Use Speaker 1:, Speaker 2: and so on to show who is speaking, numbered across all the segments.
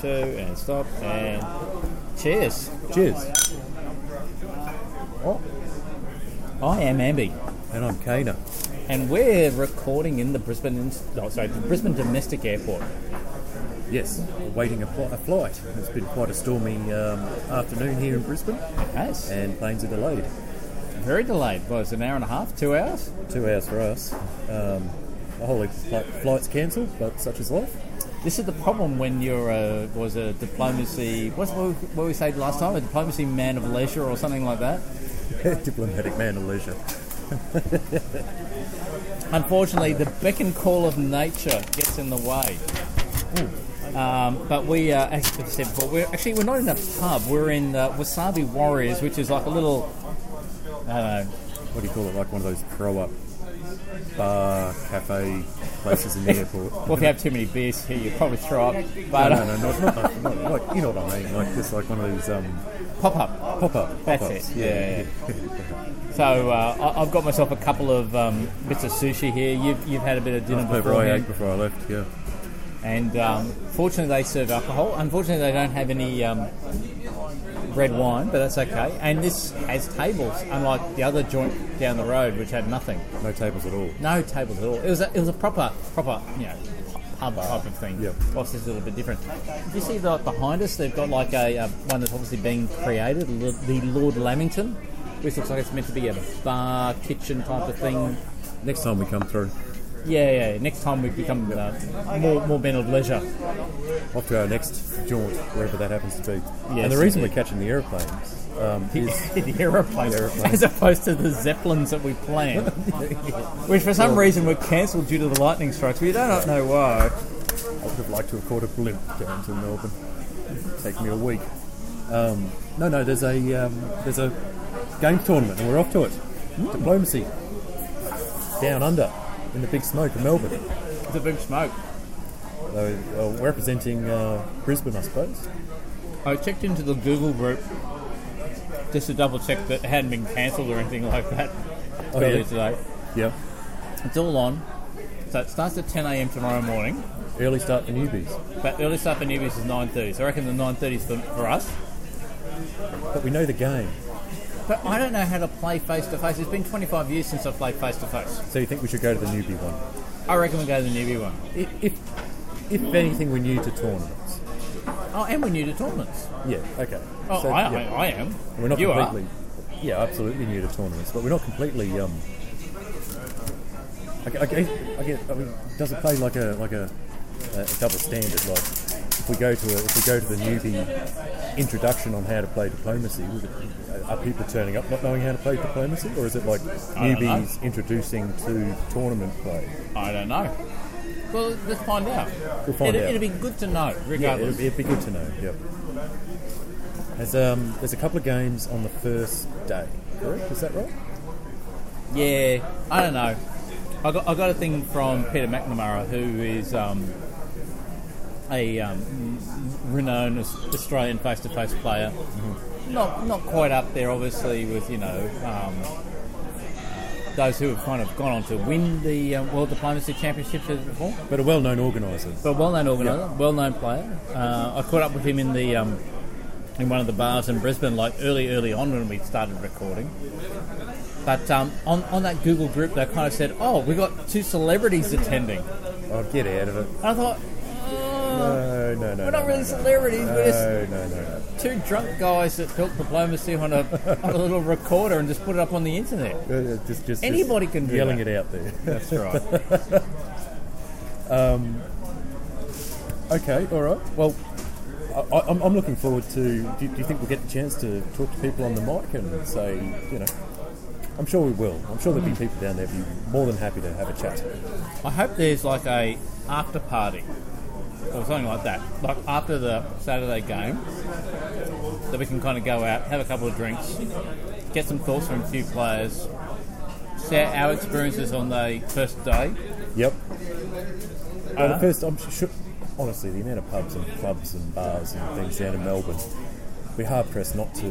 Speaker 1: two, and stop, and cheers. Oh.
Speaker 2: Cheers.
Speaker 1: I am Ambi,
Speaker 2: And I'm Kana.
Speaker 1: and we're recording in the Brisbane, ins- no, sorry, the Brisbane Domestic Airport.
Speaker 2: Yes, awaiting a, fl- a flight. It's been quite a stormy um, afternoon here in Brisbane,
Speaker 1: Nice.
Speaker 2: and planes are delayed.
Speaker 1: Very delayed. What, it's an hour and a half, two hours?
Speaker 2: Two hours for us. Um, a whole heap of fli- flights cancelled, but such is life.
Speaker 1: This is the problem when you're a, was a diplomacy, what's what we, what we said last time, a diplomacy man of leisure or something like that.
Speaker 2: Diplomatic man of leisure.
Speaker 1: Unfortunately, the beck and call of nature gets in the way. Um, but we, uh, as I said before, we're actually we're not in a pub. We're in uh, Wasabi Warriors, which is like a little. I don't know.
Speaker 2: What do you call it? Like one of those throw-up bar cafe places in the airport.
Speaker 1: Well, if you have too many beers here, you probably throw up.
Speaker 2: No,
Speaker 1: But
Speaker 2: no,
Speaker 1: uh,
Speaker 2: no, not, not, like- not like you know what I mean. Like just like one of those um,
Speaker 1: pop up.
Speaker 2: pop-up.
Speaker 1: That's
Speaker 2: pop-ups.
Speaker 1: it. Yeah. So uh, I- I've got myself a couple of um, bits of sushi here. You've, you've had a bit of dinner
Speaker 2: Over I
Speaker 1: beforehand,
Speaker 2: ate before I left. Yeah.
Speaker 1: and um, fortunately they serve alcohol. Unfortunately, they don't have any um, red wine, but that's okay. And this has tables, unlike the other joint down the road, which had nothing,
Speaker 2: No tables at all.
Speaker 1: no tables at all. It was a, it was a proper proper you know pub type of thing.
Speaker 2: Yep.
Speaker 1: Whilst it's a little bit different. If you see that behind us, they've got like a um, one that's obviously been created, Lo- the Lord Lamington, which looks like it's meant to be a bar kitchen type of thing.
Speaker 2: Next time we come through,
Speaker 1: Yeah, yeah. Next time we become uh, more more men of leisure.
Speaker 2: off to our next jaunt, wherever that happens to be.
Speaker 1: Yes,
Speaker 2: and the reason
Speaker 1: indeed.
Speaker 2: we're catching the aeroplanes um, is
Speaker 1: the aeroplane,
Speaker 2: Aeroplane.
Speaker 1: as opposed to the zeppelins that we plan, which for some reason were cancelled due to the lightning strikes. We do not know why.
Speaker 2: I would have liked to have caught a blimp down to Melbourne. Take me a week. Um, no, no, there's a um, there's a game tournament, and we're off to it.
Speaker 1: Hmm.
Speaker 2: Diplomacy down under in the big smoke of Melbourne.
Speaker 1: It's a big smoke.
Speaker 2: So, uh, we're representing uh, Brisbane, I suppose.
Speaker 1: I checked into the Google group just to double check that it hadn't been cancelled or anything like that
Speaker 2: Oh,
Speaker 1: earlier
Speaker 2: yeah.
Speaker 1: today.
Speaker 2: Yeah.
Speaker 1: It's all on. So it starts at 10 a.m. tomorrow morning,
Speaker 2: Early start for newbies,
Speaker 1: but early start for newbies is 9:30. So I reckon the 9:30 is for, for us.
Speaker 2: but we know the game.
Speaker 1: But I don't know how to play face to face. It's been 25 years since I played face to face.
Speaker 2: So you think we should go to the newbie one?
Speaker 1: I reckon we go to the newbie one.
Speaker 2: If if, if anything, we're new to tournaments.
Speaker 1: Oh, and we're new to tournaments.
Speaker 2: Yeah. Okay.
Speaker 1: Oh,
Speaker 2: So,
Speaker 1: I,
Speaker 2: yeah.
Speaker 1: I, I am.
Speaker 2: We're not
Speaker 1: you
Speaker 2: completely. Yeah, absolutely new to tournaments, but we're not completely. Um, I, gu- I, guess- I, guess- I mean, does it play like a like a, a double standard? Like, if we go to a, if we go to the newbie introduction on how to play diplomacy, would it- are people turning up not knowing how to play diplomacy, or is it like
Speaker 1: I don't know.
Speaker 2: newbies introducing to tournament play?
Speaker 1: Are. I don't know. Well, let's find out.
Speaker 2: We'll find
Speaker 1: it'd,
Speaker 2: out.
Speaker 1: it'd be good to know,
Speaker 2: Yeah, it'd,
Speaker 1: regardless.
Speaker 2: be- it'd be good to know. Yep. There's um, there's a couple of games on the first day. Correct? Is that right?
Speaker 1: Yeah, I don't know. I got, I got a thing from Peter McNamara, who is um, a um, renowned Aus- Australian face-to-face player. Not not quite up there, obviously, with you know um, those who have kind of gone on to win the um, World Diplomacy Championships before.
Speaker 2: But a well-known organizer.
Speaker 1: But well-known organizer, well-known player. Uh, I caught up with him in the um, in one of the bars in Brisbane, like early, early on when we started recording. But um, on on that Google group, they kind of said, "Oh, we got two celebrities attending." And
Speaker 2: Oh, get out of it.
Speaker 1: I thought, oh,
Speaker 2: No, no, no.
Speaker 1: We're not
Speaker 2: no,
Speaker 1: really
Speaker 2: no, no.
Speaker 1: celebrities,
Speaker 2: No,
Speaker 1: we're just-
Speaker 2: no, no, no.
Speaker 1: two drunk guys that built diplomacy on a on a little recorder and just put it up on the internet."
Speaker 2: Uh, uh, Just, just, just
Speaker 1: Anybody can do
Speaker 2: yelling
Speaker 1: that.
Speaker 2: it out there.
Speaker 1: That's right.
Speaker 2: okay, all right. Well, I, I, I'm, I'm looking forward to. Do, do you think we'll get the chance to talk to people on the mic and say, you know? I'm sure we will. I'm sure there'll be people down there be more than happy to have a chat.
Speaker 1: I hope there's like a after party or something like that. Like after the Saturday game, that we can kind of go out, have a couple of drinks, get some thoughts from a few players, share our experiences on the first day.
Speaker 2: Yep. Well,
Speaker 1: Uh,
Speaker 2: the first, I'm sure. Honestly, the amount of pubs and clubs and bars and things down in Melbourne be hard pressed not to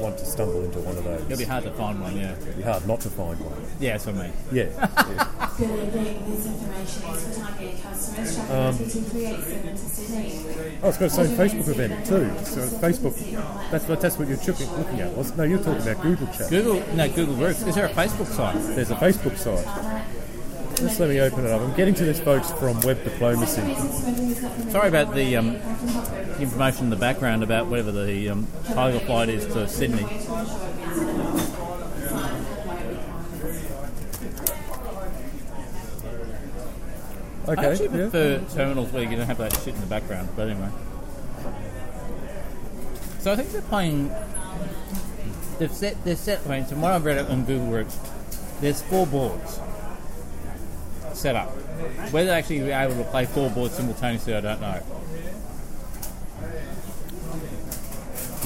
Speaker 2: want to stumble into one of those.
Speaker 1: It'll be hard to find one, yeah.
Speaker 2: It'd be hard not to find one.
Speaker 1: Yeah, that's what I mean.
Speaker 2: Yeah. yeah.
Speaker 3: Good evening. This information is for targeted customers. Traffic T three eight seven to Sydney.
Speaker 2: Oh, it's got its own Facebook event too. So Facebook, that's what that's what you're chipping, looking at. was no, you're talking about Google Chat.
Speaker 1: Google, no, Google Groups. Is there a Facebook site?
Speaker 2: There's a Facebook site. Just let me open it up. I'm getting to this, folks, from Web Diplomacy.
Speaker 1: Sorry about the um, information in the background about whatever the um, tiger flight is to Sydney. I
Speaker 2: Okay.
Speaker 1: actually
Speaker 2: yeah.
Speaker 1: prefer terminals where you don't have that shit in the background, but anyway. So I think they're playing. They've set. They've set. I mean, from what I've read on Google Groups, there's four boards set up. Whether they actually be able to play four boards simultaneously, I don't know.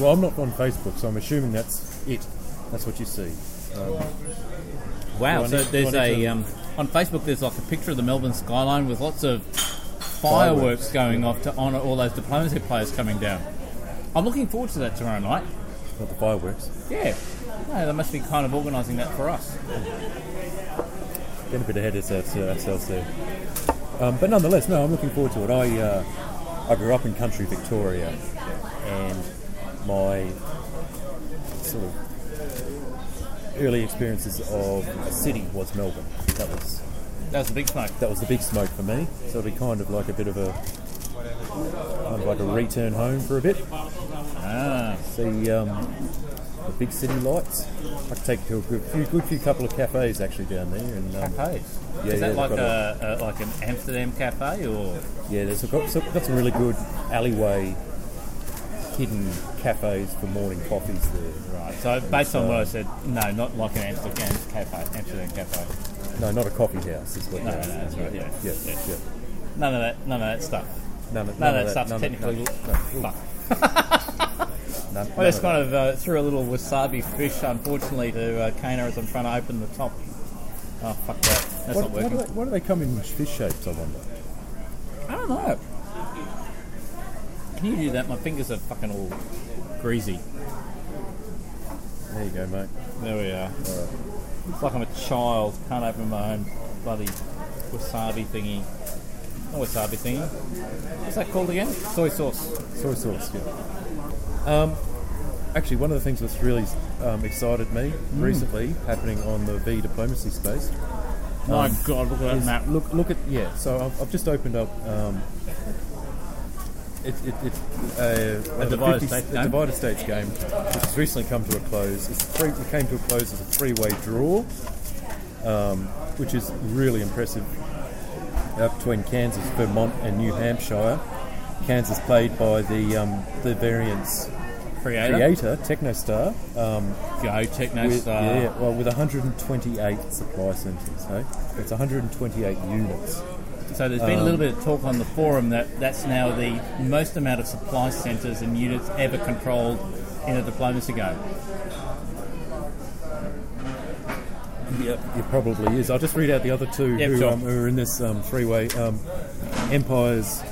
Speaker 2: Well, I'm not on Facebook, so I'm assuming that's it. That's what you see.
Speaker 1: Wow.
Speaker 2: Do I
Speaker 1: So
Speaker 2: need- do
Speaker 1: there's
Speaker 2: I need
Speaker 1: a
Speaker 2: to-
Speaker 1: um, on Facebook. There's like a picture of the Melbourne skyline with lots of fireworks going off to honour all those diplomacy players coming down. I'm looking forward to that tomorrow night.
Speaker 2: Not the fireworks.
Speaker 1: Yeah. No, they must be kind of organising that for us.
Speaker 2: Getting a bit ahead of ourselves, ourselves there. Um, but nonetheless, no, I'm looking forward to it. I uh, I grew up in country Victoria, and my sort of early experiences of a city was Melbourne. That was
Speaker 1: That was a big smoke.
Speaker 2: that was the big smoke for me. So it'll be kind of like a bit of a kind of like a return home for a bit.
Speaker 1: Ah,
Speaker 2: See um, the big city lights. I could take you to a good few, good few couple of cafes actually down there, and um,
Speaker 1: cafes. Is
Speaker 2: Yeah, yeah,
Speaker 1: that
Speaker 2: they've
Speaker 1: like
Speaker 2: got
Speaker 1: a, a like an Amsterdam cafe or?
Speaker 2: Yeah, there's got some, got some really good alleyway hidden cafes for morning coffees there.
Speaker 1: Right. So based on what I said, no, not like an Amsterdam cafe. Amsterdam cafe.
Speaker 2: No, not a coffee house. Is what
Speaker 1: No,
Speaker 2: it
Speaker 1: no,
Speaker 2: is.
Speaker 1: that's right. Yeah.
Speaker 2: Yeah, yeah.
Speaker 1: None of that. None of that stuff.
Speaker 2: None of,
Speaker 1: None,
Speaker 2: none
Speaker 1: of that stuff's
Speaker 2: none of-
Speaker 1: technically.
Speaker 2: none-
Speaker 1: Fuck.
Speaker 2: none- none
Speaker 1: I just
Speaker 2: of
Speaker 1: kind of
Speaker 2: that.
Speaker 1: uh, threw a little wasabi fish, unfortunately, to uh, Kana as I'm trying to open the top. Oh fuck that! That's not
Speaker 2: What, what,
Speaker 1: working.
Speaker 2: do they, why do they come in fish shapes? I wonder.
Speaker 1: I don't know. Can you do that? My fingers are fucking all greasy.
Speaker 2: There you go, mate.
Speaker 1: There we are. It's like I'm a child. Can't open my own bloody wasabi thingy. Not wasabi thingy. What's that called again? Soy sauce.
Speaker 2: Soy sauce. Yeah. Um, actually, one of the things that's really um, excited me
Speaker 1: Mm.
Speaker 2: recently, happening on the V diplomacy space,
Speaker 1: My God, look at that
Speaker 2: is-
Speaker 1: map.
Speaker 2: Look, look at yeah. So I've, I've just opened up. Um, it, it, it's uh, a,
Speaker 1: Divided States
Speaker 2: a
Speaker 1: game?
Speaker 2: divided states game, which has recently come to a close. It's three, it came to a close as a three-way draw, um, which is really impressive. Uh, between Kansas, Vermont, and New Hampshire, Kansas played by the um, the variants
Speaker 1: Creator.
Speaker 2: creator Technostar. uh,
Speaker 1: Go Techno
Speaker 2: With,
Speaker 1: Star.
Speaker 2: yeah, well, with 128 supply centres, hey? It's 128 units.
Speaker 1: So there's been a little bit of talk on the forum that that's now the most amount of supply centres and units ever controlled in a diplomacy game.
Speaker 2: Yep. It probably is. I'll just read out the other two
Speaker 1: Yep,
Speaker 2: who,
Speaker 1: sure.
Speaker 2: um, who are in this um, freeway. Um, Empires.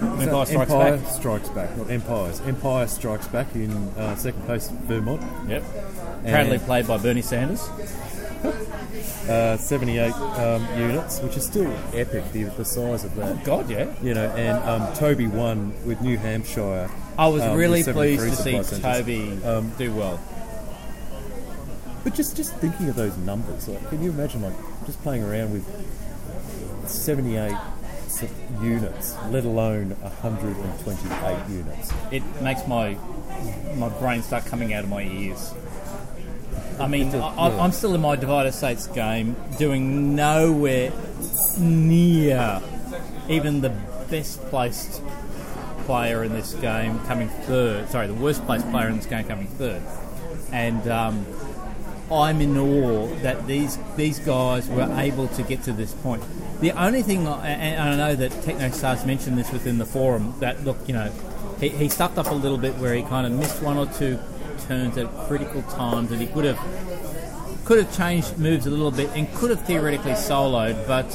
Speaker 1: Empire Strikes
Speaker 2: Empire
Speaker 1: Back.
Speaker 2: Strikes Back, not Empires. Empire Strikes Back in uh, second place, Vermont.
Speaker 1: Yep. Proudly played by Bernie Sanders.
Speaker 2: Uh, 78 um, units, which is still epic, the, the size of that.
Speaker 1: God, yeah.
Speaker 2: You know, and um, Toby won with New Hampshire.
Speaker 1: I was
Speaker 2: um, with
Speaker 1: really
Speaker 2: 73
Speaker 1: pleased to see
Speaker 2: supply centres.
Speaker 1: Toby do well.
Speaker 2: But just just thinking of those numbers, like, can you imagine like just playing around with seventy eight units, let alone hundred and twenty eight units?
Speaker 1: It makes my my brain start coming out of my ears. I mean, I, I-
Speaker 2: yeah.
Speaker 1: I'm still in my Divided States game, doing nowhere near even the best placed player in this game coming third. Sorry, the worst placed player in this game coming third. And um, I'm in awe that these these guys were able to get to this point. The only thing, I- and I know that TechnoStars mentioned this within the forum, that look, you know, he, he stuffed up a little bit where he kind of missed one or two turns at critical times that he could have could have changed moves a little bit and could have theoretically soloed, but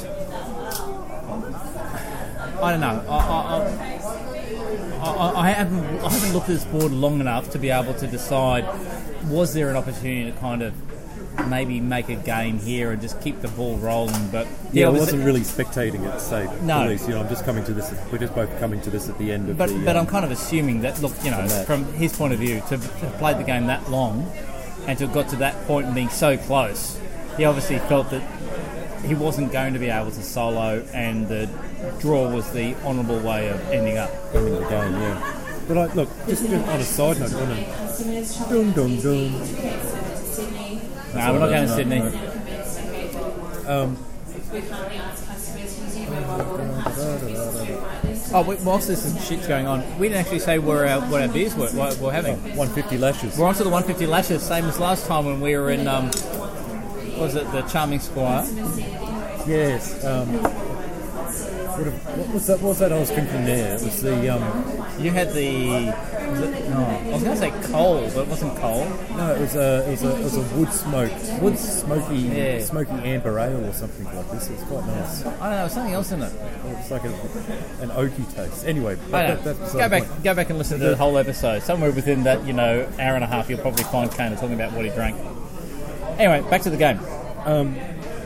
Speaker 1: I don't know. I, I, I, I, I, I haven't I haven't looked at this board long enough to be able to decide was there an opportunity to kind of maybe make a game here and just keep the ball rolling. But
Speaker 2: Yeah, I
Speaker 1: it was-
Speaker 2: wasn't really spectating it. Say,
Speaker 1: No.
Speaker 2: at least, you know, I'm just coming to this. We're just both coming to this at the end of
Speaker 1: But
Speaker 2: the.
Speaker 1: but
Speaker 2: um,
Speaker 1: I'm kind of assuming that look, you know,
Speaker 2: that.
Speaker 1: from his point of view, to have played the game that long and to have got to that point and being so close, he obviously felt that he wasn't going to be able to solo, and the draw was the honourable way of ending up.
Speaker 2: coming to the game. Yeah. But I, look, just on a side note, on a, Dum, dum, dum.
Speaker 1: No, we're not going to Sydney. Um, Oh, wait, whilst this is shit's going on, we didn't actually say where our, what our beers were, what we're having.
Speaker 2: 150 lashes.
Speaker 1: We're onto the 150 lashes, same as last time when we were in, um, what was it the Charming Squire?
Speaker 2: Yes. Um, what, have- what was that? What was that I was thinking there? It was the um,
Speaker 1: You had the, was it, no, I was going to say coal, but it wasn't coal.
Speaker 2: no, it was a it was a, it was a wood smoked wood smoky
Speaker 1: Yeah.
Speaker 2: smoky amber ale or something like this. It's quite nice.
Speaker 1: I don't know, something else in it.
Speaker 2: It's like a, an oaky taste. Anyway,
Speaker 1: I
Speaker 2: that,
Speaker 1: don't know.
Speaker 2: that's
Speaker 1: Go back, go back and listen to the whole episode. Somewhere within that, you know, hour and a half, you'll probably find Kana talking about what he drank. Anyway, back to the game.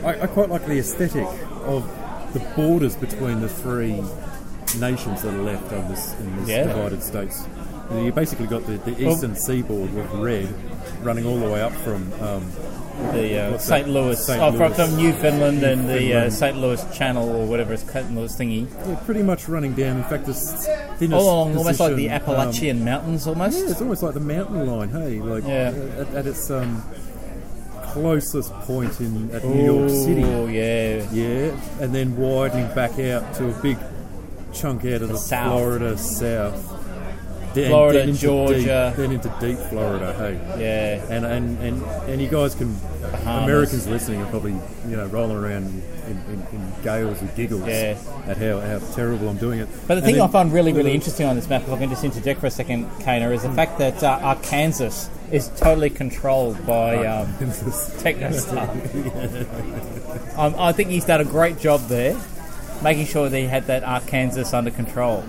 Speaker 2: I, I quite like the aesthetic of the borders between the three nations that are left on this in this
Speaker 1: Yeah.
Speaker 2: divided states. You basically got the, the eastern seaboard with red running all the way up from um,
Speaker 1: The uh,
Speaker 2: What's
Speaker 1: St.
Speaker 2: that?
Speaker 1: Louis,
Speaker 2: St.
Speaker 1: Oh, from,
Speaker 2: Louis.
Speaker 1: from New Finland and the uh,
Speaker 2: Finland.
Speaker 1: St. Louis Channel or whatever it's St. Louis thingy,
Speaker 2: yeah, pretty much running down. In fact, this thinnest
Speaker 1: all along almost like the
Speaker 2: position, um,
Speaker 1: Appalachian Mountains, almost.
Speaker 2: yeah, it's almost like the mountain line. Hey, like
Speaker 1: Yeah.
Speaker 2: at, at its um, closest point in at New York City.
Speaker 1: Oh yeah,
Speaker 2: Yeah, and then widening back out to a big chunk out of the,
Speaker 1: south.
Speaker 2: Florida south. Then,
Speaker 1: Florida,
Speaker 2: into
Speaker 1: Georgia.
Speaker 2: Deep, then into deep Florida, hey.
Speaker 1: yeah.
Speaker 2: And, and, and, and you guys can, Americans listening are probably, you know, rolling around in, in, in gales and giggles
Speaker 1: Yeah.
Speaker 2: at how, how terrible I'm doing it.
Speaker 1: But the
Speaker 2: And
Speaker 1: thing
Speaker 2: then-
Speaker 1: I find really, really
Speaker 2: Uh,
Speaker 1: interesting on this map, if I can just interject for a second, Kana, is the fact that uh, Arkansas is totally controlled by um, Technostar. um, I think he's done a great job there, making sure that he had that Arkansas under control.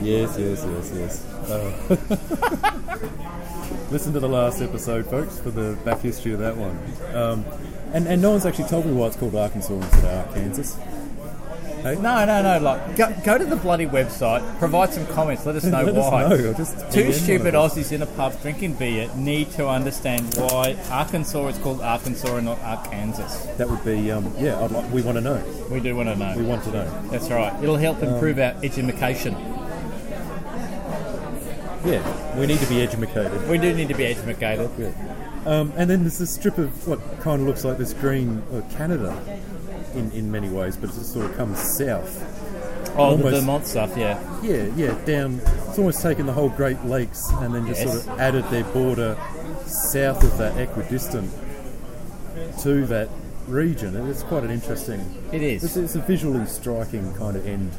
Speaker 2: Yes, yes, yes, yes. Oh. Listen to the last episode, folks, for the back history of that one. Um, and, and no one's actually told me why it's called Arkansas instead of Arkansas.
Speaker 1: No, no, no. Like, go, go to the bloody website, provide some comments, let us know
Speaker 2: Let us
Speaker 1: why.
Speaker 2: know, or just
Speaker 1: Two
Speaker 2: DM
Speaker 1: stupid
Speaker 2: one of
Speaker 1: Aussies in a pub drinking beer need to understand why Arkansas is called Arkansas and not Arkansas.
Speaker 2: That would be, um, yeah, I'd like, we want to know.
Speaker 1: We do want to
Speaker 2: We
Speaker 1: know.
Speaker 2: want to know.
Speaker 1: That's right. It'll help improve our education.
Speaker 2: Yeah, we need to be educated.
Speaker 1: We do need to be educated.
Speaker 2: Yeah. Um, and then there's this strip of what kind of looks like this green uh, Canada in, in many ways, but it just sort of comes south.
Speaker 1: Oh, the
Speaker 2: Almost.
Speaker 1: Vermont stuff, yeah.
Speaker 2: Yeah, yeah, down. It's almost taken the whole Great Lakes and then just
Speaker 1: Yes.
Speaker 2: sort of added their border south of that equidistant to that region. And it's quite an interesting.
Speaker 1: It is.
Speaker 2: It's, it's a visually striking kind of end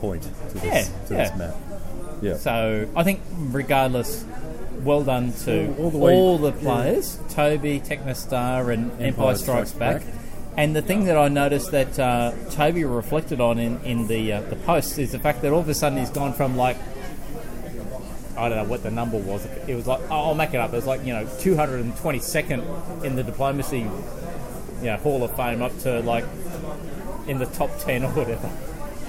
Speaker 2: point to this,
Speaker 1: Yeah,
Speaker 2: to
Speaker 1: yeah.
Speaker 2: this map. Yeah.
Speaker 1: So I think, regardless, well done to all,
Speaker 2: All- all
Speaker 1: the,
Speaker 2: the way-
Speaker 1: players Toby, Technostar, and Empire, Strikes,
Speaker 2: Strikes
Speaker 1: Back.
Speaker 2: Back.
Speaker 1: And the thing that I noticed that uh, Toby reflected on in, in the uh, the post is the fact that all of a sudden he's gone from like I don't know what the number was. It was like oh, I'll make it up. It was like you know 222nd in the diplomacy you know, Hall of Fame up to like in the top ten or whatever.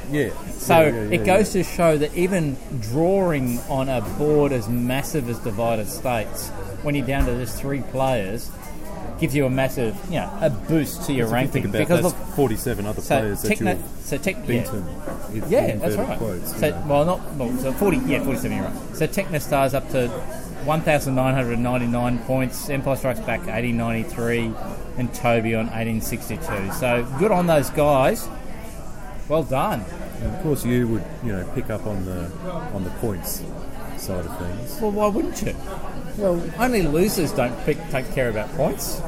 Speaker 2: Yeah.
Speaker 1: So
Speaker 2: Yeah, yeah,
Speaker 1: it
Speaker 2: yeah,
Speaker 1: goes to show that even drawing on a board as massive as divided states, when you're down to just three players, gives you a massive, you know, a boost to your
Speaker 2: yeah. If you
Speaker 1: ranking.
Speaker 2: think about
Speaker 1: because
Speaker 2: that's
Speaker 1: look,
Speaker 2: 47 other
Speaker 1: so
Speaker 2: players that
Speaker 1: techno,
Speaker 2: you've
Speaker 1: so tech, yeah,
Speaker 2: beaten. in
Speaker 1: yeah, that's
Speaker 2: inverted
Speaker 1: right.
Speaker 2: quotes, you
Speaker 1: so
Speaker 2: know.
Speaker 1: well, not well, so forty, yeah, forty-seven. You're right. So Technostar's up to one thousand nine hundred ninety-nine points. Empire Strikes Back eighteen ninety-three, and Toby on eighteen sixty-two. So good on those guys. Well done.
Speaker 2: And of course, you would you know pick up on the on the points side of things.
Speaker 1: Well, why wouldn't you?
Speaker 2: Well,
Speaker 1: Only losers don't pick, take care about points.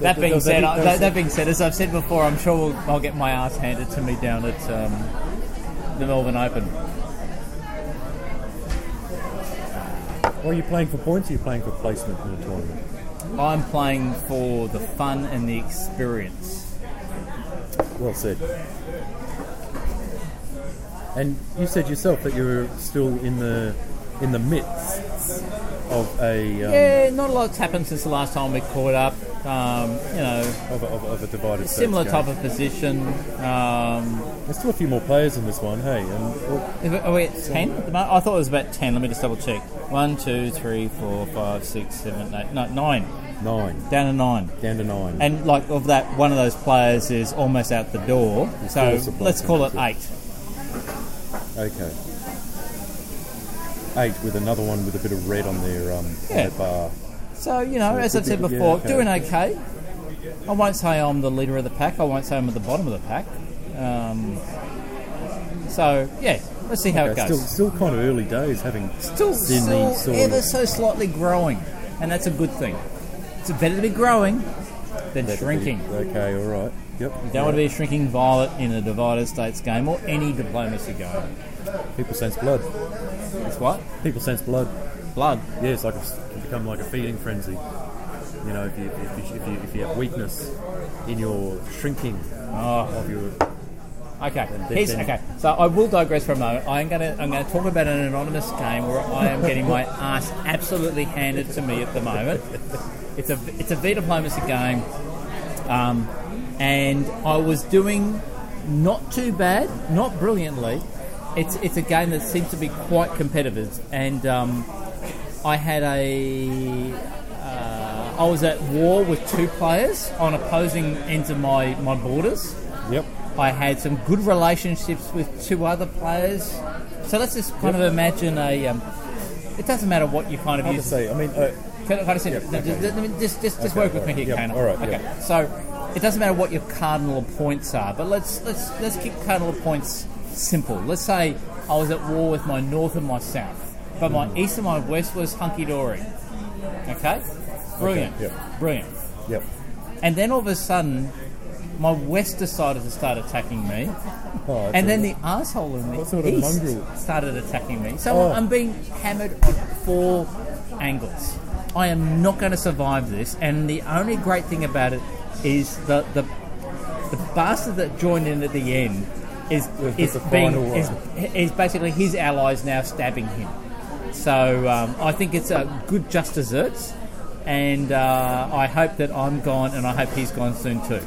Speaker 1: That being
Speaker 2: those-
Speaker 1: said,
Speaker 2: those-
Speaker 1: I, that, that being said, as I've said before, I'm sure we'll, I'll get my ass handed to me down at um, the Melbourne Open.
Speaker 2: Well, are you playing for points or are you playing for placement in a tournament?
Speaker 1: I'm playing for the fun and the experience.
Speaker 2: Well said. And you said yourself that you're still in the in the midst of a um,
Speaker 1: Yeah, not a lot's happened since the last time we caught up. Um, you know,
Speaker 2: of, a, of, a, of a divided search
Speaker 1: similar
Speaker 2: game.
Speaker 1: type of position. Um,
Speaker 2: There's still a few more players in this one, hey? And oh, well,
Speaker 1: is it- are we at 10 at the moment? I thought it was about 10. Let me just double check. One, two, three, four, five, six, seven, eight, no, 9.
Speaker 2: nine
Speaker 1: Down to 9.
Speaker 2: down to nine.
Speaker 1: And like of that, one of those players is almost out the door. So
Speaker 2: still supply
Speaker 1: let's call it
Speaker 2: chain,
Speaker 1: eight.
Speaker 2: okay. Eight with another one with a bit of red on their um on
Speaker 1: Yeah.
Speaker 2: their bar.
Speaker 1: So you know, as I've said
Speaker 2: Yeah,
Speaker 1: before,
Speaker 2: okay.
Speaker 1: doing okay. I won't say I'm the leader of the pack. I won't say I'm at the bottom of the pack. Um, so yeah, let's see how
Speaker 2: Okay,
Speaker 1: it
Speaker 2: still
Speaker 1: goes.
Speaker 2: still kind of early days having
Speaker 1: Still,
Speaker 2: seen
Speaker 1: still,
Speaker 2: these sort
Speaker 1: ever
Speaker 2: of-
Speaker 1: so slightly growing, and that's a good thing. It's better to be growing than shrinking.
Speaker 2: Okay, all right. Yep.
Speaker 1: You don't want to be a shrinking violet in a divided states game or any diplomacy game.
Speaker 2: People sense blood.
Speaker 1: It's what
Speaker 2: People sense blood.
Speaker 1: blood.
Speaker 2: Yeah, it's like it's can become like a feeding frenzy. You know, if you if you, if you, if you have weakness in your shrinking
Speaker 1: Ah.
Speaker 2: of your
Speaker 1: Okay,
Speaker 2: then-
Speaker 1: here's,
Speaker 2: then-
Speaker 1: okay. So I will digress for a moment. I'm gonna I'm gonna talk about an anonymous game where I am getting my ass absolutely handed to me at the moment. It's a it's a V diplomacy game, um, and I was doing not too bad, not brilliantly. It's it's a game that seems to be quite competitive, and um, I had a uh, I was at war with two players on opposing ends of my, my borders.
Speaker 2: yep.
Speaker 1: I had some good relationships with two other players. So let's just kind of imagine a. Um, it doesn't matter what you kind of
Speaker 2: Hard to
Speaker 1: use.
Speaker 2: say. I mean, uh,
Speaker 1: Can I- can I say-
Speaker 2: Yep,
Speaker 1: no,
Speaker 2: okay.
Speaker 1: just- let me- Just, just, just
Speaker 2: Okay,
Speaker 1: work with me
Speaker 2: alright,
Speaker 1: here,
Speaker 2: yep,
Speaker 1: Kana.
Speaker 2: alright,
Speaker 1: okay.
Speaker 2: yep.
Speaker 1: So it doesn't matter what your cardinal points are, but let's let's let's keep cardinal points simple. Let's say I was at war with my north and my south, but my
Speaker 2: Mm.
Speaker 1: east and my west was hunky dory. Okay, brilliant,
Speaker 2: yep.
Speaker 1: brilliant.
Speaker 2: yep.
Speaker 1: And then all of a sudden, my west decided to start attacking me.
Speaker 2: Oh,
Speaker 1: And
Speaker 2: that's all
Speaker 1: then
Speaker 2: right.
Speaker 1: the asshole in the
Speaker 2: What sort of
Speaker 1: east
Speaker 2: mongrel?
Speaker 1: started attacking me. So
Speaker 2: Oh.
Speaker 1: I'm being hammered on four angles. I am not going to survive this. And the only great thing about it is the the, the bastard that joined in at the end is
Speaker 2: Was
Speaker 1: is
Speaker 2: the
Speaker 1: being
Speaker 2: final one.
Speaker 1: is, is basically his allies now stabbing him. So um, I think it's a good just desserts. And uh, I hope that I'm gone, and I hope he's gone soon too.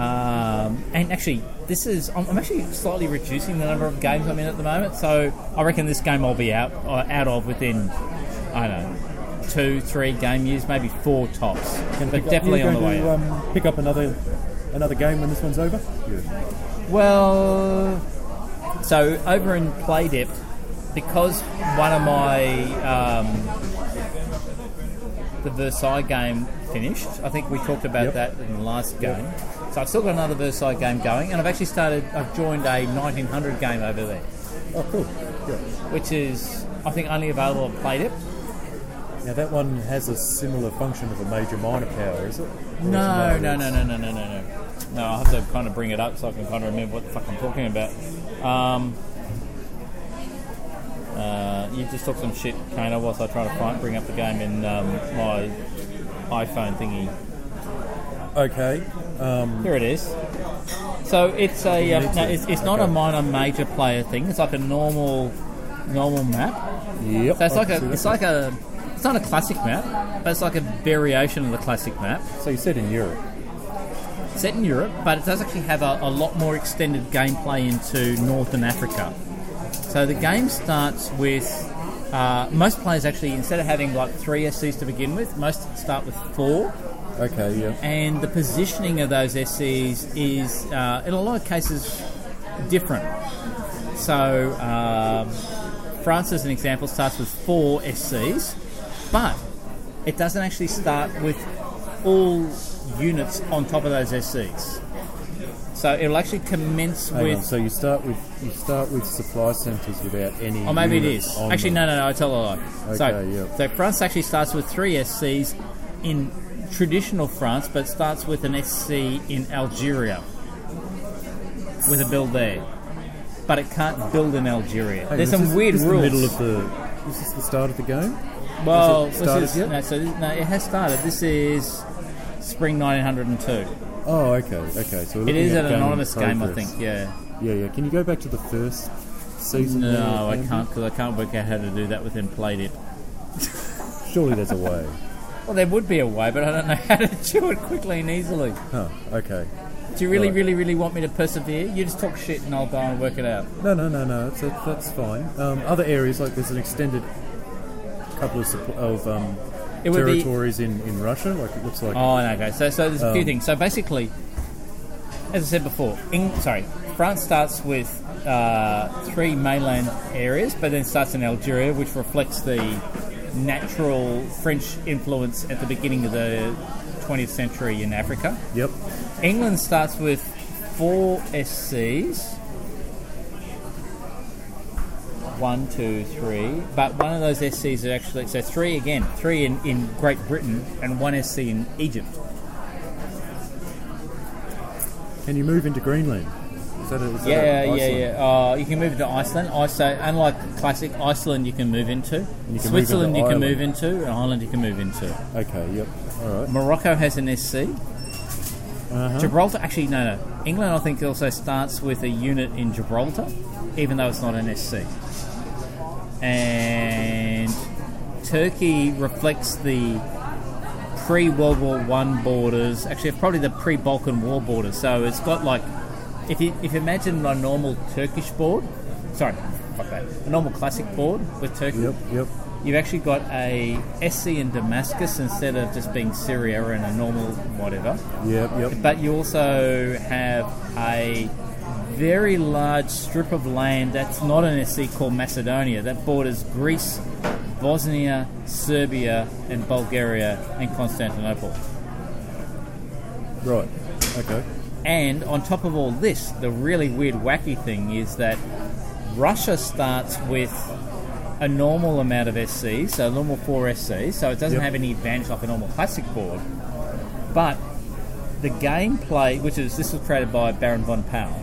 Speaker 1: Um, and actually, this is I'm, I'm actually slightly reducing the number of games I'm in at the moment. So I reckon this game I'll be out uh, out of within I don't know two, three game years, maybe four tops.
Speaker 2: Gonna
Speaker 1: but
Speaker 2: pick up-
Speaker 1: definitely
Speaker 2: you're
Speaker 1: on the way.
Speaker 2: going
Speaker 1: out.
Speaker 2: To, um, pick up another another game when this one's over. Yeah.
Speaker 1: Well, so over in Playdip, because one of my um, the Versailles game finished. I think we talked about
Speaker 2: Yep.
Speaker 1: that in the last game. So I've still got another Versailles game going, and I've actually started. I've joined a 1900 game over there,
Speaker 2: Oh, cool. Yeah.
Speaker 1: which is I think only available at Playdip.
Speaker 2: Now that one has a similar function of a major minor power, is it? Or is
Speaker 1: No,
Speaker 2: it
Speaker 1: no, no, no, no, no, no, no. No, I have to kind of bring it up so I can kind of remember what the fuck I'm talking about. Um, uh, you just talked some shit, Kano, whilst I try to find, bring up the game in um, my iPhone thingy.
Speaker 2: Okay. Um,
Speaker 1: Here it is. So it's a um,
Speaker 2: need
Speaker 1: no,
Speaker 2: to.
Speaker 1: it's, it's not a
Speaker 2: Okay.
Speaker 1: minor major player thing. It's like a normal normal map.
Speaker 2: yep.
Speaker 1: So it's
Speaker 2: I
Speaker 1: like
Speaker 2: can Oh, see
Speaker 1: a
Speaker 2: that.
Speaker 1: it's like a it's not a classic map, but it's like a variation of the classic map.
Speaker 2: So you said in Europe.
Speaker 1: set in Europe, but it does actually have a, a lot more extended gameplay into Northern Africa. So the game starts with uh, most players actually instead of having like three SCs to begin with, most start with four,
Speaker 2: Okay. Yeah.
Speaker 1: and the positioning of those SCs is uh, in a lot of cases different. So um, France, as an example, starts with four SCs, but it doesn't actually start with all units on top of those SCs. So it'll actually commence
Speaker 2: Hang on.
Speaker 1: with
Speaker 2: So you start with you start with supply centres without any.
Speaker 1: Or Oh, maybe it
Speaker 2: units
Speaker 1: is.
Speaker 2: on
Speaker 1: Actually,
Speaker 2: them.
Speaker 1: no, no, no. I tell a lie. so,
Speaker 2: Okay, yeah.
Speaker 1: so France actually starts with three SCs in traditional France, but starts with an SC in Algeria with a build there. But it can't build in Algeria.
Speaker 2: Hang on,
Speaker 1: There's
Speaker 2: this
Speaker 1: some
Speaker 2: is-
Speaker 1: weird
Speaker 2: this is
Speaker 1: rules.
Speaker 2: The middle of the. Is this the start of the game?
Speaker 1: well,
Speaker 2: has it
Speaker 1: this is,
Speaker 2: started
Speaker 1: no, so this, no, it has started. This is spring 1902.
Speaker 2: Oh, okay. Okay. So we're
Speaker 1: It
Speaker 2: looking
Speaker 1: is
Speaker 2: at
Speaker 1: an
Speaker 2: game
Speaker 1: anonymous game, I
Speaker 2: progress.
Speaker 1: think. Yeah.
Speaker 2: Yeah, yeah. Can you go back to the first season? there,
Speaker 1: No, I
Speaker 2: Andy?
Speaker 1: can't because I can't work out how to do that within played it.
Speaker 2: Surely there's a way.
Speaker 1: Well, there would be a way, but I don't know how to do it quickly and easily.
Speaker 2: huh? Okay.
Speaker 1: Do you really,
Speaker 2: Right.
Speaker 1: really, really want me to persevere? You just talk shit and I'll go and work it out.
Speaker 2: No, no, no, no. That's, that's fine. Um, other areas like there's an extended couple of, supp- of um,
Speaker 1: It would be-
Speaker 2: territories in, in Russia. Like it looks like.
Speaker 1: Oh, no, okay. So, so there's a few things. So basically, as I said before, Eng- sorry, France starts with uh, three mainland areas, but then starts in Algeria, which reflects the natural French influence at the beginning of the 20th century in Africa.
Speaker 2: Yep.
Speaker 1: England starts with four SCs. One, two, three. But one of those SCs is actually so three again, three in, in Great Britain and one SC in Egypt.
Speaker 2: Can you move into Greenland? Is that a, is that
Speaker 1: Yeah,
Speaker 2: a
Speaker 1: yeah,
Speaker 2: Iceland?
Speaker 1: yeah. Uh, you can move into Iceland. I say, unlike classic Iceland, you can move into.
Speaker 2: move
Speaker 1: Switzerland,
Speaker 2: into
Speaker 1: you can
Speaker 2: Ireland.
Speaker 1: move into, and Ireland, you can move into.
Speaker 2: Okay. Yep. All right.
Speaker 1: Morocco has an SC. Gibraltar, actually, no, no. England, I think, also starts with a unit in Gibraltar, even though it's not an SC. And Turkey reflects the pre World War One borders, actually, probably the pre Balkan War borders. So it's got like, if you, if you imagine a normal Turkish board, sorry, fuck that, a normal classic board with Turkey,
Speaker 2: Yep. Yep.
Speaker 1: You've actually got a SC in Damascus instead of just being Syria and a normal whatever.
Speaker 2: Yep. Yep.
Speaker 1: But you also have a very large strip of land that's not an SC called Macedonia that borders Greece, Bosnia, Serbia, and Bulgaria and Constantinople.
Speaker 2: Right. Okay.
Speaker 1: And on top of all this, the really weird, wacky thing is that Russia starts with a normal amount of SCs, so a normal four SCs, so it doesn't
Speaker 2: Yep.
Speaker 1: have any advantage like a normal classic board. But the gameplay, which is this was created by Baron von Powell,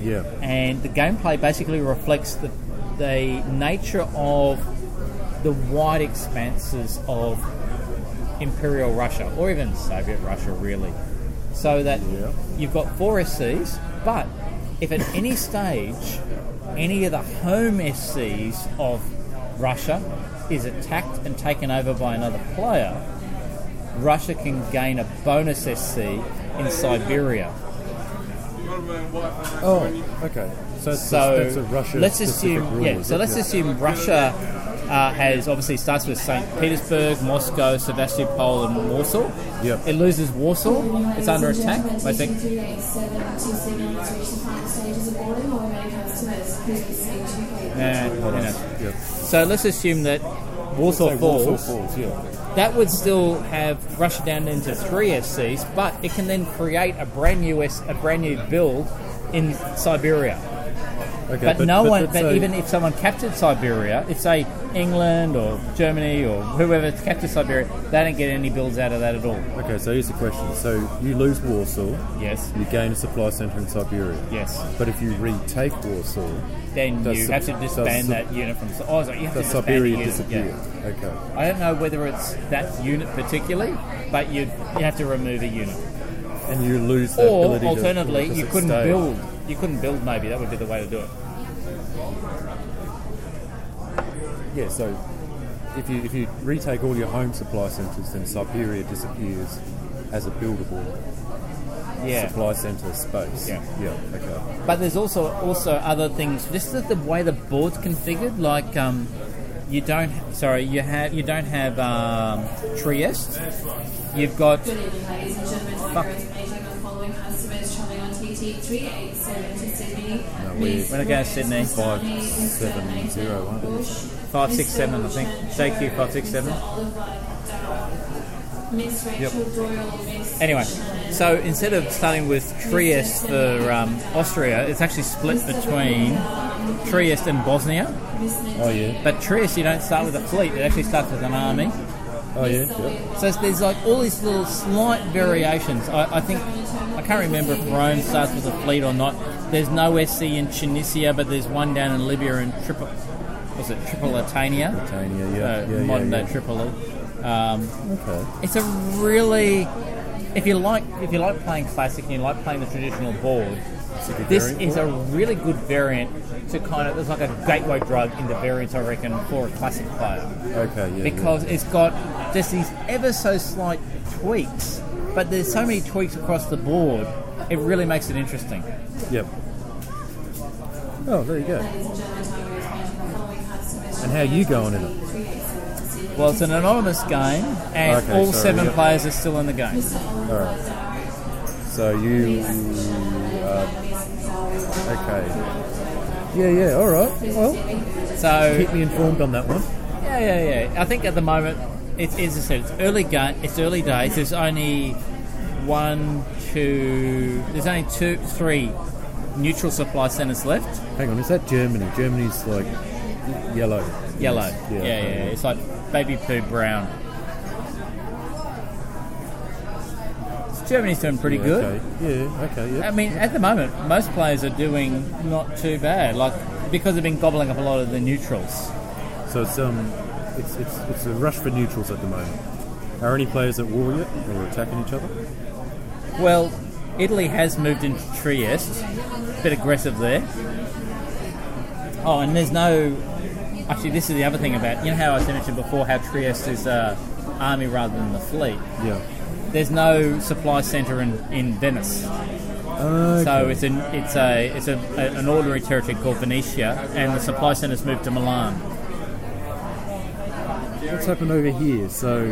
Speaker 2: Yeah.
Speaker 1: and the gameplay basically reflects the, the nature of the wide expanses of Imperial Russia, or even Soviet Russia, really. So that
Speaker 2: Yeah.
Speaker 1: you've got four SCs, but if at any stage any of the home SCs of Russia is attacked and taken over by another player, Russia can gain a bonus SC in Siberia.
Speaker 2: Oh. Okay. So that's,
Speaker 1: so
Speaker 2: that's a Russia.
Speaker 1: let's assume
Speaker 2: rule,
Speaker 1: yeah
Speaker 2: is
Speaker 1: so
Speaker 2: it?
Speaker 1: let's
Speaker 2: yeah.
Speaker 1: assume russia uh, has obviously starts with st petersburg moscow sevastopol and warsaw
Speaker 2: Yep.
Speaker 1: it loses warsaw it's under attack i think uh, you know.
Speaker 2: Yep.
Speaker 1: so let's assume that warsaw
Speaker 2: So Warsaw
Speaker 1: falls
Speaker 2: Falls, Yeah.
Speaker 1: that would still have russia down into three scs but it can then create a brand new S- a brand new build in siberia
Speaker 2: Okay.
Speaker 1: But, no one.
Speaker 2: let's
Speaker 1: But
Speaker 2: say-
Speaker 1: even if someone captured Siberia, if say England or Germany or whoever captured Siberia, they don't get any builds out of that at all.
Speaker 2: Okay, so here's the question. So you lose Warsaw,
Speaker 1: Yes.
Speaker 2: you gain a supply centre in Siberia.
Speaker 1: Yes.
Speaker 2: But if you retake Warsaw,
Speaker 1: Then
Speaker 2: Does
Speaker 1: you
Speaker 2: Sib-
Speaker 1: have to
Speaker 2: does
Speaker 1: disband
Speaker 2: Sib-
Speaker 1: that unit from. Si- Oh, sorry, you have to
Speaker 2: does
Speaker 1: disband
Speaker 2: Siberia
Speaker 1: the unit,
Speaker 2: disappear?
Speaker 1: yeah.
Speaker 2: Okay.
Speaker 1: I don't know whether it's that unit particularly, but you you have to remove a unit.
Speaker 2: And you lose that
Speaker 1: Or
Speaker 2: ability to-
Speaker 1: alternatively,
Speaker 2: does
Speaker 1: you
Speaker 2: it
Speaker 1: couldn't
Speaker 2: stay?
Speaker 1: build. You couldn't build. Maybe that would be the way to do it.
Speaker 2: Yeah, so if you if you retake all your home supply centres, then Siberia disappears as a buildable
Speaker 1: Yeah.
Speaker 2: supply centre space.
Speaker 1: Yeah.
Speaker 2: Yeah, okay.
Speaker 1: But there's also also other things. Just the, the way the board's configured, like um, you don't sorry you have you don't have um, Trieste. You've got
Speaker 3: Good evening, ladies and gentlemen. For
Speaker 1: Fuck.
Speaker 3: your information, the following customers travelling on TT 387 to Sydney.
Speaker 2: we-
Speaker 1: We're not going to Sydney.
Speaker 2: Five, seven, zero, aren't we?
Speaker 1: five six seven I think JQ five six seven.
Speaker 3: Miss Rachel Doyle, Miss
Speaker 1: Anyway, so instead of starting with Trieste for um, Austria, it's actually split between Trieste and Bosnia.
Speaker 2: Oh yeah.
Speaker 1: But Trieste, you don't start with a fleet; it actually starts with an army.
Speaker 2: Oh yeah. yeah.
Speaker 1: So there's like all these little slight variations. I, I think I can't remember if Rome starts with a fleet or not. There's no SC in Tunisia, but there's one down in Libya in Tripoli. Was it Tripolitania?
Speaker 2: Titania,
Speaker 1: Uh,
Speaker 2: yeah. yeah, yeah,
Speaker 1: modern
Speaker 2: yeah.
Speaker 1: day Tripoli. Um,
Speaker 2: Okay.
Speaker 1: it's a really if you like if you like playing classic and you like playing the traditional board,
Speaker 2: It's a good
Speaker 1: This
Speaker 2: variant
Speaker 1: is
Speaker 2: for
Speaker 1: a
Speaker 2: it.
Speaker 1: really good variant to kind of, it's like a gateway drug into variants, I reckon, for a classic player.
Speaker 2: okay, yeah,
Speaker 1: Because it's got just these ever so slight tweaks, but there's so many tweaks across the board, it really makes it interesting.
Speaker 2: yeah. Yep. Oh, there you go.
Speaker 3: Ladies and gentlemen, Tiger is making the following customers.
Speaker 2: And how you going in it?
Speaker 3: it?
Speaker 1: Well, it's an anonymous game, and
Speaker 2: Okay,
Speaker 1: all
Speaker 2: sorry,
Speaker 1: seven
Speaker 2: yeah.
Speaker 1: players are still in the game.
Speaker 2: So you. Uh, okay. Yeah, yeah. All right. Well,
Speaker 1: So,
Speaker 2: keep me informed on that one.
Speaker 1: yeah, yeah, yeah. I think at the moment, it's as I said, it's early game. It's early days. There's only one, two. There's only two, three neutral supply centers left.
Speaker 2: Hang on, is that Germany? Germany's like yellow.
Speaker 1: Yellow.
Speaker 2: Yes,
Speaker 1: Yeah, yeah. yeah. It's like baby poo brown. Germany's doing pretty good.
Speaker 2: Okay. Yeah. Okay.
Speaker 1: I
Speaker 2: Yeah.
Speaker 1: mean, at the moment, most players are doing not too bad. Like because they've been gobbling up a lot of the neutrals.
Speaker 2: So it's um, it's it's it's a rush for neutrals at the moment. Are any players at war yet, or attacking each other?
Speaker 1: Well, Italy has moved into Trieste. Bit aggressive there. Oh, and there's no. Actually, this is the other thing about you know how I mentioned before how Trieste is uh, army rather than the fleet.
Speaker 2: Yeah.
Speaker 1: There's no supply centre in, in Venice,
Speaker 2: Okay.
Speaker 1: so it's an it's a it's a, a, an ordinary territory called Venetia, and the supply centre's moved to Milan.
Speaker 2: What's happened over here? So,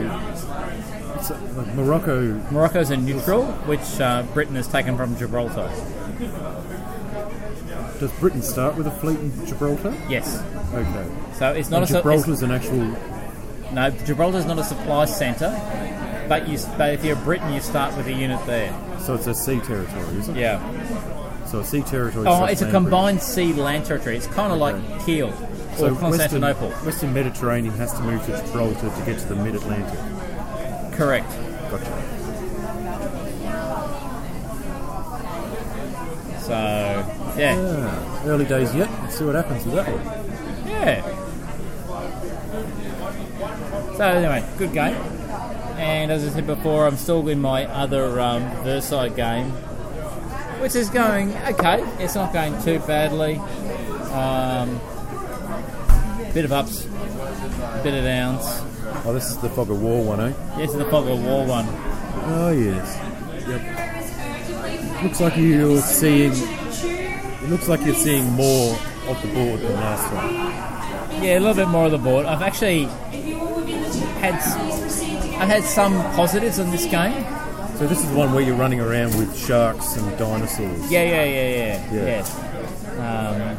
Speaker 2: it's, uh, Morocco.
Speaker 1: Morocco's a neutral, which uh, Britain has taken from Gibraltar.
Speaker 2: Does Britain start with a fleet in Gibraltar?
Speaker 1: Yes,
Speaker 2: Okay.
Speaker 1: so it's not
Speaker 2: And
Speaker 1: a su- it's-
Speaker 2: Gibraltar's an actual.
Speaker 1: No, Gibraltar's not a supply centre, but you, but if you're Britain, you start with a unit there.
Speaker 2: So it's a sea territory, is it?
Speaker 1: Yeah.
Speaker 2: So a sea territory.
Speaker 1: Oh,
Speaker 2: slash
Speaker 1: it's a
Speaker 2: land bridge.
Speaker 1: combined sea land territory. It's kind of
Speaker 2: Okay.
Speaker 1: like Kiel or
Speaker 2: So
Speaker 1: Constantinople.
Speaker 2: Western, Western Mediterranean has to move to Gibraltar to get to the Mid Atlantic.
Speaker 1: Correct.
Speaker 2: Gotcha.
Speaker 1: So yeah,
Speaker 2: Yeah. Ah, Early days yet. Let's see what happens with that one.
Speaker 1: yeah. So anyway, good game. And as I said before, I'm still in my other um, Versailles game, which is going okay. It's not going too badly. Um, bit of ups, bit of downs.
Speaker 2: Oh, this is the Fog of War one, eh?
Speaker 1: Yes, the fog of war one.
Speaker 2: Oh, yes. Yep. Looks like you're seeing. It looks like you're seeing more of the board than last one.
Speaker 1: Yeah, a little bit more of the board. I've actually had I had some positives in this game.
Speaker 2: So this is the one where you're running around with sharks and dinosaurs.
Speaker 1: Yeah, yeah, yeah, yeah.
Speaker 2: Yeah.
Speaker 1: yeah. Um,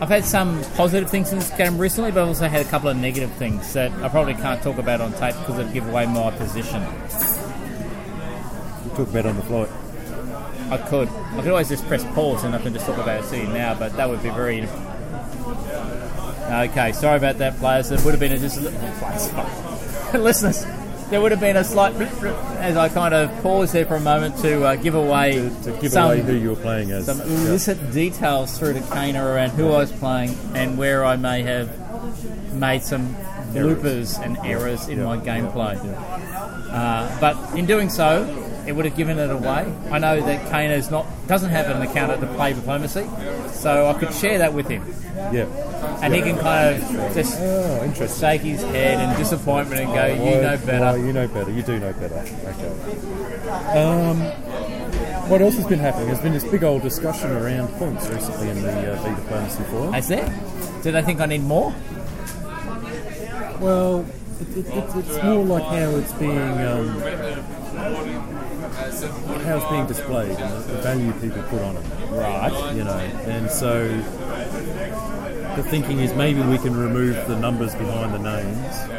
Speaker 1: I've had some positive things in this game recently, but I've also had a couple of negative things that I probably can't talk about on tape because it'd give away my position.
Speaker 2: We'll talk about it on the flight.
Speaker 1: I could. I could always just press pause and I can just talk about it to you now, but that would be very. Okay, sorry about that, players. There would have been a just players, fuck. listeners. There would have been a slight as I kind of paused there for a moment to uh, give away
Speaker 2: To, to give
Speaker 1: some,
Speaker 2: away who you're playing as.
Speaker 1: some
Speaker 2: Yeah.
Speaker 1: illicit details through to Kana around who I was playing and where I may have made some bloopers and errors in my gameplay. Uh, but in doing so, it would have given it away. I know that Kana is not doesn't have an account at the play diplomacy, so I could share that with him,
Speaker 2: Yeah.
Speaker 1: and he can kind of just
Speaker 2: Oh, interesting.
Speaker 1: shake his head in disappointment and go, "You know
Speaker 2: Well,
Speaker 1: better."
Speaker 2: you know better. You do know better. Okay. Um, what else has been happening? There's been this big old discussion around points recently in the uh, Beta Diplomacy Forum.
Speaker 1: That's it. Did I think I need more?
Speaker 2: Well, it, it, it's it's more like how it's being um, how it's being displayed and the value people put on it. Right. You know, and so the thinking is maybe we can remove the numbers behind the names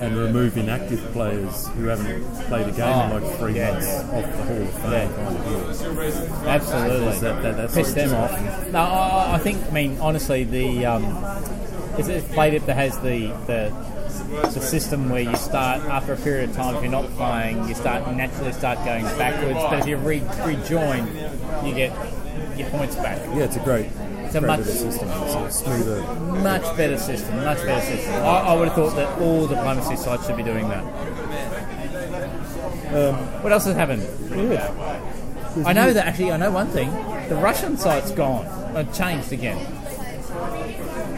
Speaker 2: and remove inactive players who haven't played a game
Speaker 1: Oh,
Speaker 2: in like three
Speaker 1: yeah.
Speaker 2: months off the Hall of Fame
Speaker 1: Yeah.
Speaker 2: kind of deal.
Speaker 1: Absolutely.
Speaker 2: Is that, that, that's
Speaker 1: piss
Speaker 2: sort of
Speaker 1: them off.
Speaker 2: discussion.
Speaker 1: No, I, I- I think. I mean, honestly, the um, it's a play dip that has the, the the system where you start after a period of time. If you're not playing, you start naturally start going backwards. But if you re- rejoin, you get your points back.
Speaker 2: Yeah, it's a great,
Speaker 1: It's a
Speaker 2: great
Speaker 1: much-
Speaker 2: little system. It's a uh, smoother.
Speaker 1: Much better system. Much better system. I, I would have thought that all diplomacy sites should be doing that. what else has happened?
Speaker 2: Yeah.
Speaker 1: I know that actually. I know one thing: the Russian site's gone. It changed again.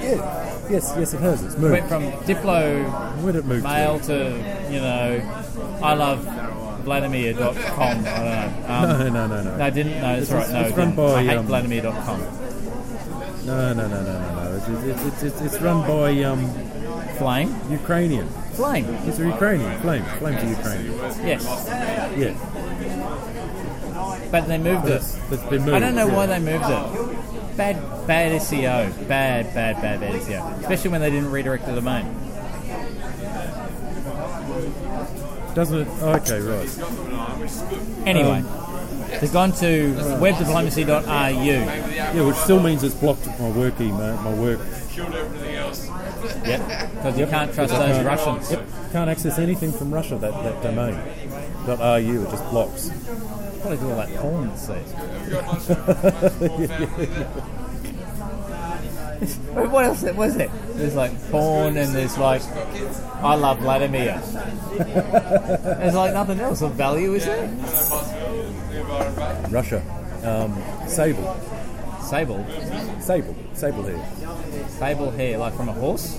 Speaker 2: Yeah. Yes, yes, it has. It's moved.
Speaker 1: Went from Diplo
Speaker 2: Where'd it move
Speaker 1: mail to you know I love Vladimir.com. I don't know.
Speaker 2: to?
Speaker 1: Um,
Speaker 2: No, no, no, no.
Speaker 1: No, I didn't. No, it's
Speaker 2: It's-
Speaker 1: right. No,
Speaker 2: it's run
Speaker 1: didn't.
Speaker 2: by,
Speaker 1: I hate
Speaker 2: um,
Speaker 1: Vladimir.com.
Speaker 2: No, no, no, no, no, no. It's, it's, it's, it's, it's run by um,
Speaker 1: Flame,
Speaker 2: Ukrainian.
Speaker 1: flame.
Speaker 2: It's a Ukrainian. Flame. Flame to Ukrainian.
Speaker 1: Yes,
Speaker 2: Yeah.
Speaker 1: but they moved it.
Speaker 2: That's, that's been moved.
Speaker 1: I don't know
Speaker 2: yeah.
Speaker 1: why they moved it. Bad, bad SEO. Bad, bad, bad, bad SEO. Especially when they didn't redirect the domain.
Speaker 2: Doesn't it? Oh, okay, right.
Speaker 1: Anyway,
Speaker 2: Um,
Speaker 1: they've gone to webdiplomacy.ru.
Speaker 2: Yeah, which still means it's blocked my work email, my work.
Speaker 1: Yep, because you can't trust those Russians.
Speaker 2: Yep. Can't access anything from Russia, that, that domain. Dot .ru, it just blocks.
Speaker 1: Probably do all that porn these days. Wait, what else was it? There's like porn and there's like I love Vladimir. there's like nothing else of value, is there?
Speaker 2: Russia. Um, sable.
Speaker 1: Sable,
Speaker 2: Sable. Sable here.
Speaker 1: sable hair, like from a horse.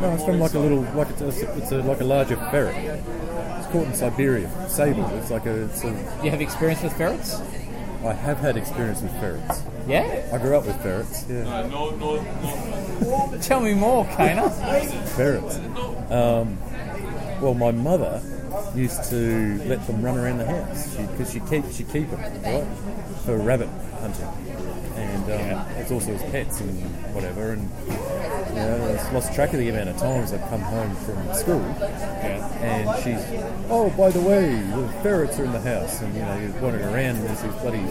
Speaker 2: No, it's from like a little, like it's, it's, it's a, like a larger ferret. It's caught in Siberia. Sable. It's like a, it's a.
Speaker 1: You have experience with ferrets?
Speaker 2: I have had experience with ferrets.
Speaker 1: Yeah.
Speaker 2: I grew up with ferrets. Yeah.
Speaker 1: Tell me more, Kana.
Speaker 2: Ferrets. Um, well, my mother used to let them run around the house because she, keep she keep them right for rabbit hunting, and um, it's also as pets and whatever. And you know, I've lost track of the amount of times I've come home from school
Speaker 1: yeah.
Speaker 2: and she's, oh, by the way, the ferrets are in the house, and you know, you're wandering around, and there's these bloody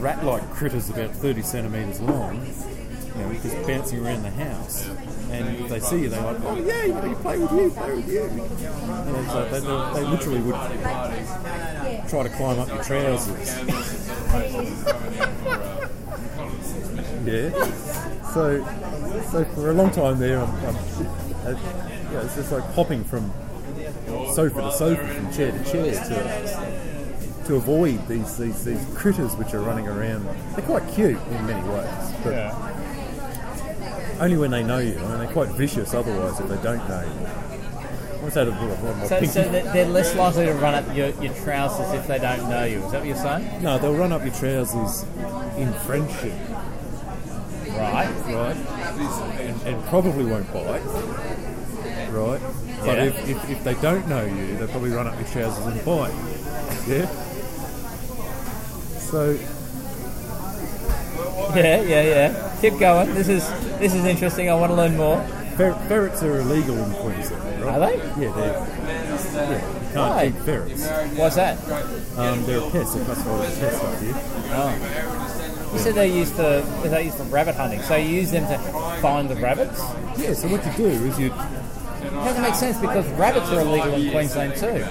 Speaker 2: rat-like critters about 30 centimetres long, you know, just bouncing around the house. And if they see you, they're like, oh, yeah, you know, you play with you, play with you. And it's like they, they, they literally would try to climb up your trousers. yeah. So, so for a long time there, I'm, I'm, uh, yeah, it's just like hopping from sofa to sofa, from chair to chair to to avoid these, these, these critters which are running around. They're quite cute in many ways, but
Speaker 1: Yeah.
Speaker 2: only when they know you. I mean, they're quite vicious otherwise if they don't know you. What's that? about?
Speaker 1: So, so they're they're less likely to run up your, your trousers if they don't know you. Is that what you're saying?
Speaker 2: no, they'll run up your trousers in friendship,
Speaker 1: Right.
Speaker 2: right? And, and probably won't bite, right? But
Speaker 1: Yeah.
Speaker 2: if, if, if they don't know you, they'll probably run up your trousers and bite. Yeah. So
Speaker 1: Yeah, yeah, yeah. Keep going. This is this is interesting. I want to learn more.
Speaker 2: Fer- ferrets are illegal in Queensland, right?
Speaker 1: Are they?
Speaker 2: Yeah, they. Yeah, you can't
Speaker 1: Why?
Speaker 2: keep ferrets.
Speaker 1: What's that?
Speaker 2: Um, they're a pest. They classify as a pest up here.
Speaker 1: You said they're used for they're used for rabbit hunting. So you use them to find the rabbits.
Speaker 2: Yeah. So what you do is you.
Speaker 1: It doesn't make sense because rabbits are illegal in Queensland too.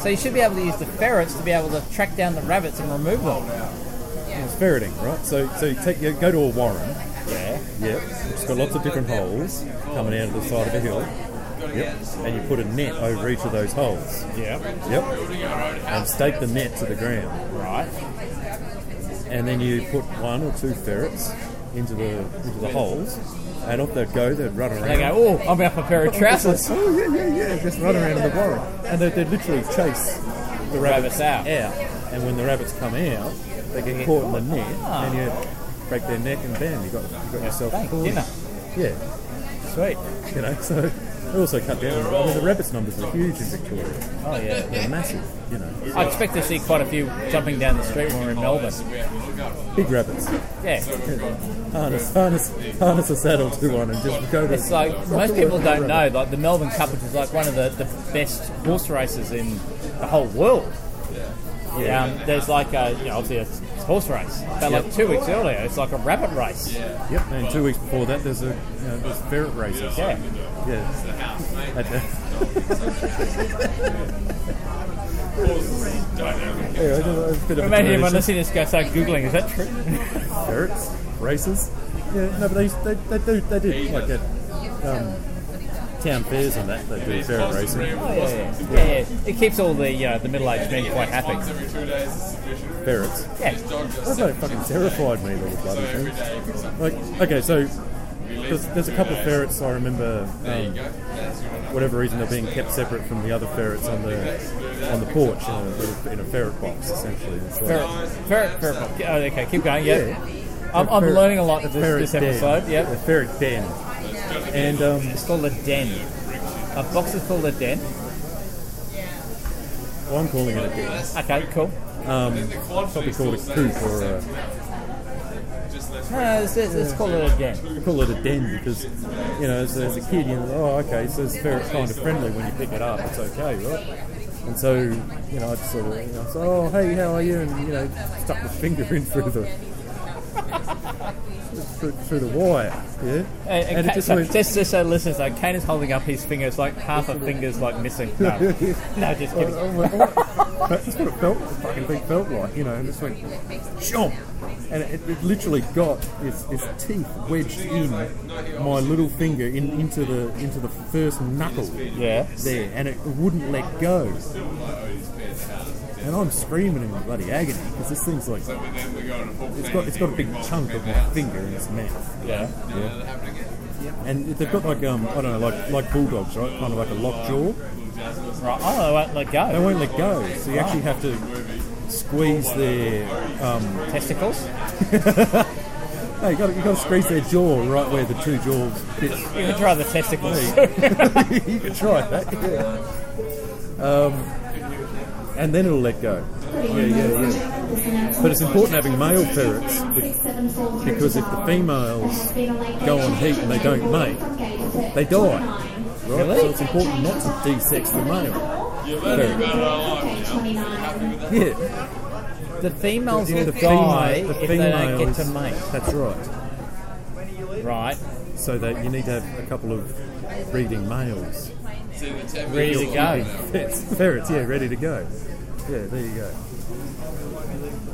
Speaker 1: So you should be able to use the ferrets to be able to track down the rabbits and remove them.
Speaker 2: It's ferreting, right? So so you take you go to a warren.
Speaker 1: Yeah.
Speaker 2: Yep. It's got lots of different holes coming out of the side of a hill. Yep. And you put a net over each of those holes.
Speaker 1: Yeah.
Speaker 2: Yep. And stake the net to the ground.
Speaker 1: Right.
Speaker 2: and then you put one or two ferrets into the into the holes, and off they'd go. They'd run around.
Speaker 1: They go, oh, I'm up a pair of trousers.
Speaker 2: Oh yeah, yeah, yeah! Just run around in the warren, and they'd, they'd literally chase the
Speaker 1: Rabbits
Speaker 2: rabbits,
Speaker 1: out.
Speaker 2: And when the rabbits come out, they get caught in the net, and you break their neck, and bam, you got you got yourself
Speaker 1: Thank
Speaker 2: caught.
Speaker 1: dinner.
Speaker 2: Yeah,
Speaker 1: Sweet.
Speaker 2: you know. So it also cut down. I mean, the rabbits numbers are huge in Victoria.
Speaker 1: Oh yeah.
Speaker 2: They're massive, you know.
Speaker 1: I expect to see quite a few jumping down the street when we're in Melbourne.
Speaker 2: Big rabbits.
Speaker 1: Yeah.
Speaker 2: Harness, harness, harness a saddle to one, and just go to.
Speaker 1: It's like most people don't know. Like the Melbourne Cup, which is like one of the, the best horse races in the whole world. Yeah. Um, there's like a, you know, obviously it's, it's a horse race, but like two weeks earlier, it's like a rabbit race. Yeah.
Speaker 2: Yep, and two weeks before that, there's a you know, there's ferret races. yeah. At the- Anyway, I don't know, it's a bit of a
Speaker 1: Imagine everyone
Speaker 2: diversion.
Speaker 1: listening to this guy start googling. Is that true?
Speaker 2: ferrets races. Yeah, no, but they they, they do they did like that. Um, town fairs and that, they do ferret racing.
Speaker 1: Oh, yeah, yeah, yeah, yeah. It keeps all the uh, the middle aged men quite happy.
Speaker 2: Ferrets.
Speaker 1: Yeah.
Speaker 2: That's what fucking terrified me, little bloody things. Like, okay, so there's, there's a couple of ferrets I remember. Um, whatever reason, they're being kept separate from the other ferrets on the on the porch in a, little- in a ferret box, essentially. It's like-
Speaker 1: Ferret, ferret, ferret. box. Yeah, Oh, okay, keep going. Yeah.
Speaker 2: Yeah.
Speaker 1: I'm, I'm
Speaker 2: Ferret-
Speaker 1: learning a lot of
Speaker 2: ferret
Speaker 1: this, this
Speaker 2: den.
Speaker 1: episode.
Speaker 2: A
Speaker 1: Yeah.
Speaker 2: ferret den. And um,
Speaker 1: It's called a den. A box is called a den.
Speaker 2: well, I'm calling it a den.
Speaker 1: Okay, cool.
Speaker 2: Um, Probably called a coop or a.
Speaker 1: No, let's, let's- let's call it a den.
Speaker 2: I call it a den because, you know, as, as a kid, you know, oh, okay, so it's ferret kind of friendly when you pick it up, it's okay, right? And so, you know, I just sort of, you know, so, oh, hey, how are you? And, you know, stuck the finger in through the. Through, through the wire, yeah,
Speaker 1: And, and,
Speaker 2: it
Speaker 1: Ka-
Speaker 2: just
Speaker 1: so,
Speaker 2: went.
Speaker 1: uh, just, just so listeners know, Kane is holding up his finger. It's like half a finger's like missing. No, no just kidding.
Speaker 2: I went, "Oh." That's what it felt. The fucking thing felt like, you know, and it just went, chomp, and it, it literally got its, its teeth wedged in my little finger in, into the into the first knuckle.
Speaker 1: Yeah.
Speaker 2: there and it wouldn't let go. And I'm screaming in bloody agony because this thing's like it's got it's got a big chunk of my finger in its mouth.
Speaker 1: Yeah.
Speaker 2: And they've got like um I don't know like like bulldogs right kind of like a locked jaw.
Speaker 1: Right. Oh, I won't let
Speaker 2: They
Speaker 1: go.
Speaker 2: won't let go, so you actually have to squeeze their um
Speaker 1: Testicles.
Speaker 2: no, you got you got to squeeze their jaw right where the two jaws bits
Speaker 1: You can try the testicles.
Speaker 2: you could try that. Yeah. Um, and then it'll let go. Yeah, yeah, yeah. But it's important having male ferrets be- because if the females go on heat and they don't mate, they die. Right? So it's important not to desex the male ferret. Yeah,
Speaker 1: the females will
Speaker 2: the
Speaker 1: die
Speaker 2: female, the
Speaker 1: if they don't get
Speaker 2: females-
Speaker 1: to mate.
Speaker 2: That's right.
Speaker 1: Right.
Speaker 2: So that you need to have a couple of breeding males.
Speaker 1: Ready to go.
Speaker 2: Ferrets, ferrets, yeah, ready to go. Yeah, there you go.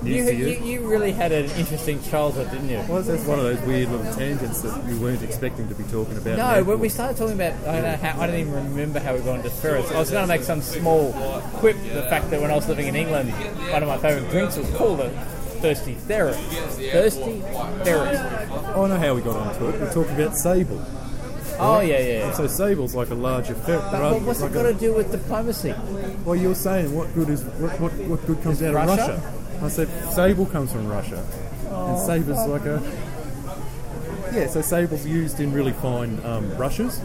Speaker 1: You,
Speaker 2: News to you.
Speaker 1: you, you really had an interesting childhood, didn't you?
Speaker 2: Well, that's one of those weird little tangents that we weren't expecting to be talking about.
Speaker 1: No,
Speaker 2: now.
Speaker 1: when we started talking about, I don't, know how, I don't even remember how we got into ferrets. I was going to make some small quip the fact that when I was living in England, one of my favourite drinks was called a thirsty ferret. Thirsty ferret.
Speaker 2: Oh, I know how we got onto it. We're talking about sable.
Speaker 1: Oh, yeah, yeah. yeah.
Speaker 2: So sable's like a larger ferret.
Speaker 1: But
Speaker 2: rather-
Speaker 1: what- what's
Speaker 2: like
Speaker 1: it got
Speaker 2: a-
Speaker 1: to do with diplomacy?
Speaker 2: Well, you're saying what good is what what, what good comes
Speaker 1: Is
Speaker 2: out of
Speaker 1: Russia?
Speaker 2: Russia? I said sable comes from Russia, and
Speaker 1: Oh.
Speaker 2: sable's like a yeah. So sable's used in really fine um, brushes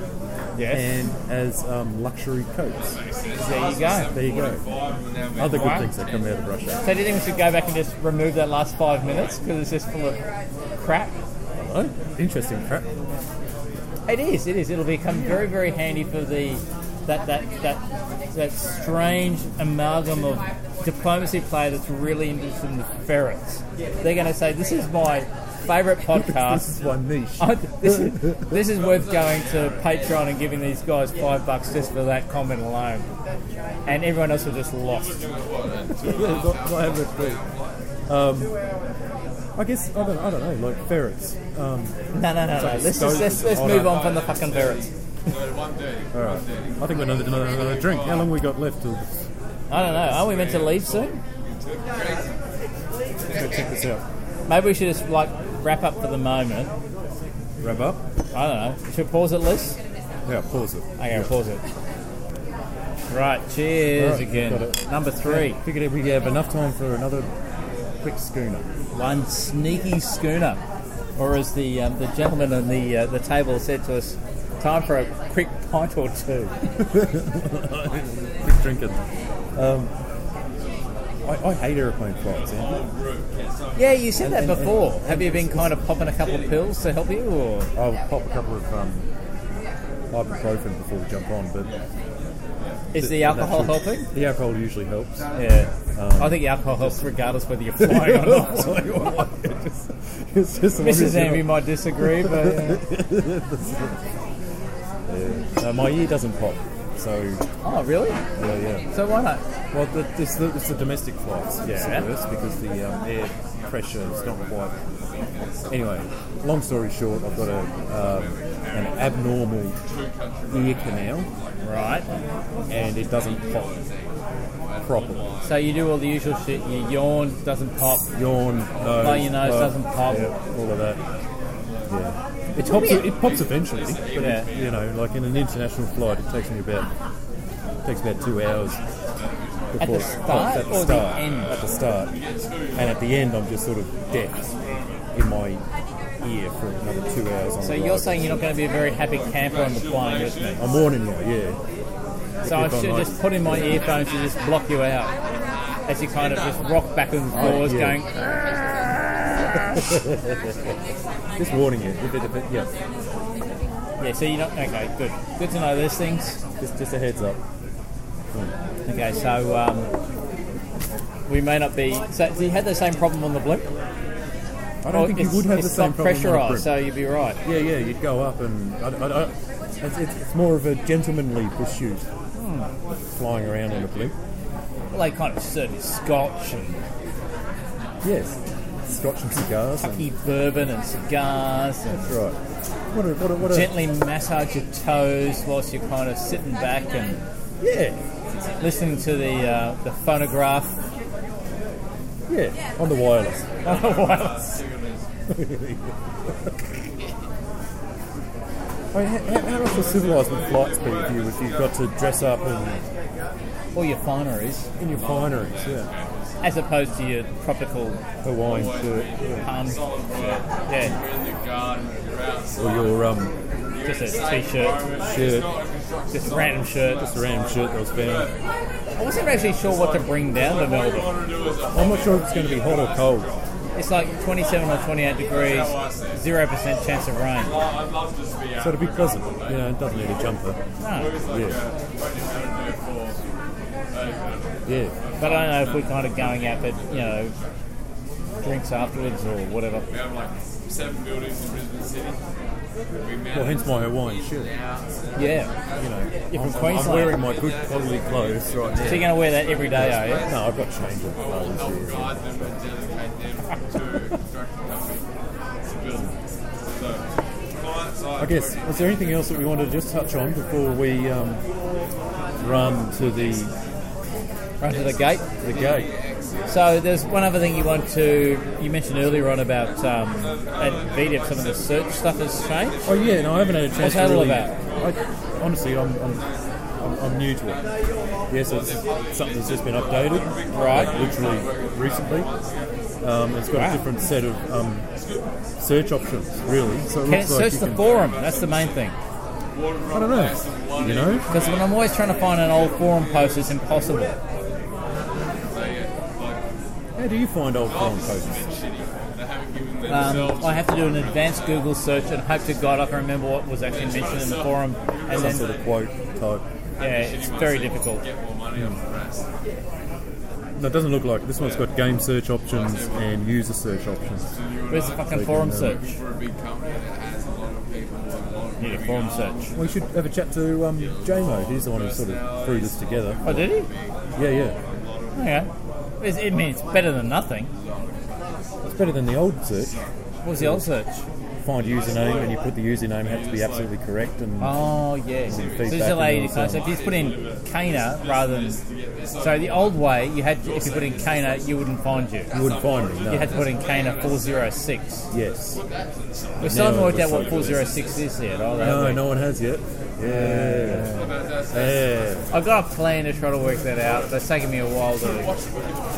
Speaker 1: Yes.
Speaker 2: and as um, luxury coats.
Speaker 1: there you go.
Speaker 2: There you go. Other good things that come out of Russia.
Speaker 1: So do you think we should go back and just remove that last five minutes because it's just full of crap?
Speaker 2: Hello? Oh, Interesting crap.
Speaker 1: It is. It is. It'll become very, very handy for the that that that that strange amalgam of diplomacy play that's really interested in the ferrets. They're going to say, "This is my favorite
Speaker 2: This
Speaker 1: podcast."
Speaker 2: is one niche.
Speaker 1: I- this, is, this is worth going to Patreon and giving these guys five bucks just for that comment alone. And everyone else will just lost.
Speaker 2: Yeah, not, not having a clue. Um, I guess I don't, I don't know, like ferrets. Um,
Speaker 1: No, no, no, no. Let's, just, let's, let's move on from the fucking ferrets.
Speaker 2: all right. I think we're another, another, another drink. How long we got left till this?
Speaker 1: I don't know. Are we meant to leave soon?
Speaker 2: Let's go check this out.
Speaker 1: Maybe we should just like wrap up for the moment.
Speaker 2: Wrap up.
Speaker 1: I don't know. Should we pause it, Liz?
Speaker 2: Yeah, pause it.
Speaker 1: Okay, pause it. Right, cheers
Speaker 2: Alright, got
Speaker 1: again.
Speaker 2: it.
Speaker 1: Number three.
Speaker 2: Figured if we have enough time for another quick schooner.
Speaker 1: One sneaky schooner. Or as the um, the gentleman on the uh, the table said to us, time for a quick pint or two.
Speaker 2: Quick drinking. Um, I, I hate aeroplane flights. Andy.
Speaker 1: Yeah, you said that before. Have you been kind of popping a couple of pills to help you? Or
Speaker 2: I'll pop a couple of um, ibuprofen before we jump on, but
Speaker 1: is the alcohol helping?
Speaker 2: the alcohol usually helps.
Speaker 1: Yeah. Um, I think the alcohol helps regardless whether you're flying or not.
Speaker 2: It's just- it's just an
Speaker 1: Mrs.
Speaker 2: original-
Speaker 1: Amy might disagree, but uh,
Speaker 2: Uh, my ear doesn't pop, so
Speaker 1: oh, really?
Speaker 2: yeah, yeah.
Speaker 1: So why not?
Speaker 2: Well, the, it's, the, it's the domestic flights. It's
Speaker 1: Yeah.
Speaker 2: the worst because the um, air pressure is not quite. Anyway, long story short, I've got a um, an abnormal ear canal,
Speaker 1: Right.
Speaker 2: and it doesn't pop properly.
Speaker 1: So you do all the usual shit. You yawn, doesn't pop.
Speaker 2: Yawn, nose,
Speaker 1: Blow your nose,
Speaker 2: pop,
Speaker 1: doesn't pop.
Speaker 2: yeah, all of that. Yeah. It pops. It pops eventually, but
Speaker 1: Yeah.
Speaker 2: it, you know, like in an international flight, it takes me about it takes about two hours. Before
Speaker 1: the
Speaker 2: it
Speaker 1: start
Speaker 2: pops, at
Speaker 1: or the
Speaker 2: the start,
Speaker 1: end?
Speaker 2: At the start, and at the end, I'm just sort of deaf in my ear for another two hours. On
Speaker 1: So
Speaker 2: the
Speaker 1: you're
Speaker 2: ride.
Speaker 1: saying you're not going to be a very happy camper on the plane with me.
Speaker 2: I'm warning you, yeah.
Speaker 1: So I
Speaker 2: If I'm
Speaker 1: should
Speaker 2: like-
Speaker 1: just put in my earphones to just block you out. As you kind of just rock back and forth,
Speaker 2: Oh, yeah.
Speaker 1: going,
Speaker 2: Just warning you. If it- if it- yeah,
Speaker 1: yeah. So you know, okay, good, good to know those things.
Speaker 2: just just a heads up.
Speaker 1: Okay, so um, we may not be. So, so you had the same problem on the blimp.
Speaker 2: I don't think you would have the
Speaker 1: it's
Speaker 2: same
Speaker 1: not
Speaker 2: problem. on a
Speaker 1: pressurised,
Speaker 2: brim.
Speaker 1: so you'd be right.
Speaker 2: Yeah, yeah, you'd go up and I, I, I, it's, it's, it's more of a gentlemanly pursuit, Hmm. flying around on a blimp.
Speaker 1: Well, they kind of serve you scotch and
Speaker 2: Yes, scotch and cigars. And,
Speaker 1: key bourbon and cigars and
Speaker 2: right. What a what a what a
Speaker 1: gently massage your toes whilst you're kind of sitting back and
Speaker 2: yeah
Speaker 1: listening to the uh, the phonograph.
Speaker 2: yeah on the wireless.
Speaker 1: Otherwise,
Speaker 2: I mean, how, how- how else would civilised would flights be if you if you got to dress up in,
Speaker 1: all your fineries,
Speaker 2: in your fineries? Yeah,
Speaker 1: as opposed to your tropical
Speaker 2: Hawaiian shirt. Yeah.
Speaker 1: palm. Yeah,
Speaker 2: Or your um
Speaker 1: just a t-shirt,
Speaker 2: shirt,
Speaker 1: just a random shirt.
Speaker 2: just a random shirt that was found.
Speaker 1: I wasn't actually sure what to bring down to Melbourne.
Speaker 2: I'm not sure if it's going to be hot or cold.
Speaker 1: It's like 27 or 28 degrees, zero percent chance of rain.
Speaker 2: So it'll be pleasant. You know, it doesn't need a jumper.
Speaker 1: No,
Speaker 2: Yeah. Yeah.
Speaker 1: but I don't know if we're kind of going out for you know drinks afterwards or whatever.
Speaker 4: We have like seven buildings in Brisbane City. We
Speaker 2: Well,
Speaker 4: manage
Speaker 2: hence my Hawaiian shirt. You know,
Speaker 1: Yeah.
Speaker 2: I'm,
Speaker 1: You're from
Speaker 2: I'm- I'm
Speaker 1: Queensland.
Speaker 2: wearing my good quality clothes right
Speaker 1: So
Speaker 2: now.
Speaker 1: you're going to wear that every day, are you?
Speaker 2: No, I've got change of clothes. Yeah.
Speaker 4: guide them and dedicate them to construction company to build. So, client side.
Speaker 2: I guess. Was there anything else that we wanted to just touch on before we um, run to the
Speaker 1: Run to the gate.
Speaker 2: the gate?
Speaker 1: So there's one other thing you want to you mentioned earlier on about um, at VDIP some of the search stuff has changed.
Speaker 2: Oh yeah, no, I haven't had a chance
Speaker 1: What's
Speaker 2: to
Speaker 1: that all
Speaker 2: really.
Speaker 1: about?
Speaker 2: I, honestly, I'm. I'm I'm, I'm new to it. Yes, it's something that's just been updated,
Speaker 1: Right.
Speaker 2: like, Literally recently. Um, it's got
Speaker 1: Wow.
Speaker 2: a different set of um, search options, really. So it
Speaker 1: Can it
Speaker 2: looks like
Speaker 1: search
Speaker 2: you
Speaker 1: the
Speaker 2: can-
Speaker 1: forum? That's the main thing.
Speaker 2: I don't know. You know,
Speaker 1: Because when I'm always trying to find an old forum post, it's impossible.
Speaker 2: how do you find old forum posts?
Speaker 1: Um, I have to do an advanced Google search and hope to God I can remember what was actually mentioned in the forum. And
Speaker 2: Some sort of
Speaker 1: then,
Speaker 2: quote type.
Speaker 1: yeah, it's very difficult.
Speaker 2: No, it doesn't look like it. this one's got game search options and user search options.
Speaker 1: Where's the fucking forum search? Need a forum search.
Speaker 2: We should have a chat to um, JMO. He's the one who sort of threw this together.
Speaker 1: Oh, did he?
Speaker 2: Yeah, yeah.
Speaker 1: Okay. It's, I mean, it's better than nothing.
Speaker 2: It's better than the old search.
Speaker 1: What was the old search?
Speaker 2: Find username and you put the username had to be absolutely correct and
Speaker 1: Oh, yeah. So this is
Speaker 2: feedback
Speaker 1: allowed-
Speaker 2: and all
Speaker 1: so if you put in Kana rather than. So the old way, you had if you put in Kana, you wouldn't find you.
Speaker 2: you wouldn't find me. No.
Speaker 1: You had to put in Kana 406.
Speaker 2: yes.
Speaker 1: We still haven't
Speaker 2: No,
Speaker 1: worked out
Speaker 2: it's
Speaker 1: what
Speaker 2: not.
Speaker 1: 406 is yet. Oh,
Speaker 2: No, no one has yet. Yeah. Yeah.
Speaker 1: I've got a plan to try to work that out. That's taken me a while to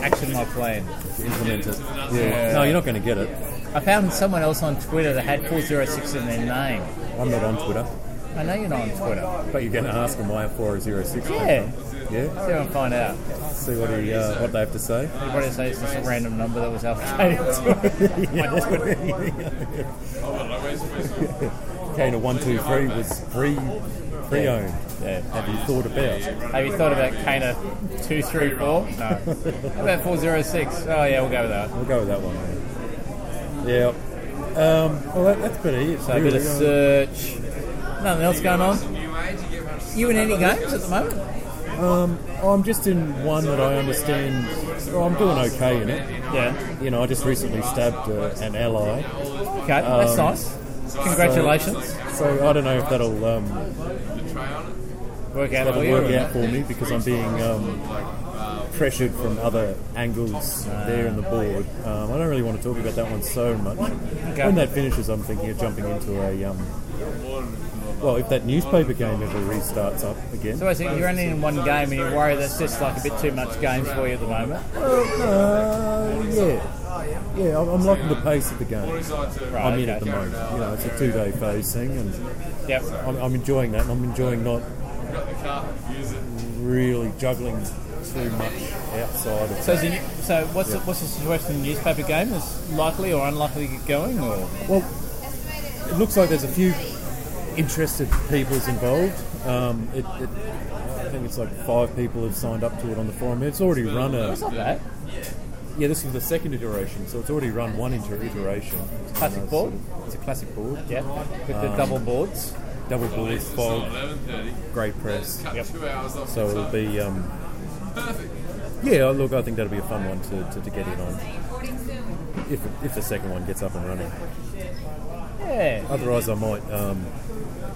Speaker 1: action my plan.
Speaker 2: Implement it. Yeah. No, you're not going to get it.
Speaker 1: I found someone else on Twitter that had 406 in their name.
Speaker 2: I'm not on Twitter,
Speaker 1: I know you're not on Twitter.
Speaker 2: but you're going to ask him why 406
Speaker 1: Yeah.
Speaker 2: Yeah.
Speaker 1: See if I can find out.
Speaker 2: See what he uh, what they have to say.
Speaker 1: Everybody says it's just a random number that was allocated to it.
Speaker 2: Kano one two three was pre pre owned. Have you thought about?
Speaker 1: Have you thought about Kana 234? No. How about 406? Oh, yeah, we'll go with that.
Speaker 2: We'll go with that one. Mate. Yeah. Um, well, that, that's pretty. It's
Speaker 1: So a bit
Speaker 2: really,
Speaker 1: of search. Nothing else going on? You in any games at the moment?
Speaker 2: uh, I'm just in one that I understand. Well, I'm doing okay in it.
Speaker 1: Yeah.
Speaker 2: You know, I just recently stabbed uh, an ally,
Speaker 1: Okay, that's nice. Congratulations.
Speaker 2: Um, so I don't know if that'll um,
Speaker 1: work out
Speaker 2: that'll
Speaker 1: for you.
Speaker 2: work out for me because I'm being um, pressured from other angles there in the board. Um, I don't really want to talk about that one so much. When that finishes, I'm thinking of jumping into a. Um, well, if that newspaper game ever restarts up again.
Speaker 1: So I think you're only in one game and you worry that's just like a bit too much games for you at the moment.
Speaker 2: Uh, yeah, yeah. I'm, I'm liking the pace of the game.
Speaker 1: Right,
Speaker 2: I'm in at the
Speaker 1: okay.
Speaker 2: moment. You know, it's a two-day phase thing, and
Speaker 1: Yep.
Speaker 2: I'm, I'm enjoying that. And I'm enjoying not really juggling too much outside of.
Speaker 1: So, is the, new- so what's the, what's the situation in the newspaper game? Is likely or unlikely to get going, or
Speaker 2: Well, it looks like there's a few interested peoples involved. Um, it, it, I think it's like five people have signed up to it on the forum. It's already run a.
Speaker 1: not that?
Speaker 2: Yeah, this is the second iteration, so it's already run one Uh, inter- iteration.
Speaker 1: Classic
Speaker 2: Sort
Speaker 1: board.
Speaker 2: of
Speaker 1: It's a classic board. Yeah, with
Speaker 2: Um,
Speaker 1: the double boards.
Speaker 2: Double board, fog, grey press.
Speaker 1: Yep.
Speaker 2: So it'll be. Um, yeah, look, I think that'll be a fun one to, to, to get in on. If, if the second one gets up and running.
Speaker 1: Yeah.
Speaker 2: Otherwise, I might um,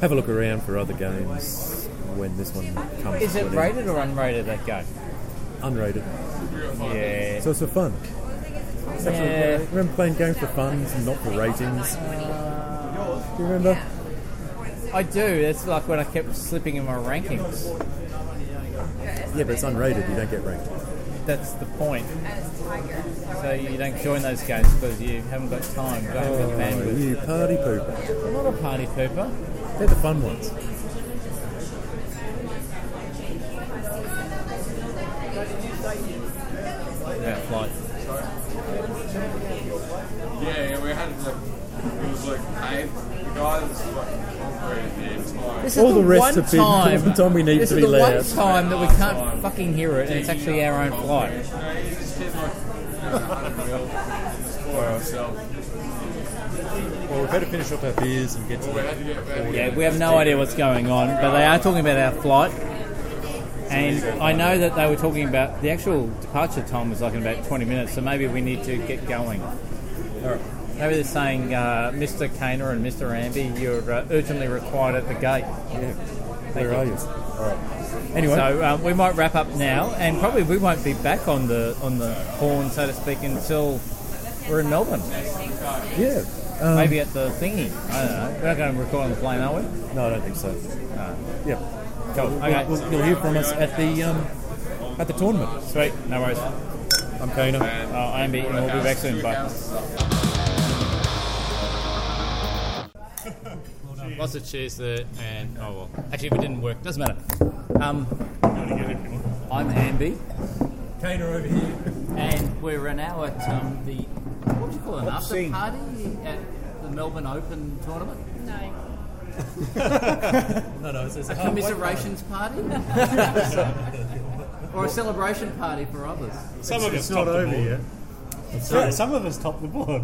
Speaker 2: have a look around for other games when this one comes.
Speaker 1: Is
Speaker 2: to
Speaker 1: it
Speaker 2: an end.
Speaker 1: rated or unrated that game?
Speaker 2: Unrated.
Speaker 1: Yeah.
Speaker 2: So it's for fun. It's actually- uh,
Speaker 1: Yeah.
Speaker 2: remember playing games for fun, not for ratings. Do you remember?
Speaker 1: I do. That's like when I kept slipping in my rankings.
Speaker 2: Yeah, but it's unrated. You don't get ranked.
Speaker 1: That's the point. So you don't join those games because you haven't got time. You don't have the
Speaker 2: Oh,
Speaker 1: bandwidth.
Speaker 2: you party pooper.
Speaker 1: I'm not a party pooper.
Speaker 2: They're the fun ones.
Speaker 1: Yeah, flight.
Speaker 4: Yeah, and we had like, it was like paved. The guy that was like concrete the entire.
Speaker 1: This
Speaker 2: All the rest have been- all the time we need
Speaker 1: this
Speaker 2: to
Speaker 1: is
Speaker 2: be
Speaker 1: the
Speaker 2: loud.
Speaker 1: one time that we can't fucking hear it, and it's actually our own flight.
Speaker 4: No, he just did like a hundred mil for himself.
Speaker 2: Well, we better finish up our beers and get to
Speaker 4: We had to get back.
Speaker 1: Yeah, we have no idea what's going on, but they are talking about our flight. And I know that they were talking about the actual departure time was like in about 20 minutes, so maybe we need to get going. Maybe they're saying, uh, Mr. Kaner and Mr. Amby, you're uh, urgently required at the gate.
Speaker 2: Where are you? All right. Anyway,
Speaker 1: So um, we might wrap up now, and probably we won't be back on the on the horn, so to speak, until we're in Melbourne.
Speaker 2: yeah. um,
Speaker 1: Maybe at the thingy. I don't know. We're not going to record on the plane, are we?
Speaker 2: No, I don't think so. Yeah.
Speaker 1: Cool. Okay.
Speaker 2: We'll, you'll hear from us at the um, at the tournament.
Speaker 1: Sweet. No worries.
Speaker 2: I'm Kona.
Speaker 1: Uh, I'm beaten. We'll be back soon. Bye. Lots of cheers there, and oh well. Actually, if it didn't work, doesn't matter. Um, I'm Amby,
Speaker 2: Kona over here.
Speaker 1: and we're now at um, the what do you call it, an after
Speaker 5: Obscene.
Speaker 1: party at the Melbourne Open tournament,
Speaker 2: No, no, it's, it's
Speaker 1: a commiserations party, or a celebration party for others.
Speaker 5: Some of us
Speaker 6: It's not
Speaker 5: top the
Speaker 6: over
Speaker 5: board.
Speaker 6: yet. Some- Some of us top the board.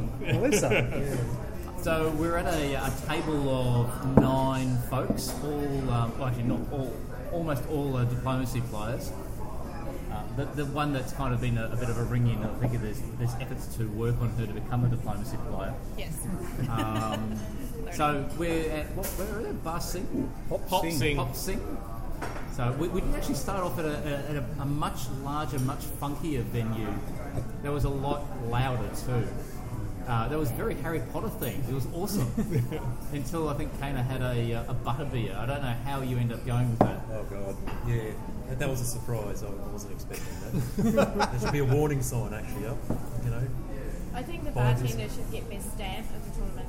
Speaker 1: So we're at a, a table of nine folks, all um, well, actually not all, almost all are diplomacy players. Uh, but the one that's kind of been a, a bit of a ring in, I think, there's there's efforts to work on her to become a diplomacy player.
Speaker 7: Yes.
Speaker 1: Um, so we're at what, where are we? Bar Sing, Pop,
Speaker 5: Pop Sing. Sing.
Speaker 1: Pop Sing. So we, we did actually start off at, a, a- at a, a much larger, much funkier venue. That was a lot louder too. Uh, that was very Harry Potter themed. It was awesome until I think Kana had a, uh, a butterbeer. I don't know how you end up going with that.
Speaker 2: Oh god, yeah, that, that was a surprise. I wasn't expecting that. there should be a warning sign actually up. You know,
Speaker 7: I think the
Speaker 2: Apologies.
Speaker 7: bartender should get best stamp of the tournament.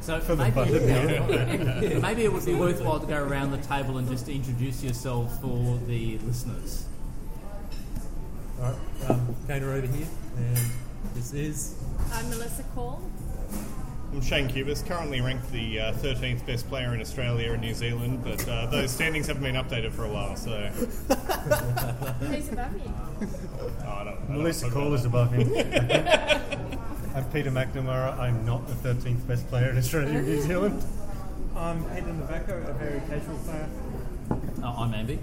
Speaker 1: So
Speaker 6: For the
Speaker 1: maybe,
Speaker 6: butterbeer.
Speaker 1: maybe it would be worthwhile to go around the table and just introduce yourselves for the listeners.
Speaker 2: all right, um, Kana over here, and this is
Speaker 7: I'm Melissa Call.
Speaker 6: I'm Shane Cubis, currently ranked the uh, 13th best player in Australia and New Zealand, but uh, those standings haven't been updated for a while, so.
Speaker 7: Who's above you?
Speaker 6: Oh, I don't,
Speaker 8: Melissa Cole is above him. I'm Peter McNamara. I'm not the 13th best player in Australia and New Zealand.
Speaker 9: I'm Peter Novaco, a very casual player.
Speaker 1: Uh, I'm Andy.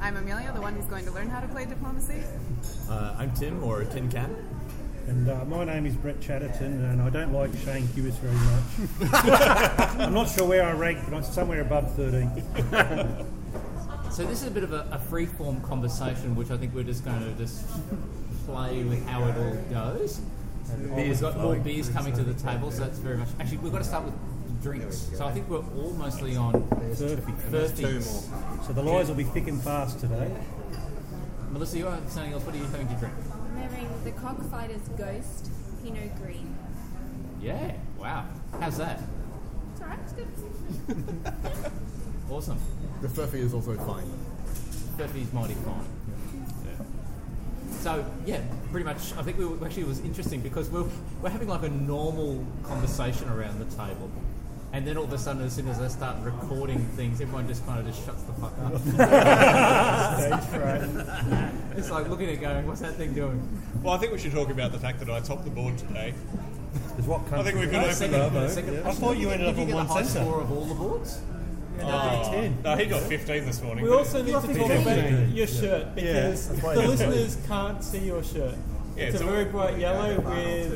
Speaker 5: I'm Amelia, the one who's going to learn how to play diplomacy.
Speaker 9: Uh, I'm Tim, or Tin Can.
Speaker 10: And uh, my name is Brett Chatterton, and I don't like Shane Hewitt very much. I'm not sure where I rank, but I'm somewhere above 13.
Speaker 9: So this is a bit of a, a free-form conversation, which I think we're just going to just play with how it all goes. Oh, We've got more beers coming to the table, so that's very much. Actually, we've got to start with drinks. So I think we're all mostly on
Speaker 10: Thirty.
Speaker 9: thirsty.
Speaker 10: So the lies will be thick and fast today.
Speaker 9: Melissa, you are something else. What are you having to drink?
Speaker 7: I'm having the cockfighter's ghost Pinot Green.
Speaker 9: Yeah. Wow. How's that?
Speaker 7: It's alright, it's good.
Speaker 9: Awesome.
Speaker 11: The furphy is also fine.
Speaker 9: Furphy's mighty fine. Yeah. So yeah, pretty much. I think we were, actually it was interesting because we're we're having like a normal conversation around the table, and then all of a sudden, as soon as I start recording things, everyone just kind of just shuts the fuck up. it's like looking at it going, what's that thing doing?
Speaker 6: Well, I think we should talk about the fact that I topped the board today.
Speaker 2: Is what
Speaker 6: I
Speaker 2: country?
Speaker 6: think we could open
Speaker 9: Second,
Speaker 6: up.
Speaker 9: second
Speaker 6: I thought you ended up
Speaker 9: Did
Speaker 6: on
Speaker 9: you get
Speaker 6: one
Speaker 9: the high
Speaker 6: centre.
Speaker 9: score of all the boards?
Speaker 6: Oh, no, he got 15 this morning.
Speaker 10: We
Speaker 6: didn't
Speaker 10: also need to talk about your shirt because
Speaker 8: that's why
Speaker 10: the
Speaker 8: you-
Speaker 10: listeners can't see your shirt.
Speaker 6: Yeah,
Speaker 10: it's,
Speaker 6: it's
Speaker 10: a
Speaker 6: all-
Speaker 10: very bright yellow with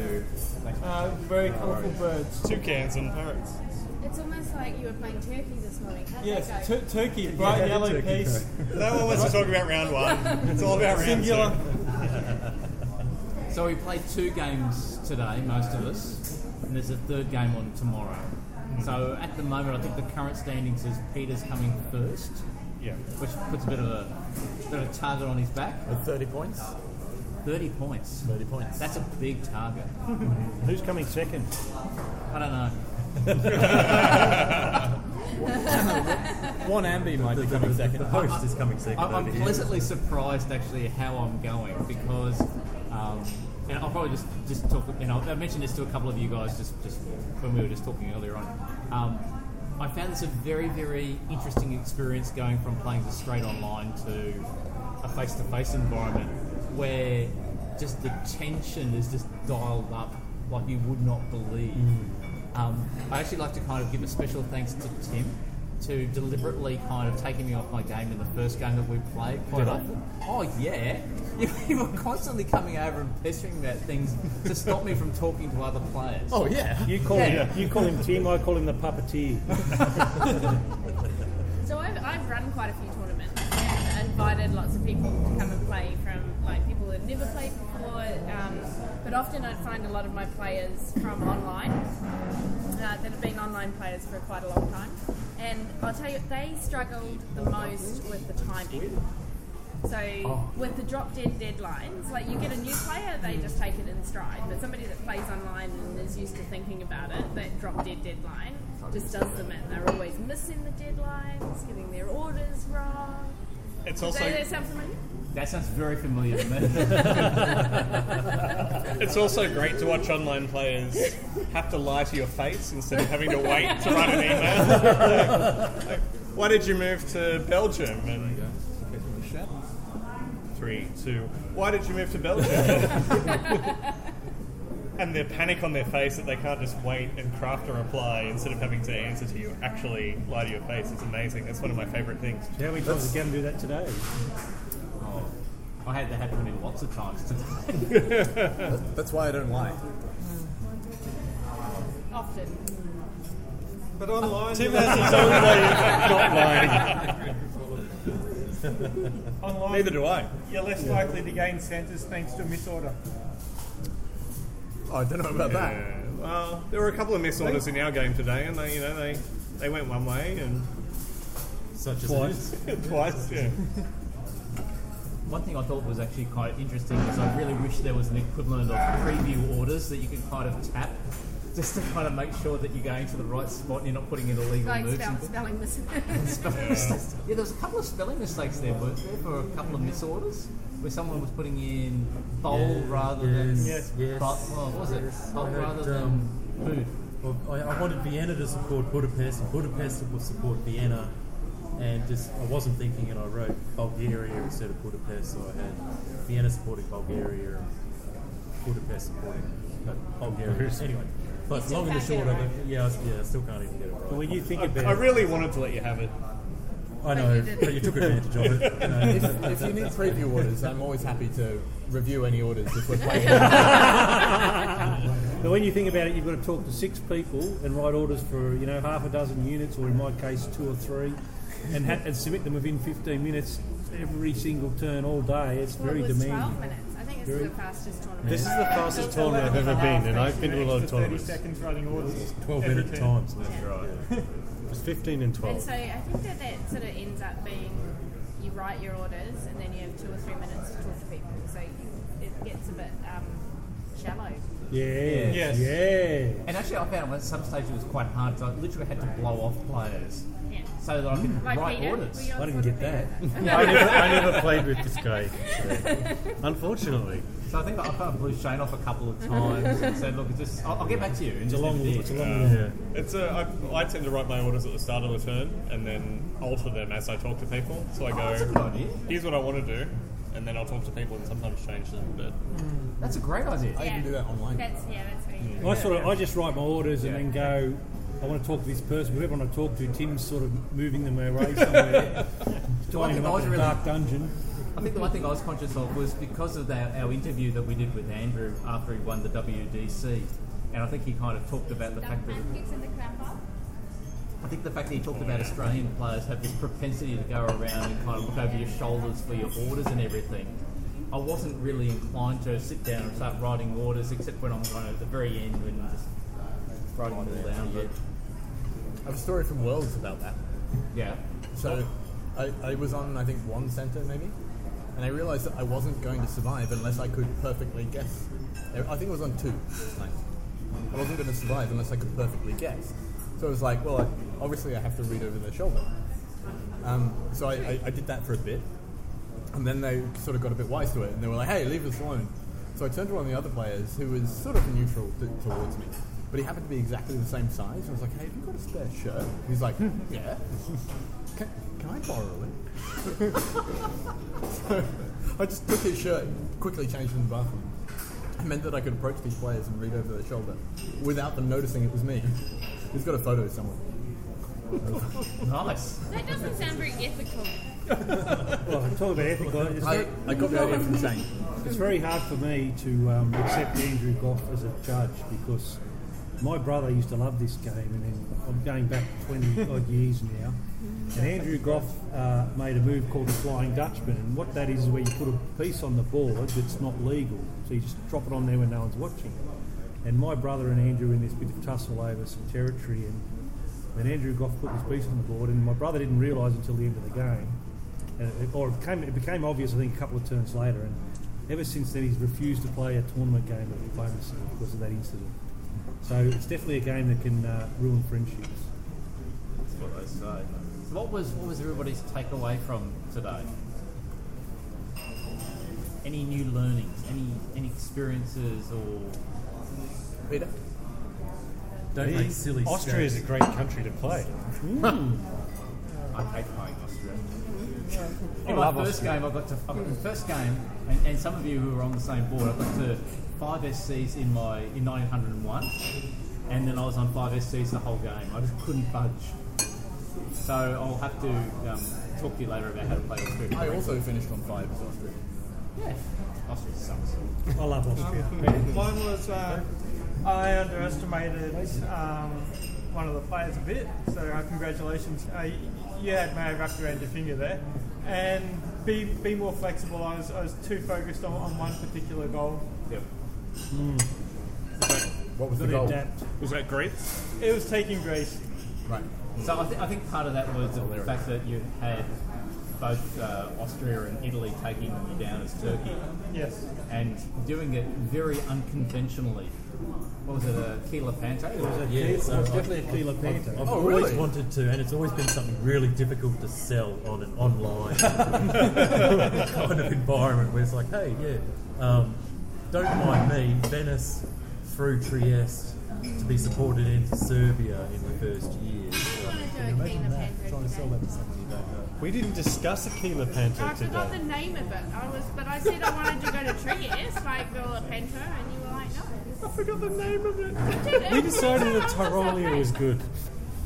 Speaker 10: uh, very colourful birds.
Speaker 6: he? two cans and parrots.
Speaker 7: It's almost like you were playing turkey this morning. How'd that
Speaker 10: Yes,
Speaker 7: go?
Speaker 10: tur turkey, bright yellow piece,
Speaker 6: No one wants to talk about round one. It's all about round
Speaker 10: singular.
Speaker 6: two.
Speaker 9: So we played two games today, most of us, and there's a third game on tomorrow. So at the moment, I think the current standings is Peter's coming first,
Speaker 6: Yeah.
Speaker 9: which puts a bit of a bit of a target on his back.
Speaker 11: At 30 points?
Speaker 9: Thirty points.
Speaker 11: 30 points.
Speaker 9: That's a big target.
Speaker 10: Who's coming second?
Speaker 9: I don't know.
Speaker 11: One ambi might be coming second. The host is coming second.
Speaker 9: I- I'm pleasantly surprised actually how I'm going because, um, and I'll probably just just talk. You know, I mentioned this to a couple of you guys just just when we were just talking earlier on. Um, I found this a very very interesting experience going from playing the straight online to a face to face environment where just the tension is just dialed up like you would not believe.
Speaker 11: Mm.
Speaker 9: Um, I actually like to kind of give a special thanks to Tim to deliberately kind of taking me off my game in the first game that we played quite often. Oh yeah, you, you were constantly coming over and pestering me about things to stop me from talking to other players.
Speaker 11: Oh, yeah.
Speaker 10: You call him. You call him Tim. I call him the puppeteer.
Speaker 7: So I've, I've run quite a few tournaments and invited lots of people to come and play from like people who had never played before. Um, but often I'd find a lot of my players from online uh, that have been online players for quite a long time. And I'll tell you, they struggled the most with the timing. So with the drop dead deadlines, like you get a new player, they just take it in stride. But somebody that plays online and is used to thinking about it, that drop dead deadline just does them in. They're always missing the deadlines, getting their orders wrong.
Speaker 6: It's
Speaker 7: Does that
Speaker 6: also
Speaker 7: sound familiar?
Speaker 9: That sounds very familiar to me.
Speaker 6: it's also great to watch online players have to lie to your face instead of having to wait to write an email. Like, like, why did you move to Belgium? And three, two. Why did you move to Belgium? and their panic on their face that they can't just wait and craft a reply instead of having to answer to you. Actually, lie to your face. It's amazing. That's one of my favourite things.
Speaker 10: How many times did Gavin do that today?
Speaker 9: oh, I had that happen to me lots of times today.
Speaker 11: That's why I don't lie.
Speaker 7: Often.
Speaker 8: But online,
Speaker 6: Tim has his own way of not lying.
Speaker 10: Online,
Speaker 6: Neither do I.
Speaker 10: you're less likely to gain centres thanks to a misorder.
Speaker 11: Oh, I don't know about that.
Speaker 6: Yeah, well, there were a couple of misorders in our game today, and they, you know, they they went one way and
Speaker 11: Such as
Speaker 6: twice. Yeah.
Speaker 9: One thing I thought was actually quite interesting is I really wish there was an equivalent of preview orders that you could kind of tap just to kind of make sure that you're going to the right spot and you're not putting in illegal
Speaker 7: Like
Speaker 9: moves.
Speaker 7: spell,
Speaker 9: and things.
Speaker 7: spelling this.
Speaker 9: Spelling mistakes. Yeah, there was a couple of spelling mistakes there, weren't there, for a couple of misorders where someone was putting in bowl rather than
Speaker 2: yes,
Speaker 9: bo- well, what was it bowl
Speaker 2: I heard,
Speaker 9: rather
Speaker 2: um,
Speaker 9: than food.
Speaker 2: Well, I, I wanted Vienna to support Budapest, and Budapest would support Vienna, and just I wasn't thinking, and I wrote Bulgaria instead of Budapest, so I had Vienna supporting Bulgaria, and Budapest supporting uh, Bulgaria. Anyway, but
Speaker 7: still
Speaker 2: long and the
Speaker 7: can't get
Speaker 2: short
Speaker 7: it
Speaker 2: of it, yeah, I, yeah, I still can't even get it right.
Speaker 10: Well, you think
Speaker 6: I,
Speaker 10: about
Speaker 6: I really wanted to let you have it.
Speaker 2: I know, but you took advantage of it.
Speaker 11: if,
Speaker 6: um,
Speaker 11: if you need preview orders, I'm always happy to review any orders if we're playing.
Speaker 10: But when you think about it, you've got to talk to six people and write orders for you know half a dozen units, or in my case, two or three, and, ha- and submit them within 15 minutes every single turn all day. It's
Speaker 7: Well,
Speaker 10: very
Speaker 7: it was
Speaker 10: demanding.
Speaker 7: 12 minutes. I think it's
Speaker 10: Very-
Speaker 7: the fastest tournament.
Speaker 8: This is the fastest tournament I've ever been, and I've been to a lot of tournaments.
Speaker 7: every
Speaker 8: minute
Speaker 7: turn.
Speaker 8: times. That's right. It was 15 and
Speaker 7: And
Speaker 8: 12.
Speaker 7: so I think that that sort of ends up being you write your orders and then you have two or three minutes to talk to people. So you, it gets a bit um, shallow.
Speaker 10: Yes,
Speaker 9: Yes.
Speaker 10: yes.
Speaker 9: And actually, I found at some stage it was quite hard. So I literally had to blow off players so that I could
Speaker 7: Like
Speaker 9: write
Speaker 7: Peter?
Speaker 9: orders.
Speaker 7: Were you on
Speaker 9: I
Speaker 7: didn't get that.
Speaker 8: I, never, I never played with this guy, so, unfortunately.
Speaker 9: So I think I kind of blew Shane off a couple of times and said, "Look, it's just I'll, I'll get back to you." And
Speaker 6: It's a
Speaker 9: just
Speaker 6: long-
Speaker 9: never did.
Speaker 6: it's a long- It's a, I, I tend to write my orders at the start of the turn and then alter them as I talk to people. So I
Speaker 9: Oh,
Speaker 6: go,
Speaker 9: that's a good idea.
Speaker 6: here's what I want to do, and then I'll talk to people and sometimes change them. But
Speaker 9: That's a great idea.
Speaker 11: I even do that online.
Speaker 7: That's, yeah, that's what you do.
Speaker 10: I sort of I just write my orders and then go. I want to talk to this person. Whoever I want to talk to, Tim's sort of moving them away somewhere, tying them
Speaker 9: I
Speaker 10: up
Speaker 9: was
Speaker 10: in a
Speaker 9: really-
Speaker 10: dark dungeon.
Speaker 9: I think the one thing I was conscious of was because of that, our interview that we did with Andrew after he won the WDC, and I think he kind of talked about the fact that I think the fact that he talked about Australian players have this propensity to go around and kind of look over your shoulders for your orders and everything. I wasn't really inclined to sit down and start writing orders, except when I'm kind of at the very end when I'm just writing it all down. But
Speaker 11: I have a story from Worlds about that.
Speaker 9: Yeah.
Speaker 11: So I, I was on, I think, one center maybe, and I realized that I wasn't going to survive unless I could perfectly guess. I think it was on two this time. I wasn't going to survive unless I could perfectly guess. So it was like, well, I, obviously I have to read over their shoulder. Um, so I, I, I did that for a bit, and then they sort of got a bit wise to it, and they were like, hey, leave us alone. So I turned to one of the other players who was sort of neutral t- towards me, but he happened to be exactly the same size. I was like, hey, have you got a spare shirt? He's like, "Hmm, yeah. can, can I borrow it? so I just took his shirt, quickly changed in the bathroom. It meant that I could approach these players and read over their shoulder without them noticing it was me. He's got a photo somewhere.
Speaker 9: nice.
Speaker 7: That doesn't sound very ethical.
Speaker 10: Well, talk about ethical. It's
Speaker 11: I-
Speaker 10: very-
Speaker 11: I got the idea from Shane.
Speaker 10: It's very hard for me to um, accept Andrew Goff as a judge because my brother used to love this game, and then I'm going back 20 odd years now. And Andrew Goff uh, made a move called the Flying Dutchman, and what that is is where you put a piece on the board that's not legal, so you just drop it on there when no one's watching. And my brother and Andrew were in this bit of tussle over some territory, and then Andrew Goff put this piece on the board, and my brother didn't realise until the end of the game, and it, or it, came, it became obvious I think a couple of turns later. And ever since then, he's refused to play a tournament game of diplomacy because of that incident. So it's definitely a game that can uh, ruin friendships.
Speaker 9: That's what I say. So what was what was everybody's takeaway from today? Any new learnings? Any any experiences or?
Speaker 11: Peter.
Speaker 2: Don't make silly
Speaker 8: Austria is a great country to play.
Speaker 9: I hate playing
Speaker 8: I
Speaker 9: Austria. In my
Speaker 8: Mm-hmm. love
Speaker 9: first
Speaker 8: Austria.
Speaker 9: game, I got to I got in the first game, and, and some of you who were on the same board, I got to five SCs in my in 1901, and then I was on five SCs the whole game. I just couldn't budge. So I'll have to um, talk to you later about how to play Austria.
Speaker 11: I also finished on five as Austria.
Speaker 9: Yeah, Austria sucks.
Speaker 10: I love Austria.
Speaker 12: Mine was Um, uh, I underestimated um, one of the players a bit, so uh, congratulations. Uh, y- you had May wrapped around your finger there. And be, be more flexible. I was, I was too focused on, on one particular goal.
Speaker 9: Yep.
Speaker 11: What
Speaker 12: was the goal?
Speaker 6: Was that Greece?
Speaker 12: It was taking Greece.
Speaker 11: Right.
Speaker 9: So I, th- I think part of that was the fact that you had both uh, Austria and Italy taking you down as Turkey.
Speaker 12: Yes.
Speaker 9: And doing it very unconventionally. What was it, a Kila Panto? It was
Speaker 2: a Yeah, Kila- so it was definitely a Kila I've- Panto. I've
Speaker 7: Oh,
Speaker 2: always wanted to, and it's always been something really difficult to sell on an online kind of environment where it's like, hey, yeah, um, don't mind me, Venice through Trieste to be supported into Serbia in the first year.
Speaker 7: Trying to sell that
Speaker 2: to someone you don't know.
Speaker 8: We didn't discuss Aquila
Speaker 7: I
Speaker 8: Panther
Speaker 7: forgot the
Speaker 8: today.
Speaker 7: name of it. I was, but I said I wanted to go to Trieste, like Villa Panto, and you were like, no. I
Speaker 12: forgot the name of
Speaker 7: it.
Speaker 8: We decided that Tyrolia was good.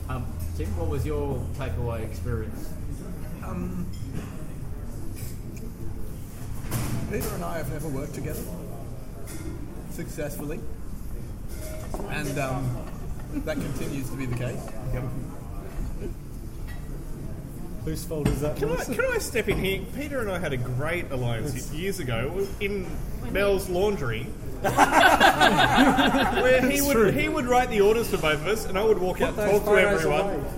Speaker 9: Um, Tim, what was your takeaway experience?
Speaker 11: Um, Peter and I have never worked together successfully, and um, that continues to be the case.
Speaker 8: Whose fault is that?
Speaker 6: Can I, can I step in here? Peter and I had a great alliance years ago in Mel's laundry. where he
Speaker 8: It's
Speaker 6: would
Speaker 8: true.
Speaker 6: he would write the orders for both of us, and I would walk out
Speaker 8: Put
Speaker 6: and
Speaker 8: those
Speaker 6: talk to
Speaker 8: photos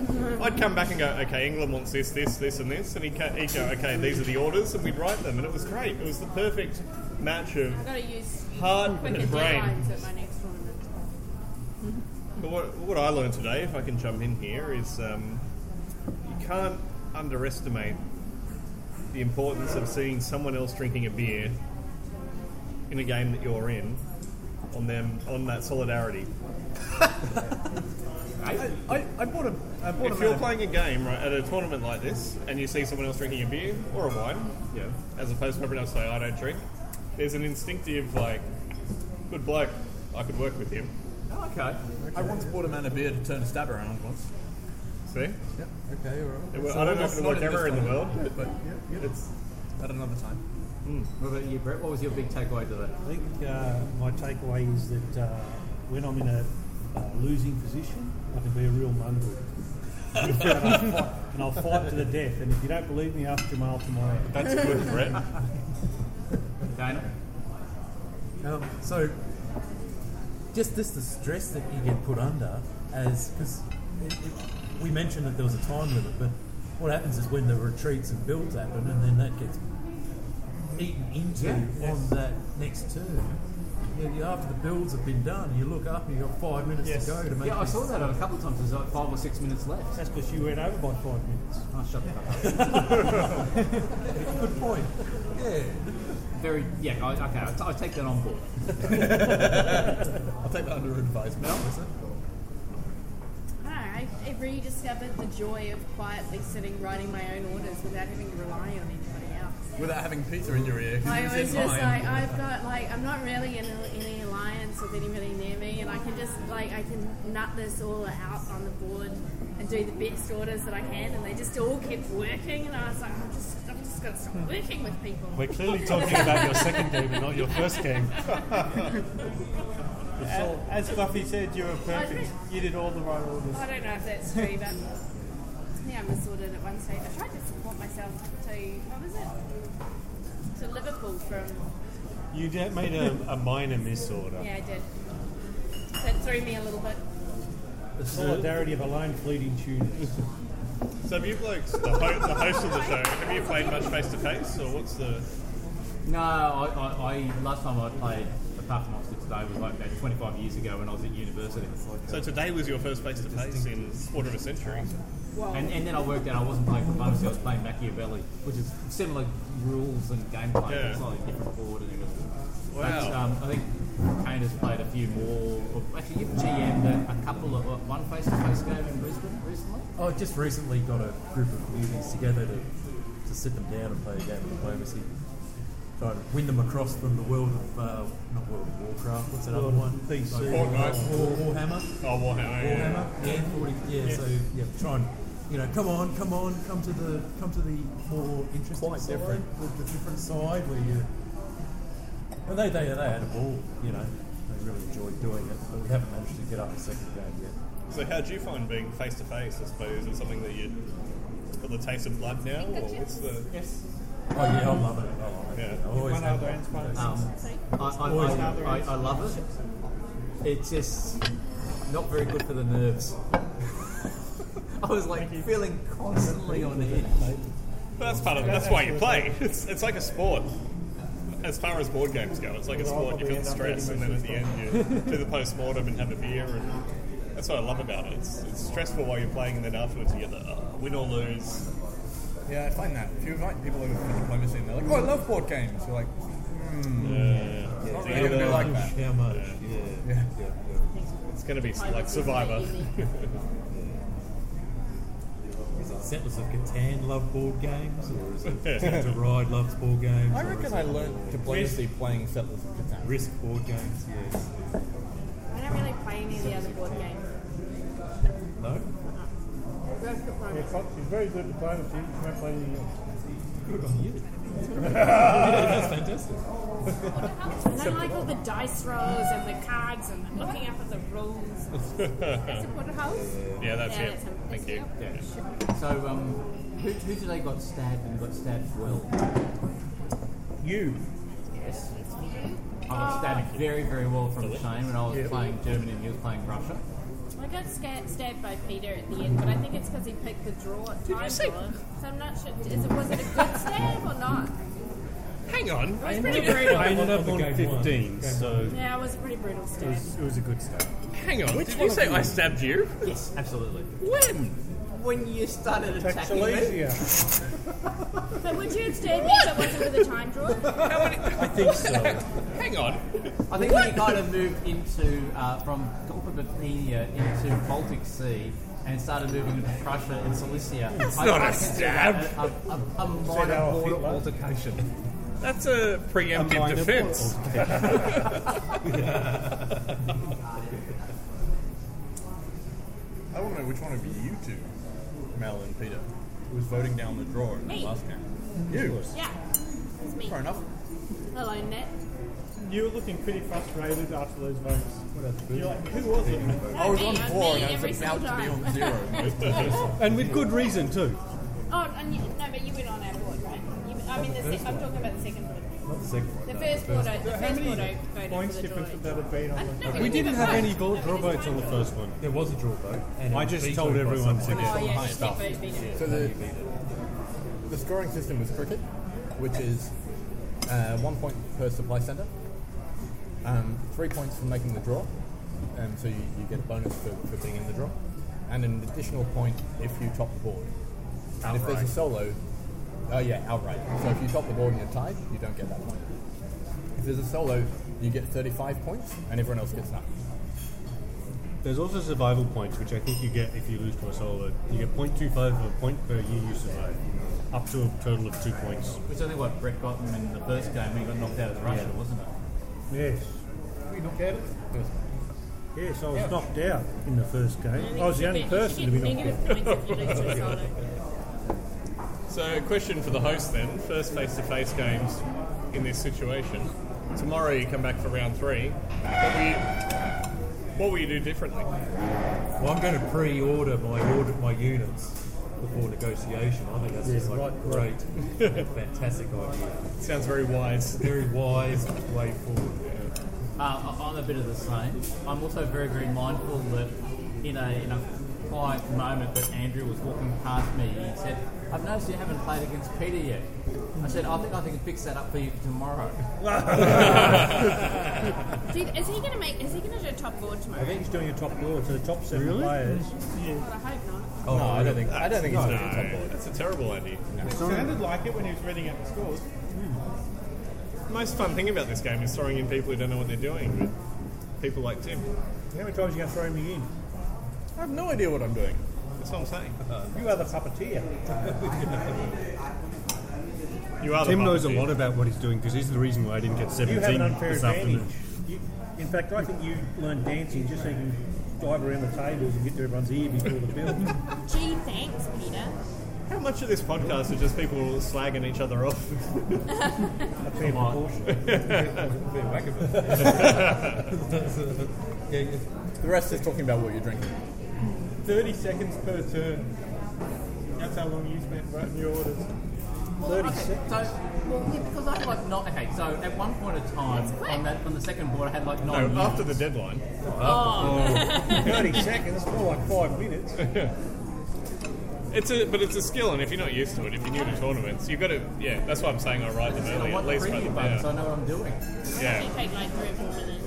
Speaker 6: everyone. I'd come back and go, okay, England wants this, this, this, and this, and he'd, ca- he'd go, okay, these are the orders, and we'd write them, and it was great. It was the perfect match of
Speaker 7: I've got to use
Speaker 6: heart
Speaker 7: quicker
Speaker 6: and brain.
Speaker 7: deadlines at my next tournament.
Speaker 6: But what, what I learned today, if I can jump in here, is um, you can't underestimate the importance of seeing someone else drinking a beer in a game that you're in on them on that solidarity. I,
Speaker 11: I, I bought a. I bought
Speaker 6: if
Speaker 11: a
Speaker 6: you're
Speaker 11: man-
Speaker 6: playing a game right, at a tournament like this and you see someone else drinking a beer or a wine, yeah, as opposed to everyone else saying I don't drink, there's an instinctive like, good bloke, I could work with him.
Speaker 11: Okay. I once bought a man a beer to turn a stab around once.
Speaker 6: See? Yeah.
Speaker 11: Okay. All right.
Speaker 6: It will- I don't know if it'll work ever in the world, but, it's
Speaker 11: at another time.
Speaker 9: Hmm, What about you, Brett? What was your big takeaway today?
Speaker 10: I think uh, my takeaway is that uh, when I'm in a uh, losing position, I can be a real mongrel. and, I'll fight, and I'll fight to the death. And if you don't believe me, ask Jamal tomorrow.
Speaker 6: That's good, Brett.
Speaker 9: Dana?
Speaker 13: Um, so, just this the stress that you get put under as because we mentioned that there was a time limit, but what happens is when the retreats and builds happen, and then that gets eaten into
Speaker 9: Yeah,
Speaker 13: on
Speaker 9: yes.
Speaker 13: that next turn. You know, you- after the builds have been done, you look up and you've got five minutes to go to make.
Speaker 9: yeah, I
Speaker 13: this-
Speaker 9: saw that a couple of times. There's like five or six minutes left.
Speaker 10: That's because you went over by five minutes.
Speaker 9: Oh, shut the fuck up.
Speaker 13: Good point. Yeah.
Speaker 9: Very, yeah, I, okay, I'll, t- I'll take that on board.
Speaker 11: I'll take that under advisement.
Speaker 9: Mel?
Speaker 7: I don't know, I've rediscovered the joy of quietly sitting writing my own orders without having to rely on anybody else.
Speaker 11: Without having pizza in your ear. 'cause
Speaker 7: I
Speaker 11: it
Speaker 7: was
Speaker 11: in
Speaker 7: just
Speaker 11: mine.
Speaker 7: like, I've got like, I'm not really in a- in any alliance with anybody near me, and I can just like, I can nut this all out on the board and do the best orders that I can, and they just all kept working, and I was like, I'm just, I'm just gonna stop working with people.
Speaker 8: We're clearly talking about your second game and not your first game.
Speaker 12: A- As Buffy said, you were perfect. You did all the right orders.
Speaker 7: I don't know if that's true, but yeah, I misordered at one stage. I tried to support myself to what was it? To Liverpool from
Speaker 8: You did, made a, a minor misorder.
Speaker 7: yeah, I did. That threw me a little bit.
Speaker 10: The solidarity of a lone fleeting tune.
Speaker 6: So have you blokes, the, ho- the host of the show, have you played much face to face, or what's the?
Speaker 9: No, I, I, I last time I played, apart from obviously today, was like about 25 years ago when I was at university.
Speaker 6: So today was your first face to face in a quarter of a century.
Speaker 9: And, and then I worked out I wasn't playing Diplomacy, I was playing Machiavelli, which is similar rules and gameplay,
Speaker 6: Yeah.
Speaker 9: yeah. slightly different board and everything. But,
Speaker 6: Wow.
Speaker 9: um, I think Kane has played a few more. Or actually, you've GM'd a, a couple of uh, one face-to-face game in Brisbane recently.
Speaker 13: I just recently got a group of newbies together to, to sit them down and play a game of diplomacy. Try to win them across from the world of, uh, not World of Warcraft, what's that other
Speaker 10: World
Speaker 13: one?
Speaker 10: of PC.
Speaker 13: Like
Speaker 10: Fortnite.
Speaker 13: War, Warhammer.
Speaker 6: Oh, Warhammer, yeah.
Speaker 13: Warhammer, yeah. 40, yeah,
Speaker 6: Yeah.
Speaker 13: so yeah, try and, you know, come on, come on, come to the, come to the more interesting side, different. the different side where you, and they, they, they had a ball, you know, they really enjoyed doing it, but we haven't managed to get up a second game yet.
Speaker 6: So how do you find being face to face? I suppose is it something that you it's got the taste of blood now, or what's the? Yes.
Speaker 13: Oh yeah, I love it. I love it.
Speaker 6: Yeah.
Speaker 13: I always
Speaker 6: One
Speaker 13: have
Speaker 6: other
Speaker 13: it.
Speaker 6: inspiration.
Speaker 9: Um, I, I,
Speaker 13: Always
Speaker 9: I,
Speaker 13: have it.
Speaker 9: I, I love it. It's just not very good for the nerves. I was like feeling constantly on edge.
Speaker 6: But that's part of. That's why you play. It's, it's like a sport. As far as board games go, it's like a sport. You feel the stress, and then at the end you do the post mortem and have a beer, and that's what I love about it. It's, it's stressful while you're playing, and then afterwards you get the uh, win or lose.
Speaker 11: Yeah, I find that. If you invite people over for diplomacy and they're like, oh, I love board games, you're like, hmm.
Speaker 6: Yeah.
Speaker 11: It's not
Speaker 6: Yeah.
Speaker 11: really going to be
Speaker 6: Yeah.
Speaker 11: like that.
Speaker 13: How much? Yeah.
Speaker 11: Yeah.
Speaker 6: It's going to be like Survivor.
Speaker 13: Is it Settlers of Catan love board games, or is it
Speaker 6: Yeah.
Speaker 13: Ticket to Ride loves board games?
Speaker 11: I
Speaker 13: or
Speaker 11: reckon
Speaker 13: is
Speaker 11: I
Speaker 13: it
Speaker 11: learned diplomacy playing Settlers of Catan.
Speaker 13: Risk board games, yes.
Speaker 7: I don't really play any of the other board games.
Speaker 13: No?
Speaker 7: We've got
Speaker 5: good diplomacy.
Speaker 14: Yeah, Cox is very good diplomacy. He's not playing anything else.
Speaker 5: Good
Speaker 14: on you.
Speaker 5: That's
Speaker 14: fantastic.
Speaker 7: And I like all the dice rolls and the cards and the looking up at the rules. That's a porterhouse?
Speaker 6: Yeah, that's
Speaker 7: yeah,
Speaker 6: it.
Speaker 7: That's him.
Speaker 6: Thank you.
Speaker 9: Yeah. So, um, who, who today got stabbed and got stabbed well?
Speaker 10: You.
Speaker 9: Yes. I got stabbed very, very well from Shane when I was
Speaker 10: Yeah.
Speaker 9: playing Germany and he was playing Russia.
Speaker 7: I got scared, stabbed by Peter at the end, but I think it's because he picked the draw at time draw. So I'm not sure. Is it, was it a good stab or not?
Speaker 6: Hang on.
Speaker 7: It was pretty brutal.
Speaker 6: I ended up
Speaker 2: on
Speaker 6: on
Speaker 2: game one.
Speaker 6: 15, so.
Speaker 7: Yeah, it was a pretty brutal
Speaker 2: It
Speaker 7: stab.
Speaker 2: was, it was a good start.
Speaker 6: Hang on,
Speaker 9: Which
Speaker 6: did
Speaker 9: one
Speaker 6: you
Speaker 9: of
Speaker 6: say
Speaker 9: you?
Speaker 6: I stabbed you?
Speaker 9: Yes, absolutely.
Speaker 6: When?
Speaker 9: When you started attacking
Speaker 6: Taxalasia.
Speaker 7: But would you have stabbed me if it wasn't for the time draw?
Speaker 9: I
Speaker 6: think so. Hang on.
Speaker 9: I think we kind of moved into uh, from Gulf of Bithynia into Baltic Sea and started moving into Prussia and Cilicia.
Speaker 6: That's
Speaker 9: I
Speaker 6: not
Speaker 9: kind
Speaker 6: a
Speaker 9: of consider
Speaker 6: stab.
Speaker 9: that A, a, a, a
Speaker 6: Say
Speaker 9: minor
Speaker 6: now,
Speaker 9: border
Speaker 6: Hitler.
Speaker 9: altercation.
Speaker 6: That's a preemptive
Speaker 9: minor
Speaker 6: defense.
Speaker 4: I want to know which one of you two, Mel and Peter, was voting down the draw in
Speaker 7: Me.
Speaker 4: the last game. You.
Speaker 7: yeah, it's me.
Speaker 4: Fair enough.
Speaker 7: Hello, Net.
Speaker 12: You were looking pretty frustrated after those votes. You're like, who was it?
Speaker 4: I was on
Speaker 7: Me, uh,
Speaker 4: four
Speaker 7: me
Speaker 4: and I
Speaker 7: every
Speaker 4: was
Speaker 7: single
Speaker 4: about to be
Speaker 7: time.
Speaker 4: on zero.
Speaker 2: And with good reason, too.
Speaker 7: Oh, and you, no, but you went on our board, right? You, I mean, the
Speaker 2: First
Speaker 7: se- I'm
Speaker 2: one.
Speaker 7: talking about the second board.
Speaker 2: Not the second one,
Speaker 7: The
Speaker 2: no,
Speaker 7: first
Speaker 2: the
Speaker 7: board,
Speaker 2: first
Speaker 7: I-
Speaker 2: one. So
Speaker 7: the
Speaker 2: how
Speaker 7: first
Speaker 2: many
Speaker 7: board I voted
Speaker 12: points
Speaker 7: for the
Speaker 12: difference
Speaker 7: draw.
Speaker 12: would that have been on
Speaker 7: I- no,
Speaker 12: the-
Speaker 7: but
Speaker 2: We didn't have
Speaker 7: vote.
Speaker 2: any
Speaker 7: No,
Speaker 2: vote
Speaker 7: but
Speaker 2: draw
Speaker 7: it's
Speaker 2: votes on the first one. There was a draw vote.
Speaker 13: and
Speaker 2: I
Speaker 13: it
Speaker 2: just
Speaker 13: was
Speaker 2: told
Speaker 13: vetoed by
Speaker 2: everyone to
Speaker 13: someone.
Speaker 2: get
Speaker 7: Oh, yeah, you
Speaker 2: stuff.
Speaker 7: did vote beat it.
Speaker 11: So the, the scoring system was cricket, which is uh, one point per supply centre, um, three points for making the draw, um, so you, you get a bonus for, for being in the draw, and an additional point if you top the board. And if there's
Speaker 6: Outright.
Speaker 11: a solo, oh yeah, outright. So if you top the board and you're tied, you don't get that point. If there's a solo, you get 35 points, and everyone else gets nothing.
Speaker 8: There's also survival points, which I think you get if you lose to a solo. You get 0.25 of a point per year you survive, up to a total of two points.
Speaker 9: Which I think what Brett got him in the first game when he got knocked out of the Russia, wasn't it?
Speaker 10: Yes.
Speaker 11: We knocked out
Speaker 10: Yes, I was knocked out in the first game. I was the only
Speaker 7: You
Speaker 10: person to
Speaker 7: get
Speaker 10: be knocked
Speaker 7: negative points if you lose to a
Speaker 10: out.
Speaker 7: solo.
Speaker 6: So, question for the host then. First face to face games in this situation. Tomorrow you come back for round three. What will you, what will you do differently?
Speaker 13: Well, I'm going to pre-order my order, my units before negotiation. I think that's
Speaker 6: Yeah,
Speaker 13: just like
Speaker 6: right,
Speaker 13: great,
Speaker 6: right.
Speaker 13: and fantastic idea.
Speaker 6: Sounds very wise.
Speaker 13: Very wise way forward.
Speaker 9: Uh, I- I'm a bit of the same. I'm also very, very mindful that in a, in a quiet moment that Andrew was walking past me, he said, I've noticed you haven't played against Peter yet. I said, I think I can fix that up for you for tomorrow.
Speaker 7: Did, is he going to make? Is he going to do a top board tomorrow?
Speaker 10: I think he's doing a top board to the top seven players.
Speaker 7: God, I hope not.
Speaker 11: Oh, no, I don't think I don't think he's
Speaker 6: no,
Speaker 11: going to top board.
Speaker 6: That's a terrible idea.
Speaker 12: It sounded like it when he was reading out the scores.
Speaker 6: The most fun thing about this game is throwing in people who don't know what they're doing, with people like Tim.
Speaker 10: How many times are you going to throw me in?
Speaker 6: I have no idea what I'm doing. That's what I'm saying.
Speaker 10: You are the puppeteer.
Speaker 6: You are the
Speaker 8: Tim knows a
Speaker 6: puppeteer.
Speaker 8: lot about what he's doing because he's the reason why I didn't get 17
Speaker 10: you have an unfair
Speaker 8: this
Speaker 10: advantage.
Speaker 8: afternoon.
Speaker 10: You, in fact, I think you learned dancing just so you can dive around the tables and get to everyone's ear before the bell.
Speaker 7: Gee, thanks, Peter.
Speaker 6: How much of this podcast is just people slagging each other off?
Speaker 10: a fair
Speaker 11: proportion. Yeah, yeah. the rest is talking about what you're drinking.
Speaker 12: 30 seconds per turn. That's how long you spent writing your orders.
Speaker 9: Well, okay, so, well, yeah, because I had like not okay. So at one point in time on that on the second board, I had like nine.
Speaker 6: No, after the
Speaker 9: units.
Speaker 6: deadline.
Speaker 9: Oh.
Speaker 10: 30 seconds, more like five minutes.
Speaker 6: It's a, but it's a skill, and if you're not used to it, if you're new to tournaments, you've got to. Yeah, that's why I'm saying I write them early
Speaker 9: want
Speaker 6: at least.
Speaker 9: preview
Speaker 6: write them
Speaker 9: buttons,
Speaker 6: down.
Speaker 9: so I know what I'm doing.
Speaker 6: Yeah.
Speaker 7: It take like three or four minutes.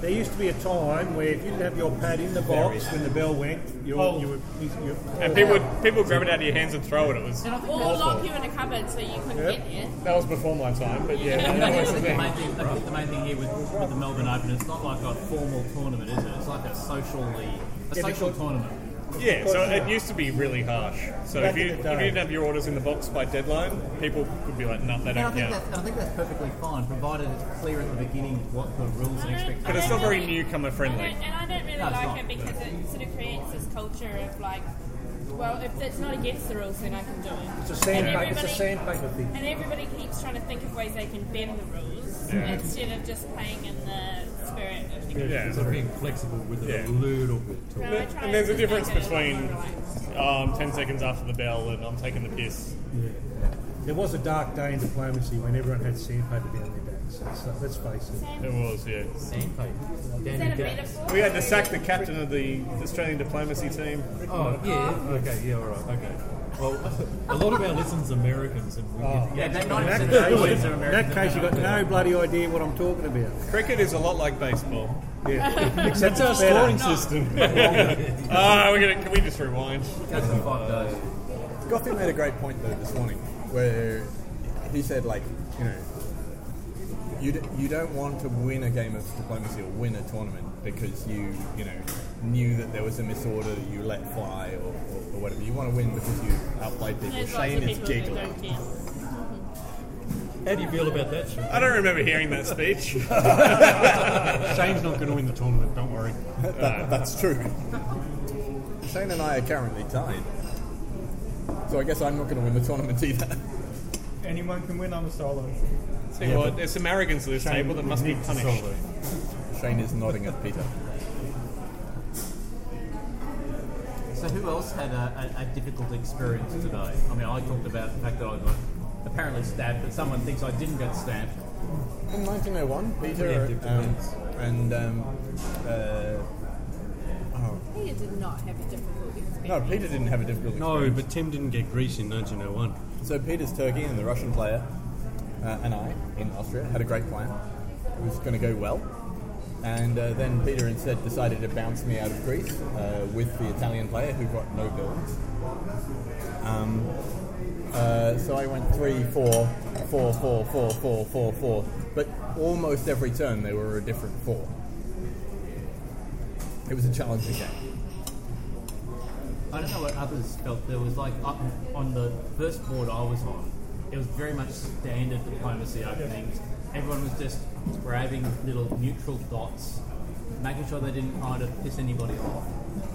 Speaker 10: There used to be a time where if you didn't have your pad in the box when the bell went, you
Speaker 13: Oh,
Speaker 10: were, you were, you were
Speaker 6: And people would, people grab it out of your hands and throw it. It was
Speaker 7: And I think or lock
Speaker 6: awful.
Speaker 7: you in a cupboard so you couldn't
Speaker 6: Yep.
Speaker 7: get there.
Speaker 6: That was before my time, but yeah,
Speaker 9: I
Speaker 6: that
Speaker 9: think
Speaker 6: was the
Speaker 9: the
Speaker 6: thing.
Speaker 9: main thing, I think the main thing here with, with the Melbourne Open, it's not like a formal tournament, is it? It's like a socially, a social tournament.
Speaker 6: Yeah, so it used to be really harsh. So
Speaker 9: Back
Speaker 6: if you,
Speaker 9: in
Speaker 6: if you
Speaker 9: the day.
Speaker 6: didn't have your orders in the box by deadline, people could be like, no, they
Speaker 9: And I
Speaker 6: don't
Speaker 9: think,
Speaker 6: count.
Speaker 9: that's, and I think that's perfectly fine, provided it's clear at the beginning what the rules and expectations.
Speaker 6: But it's not very newcomer
Speaker 7: I
Speaker 6: friendly.
Speaker 7: don't, and I don't really
Speaker 9: No, it's
Speaker 7: like
Speaker 9: not.
Speaker 7: it because it sort of creates this culture of like Well, if that's not against the rules, then I can do it.
Speaker 2: It's a sand- it's
Speaker 7: And
Speaker 2: a
Speaker 7: everybody-
Speaker 2: sandpaper thing.
Speaker 7: And everybody keeps trying to think of ways they can bend the rules
Speaker 15: Yeah.
Speaker 7: instead of just playing in the spirit of the game.
Speaker 15: It's sort of being flexible with it
Speaker 16: Yeah.
Speaker 15: a little bit.
Speaker 7: No, I tried
Speaker 16: and there's a
Speaker 7: to
Speaker 16: difference
Speaker 7: make it a lot
Speaker 16: between
Speaker 7: more
Speaker 16: um, 10 seconds after the bell and I'm taking the piss.
Speaker 2: There was a dark day in diplomacy when everyone had sandpaper down their backs. So let's face it.
Speaker 16: It was, yeah.
Speaker 2: Is that a metaphor?
Speaker 16: We had to sack the captain of the Australian diplomacy team.
Speaker 15: Oh, yeah. Okay, yeah, all right. Okay. Well, a lot of our listeners are Americans, and we
Speaker 2: Oh.
Speaker 15: get
Speaker 2: In that case- in that case, you've got no bloody idea what I'm talking about.
Speaker 16: Cricket is a lot like baseball.
Speaker 2: Yeah.
Speaker 16: Except
Speaker 2: Except
Speaker 16: our
Speaker 2: it's better.
Speaker 16: scoring system. Ah, we're gonna, can we just rewind?
Speaker 11: Gothy made a great point though this morning, where he said like, you know, you, d- you don't want to win a game of diplomacy or win a tournament because you you know knew that there was a misorder that you let fly or, or, or whatever. You want to win because you outplayed people.
Speaker 7: There's lots
Speaker 11: Shane
Speaker 7: of
Speaker 11: is
Speaker 7: people that
Speaker 11: giggling.
Speaker 7: don't care.
Speaker 15: How do you feel about that?
Speaker 16: I don't remember hearing that speech.
Speaker 15: Shane's not going to win the tournament. Don't worry.
Speaker 11: That- that's true. Shane and I are currently tied, so I guess I'm not going to win the tournament either.
Speaker 17: Anyone can win, I'm a solo.
Speaker 16: Tell you what, there's some arrogance at this
Speaker 11: Shane
Speaker 16: table that must be
Speaker 11: needs to
Speaker 16: punished.
Speaker 11: Shane is nodding at Peter.
Speaker 9: So who else had a, a, a difficult experience today? I mean, I talked about the fact that I got apparently stabbed, but someone thinks I didn't get stabbed.
Speaker 11: In 1901, Peter
Speaker 9: Preemptive
Speaker 11: um,
Speaker 9: defense.
Speaker 11: and um, uh, oh,
Speaker 7: Peter did not have a difficult experience.
Speaker 11: no, Peter didn't have a difficult.
Speaker 15: No,
Speaker 11: experience.
Speaker 15: but Tim didn't get Greece in 1901.
Speaker 11: So Peter's turkey and the Russian player uh, and I in Austria had a great plan. It was going to go well, and uh, then Peter instead decided to bounce me out of Greece uh, with the Italian player who got no bills. Um, uh, so I went three, four, four, four, four, four, four, four. But almost every turn they were a different four. It was a challenging game.
Speaker 9: I don't know what others felt. There was like up on the first board I was on, it was very much standard diplomacy openings. Everyone was just grabbing little neutral dots, making sure they didn't kind of piss anybody off.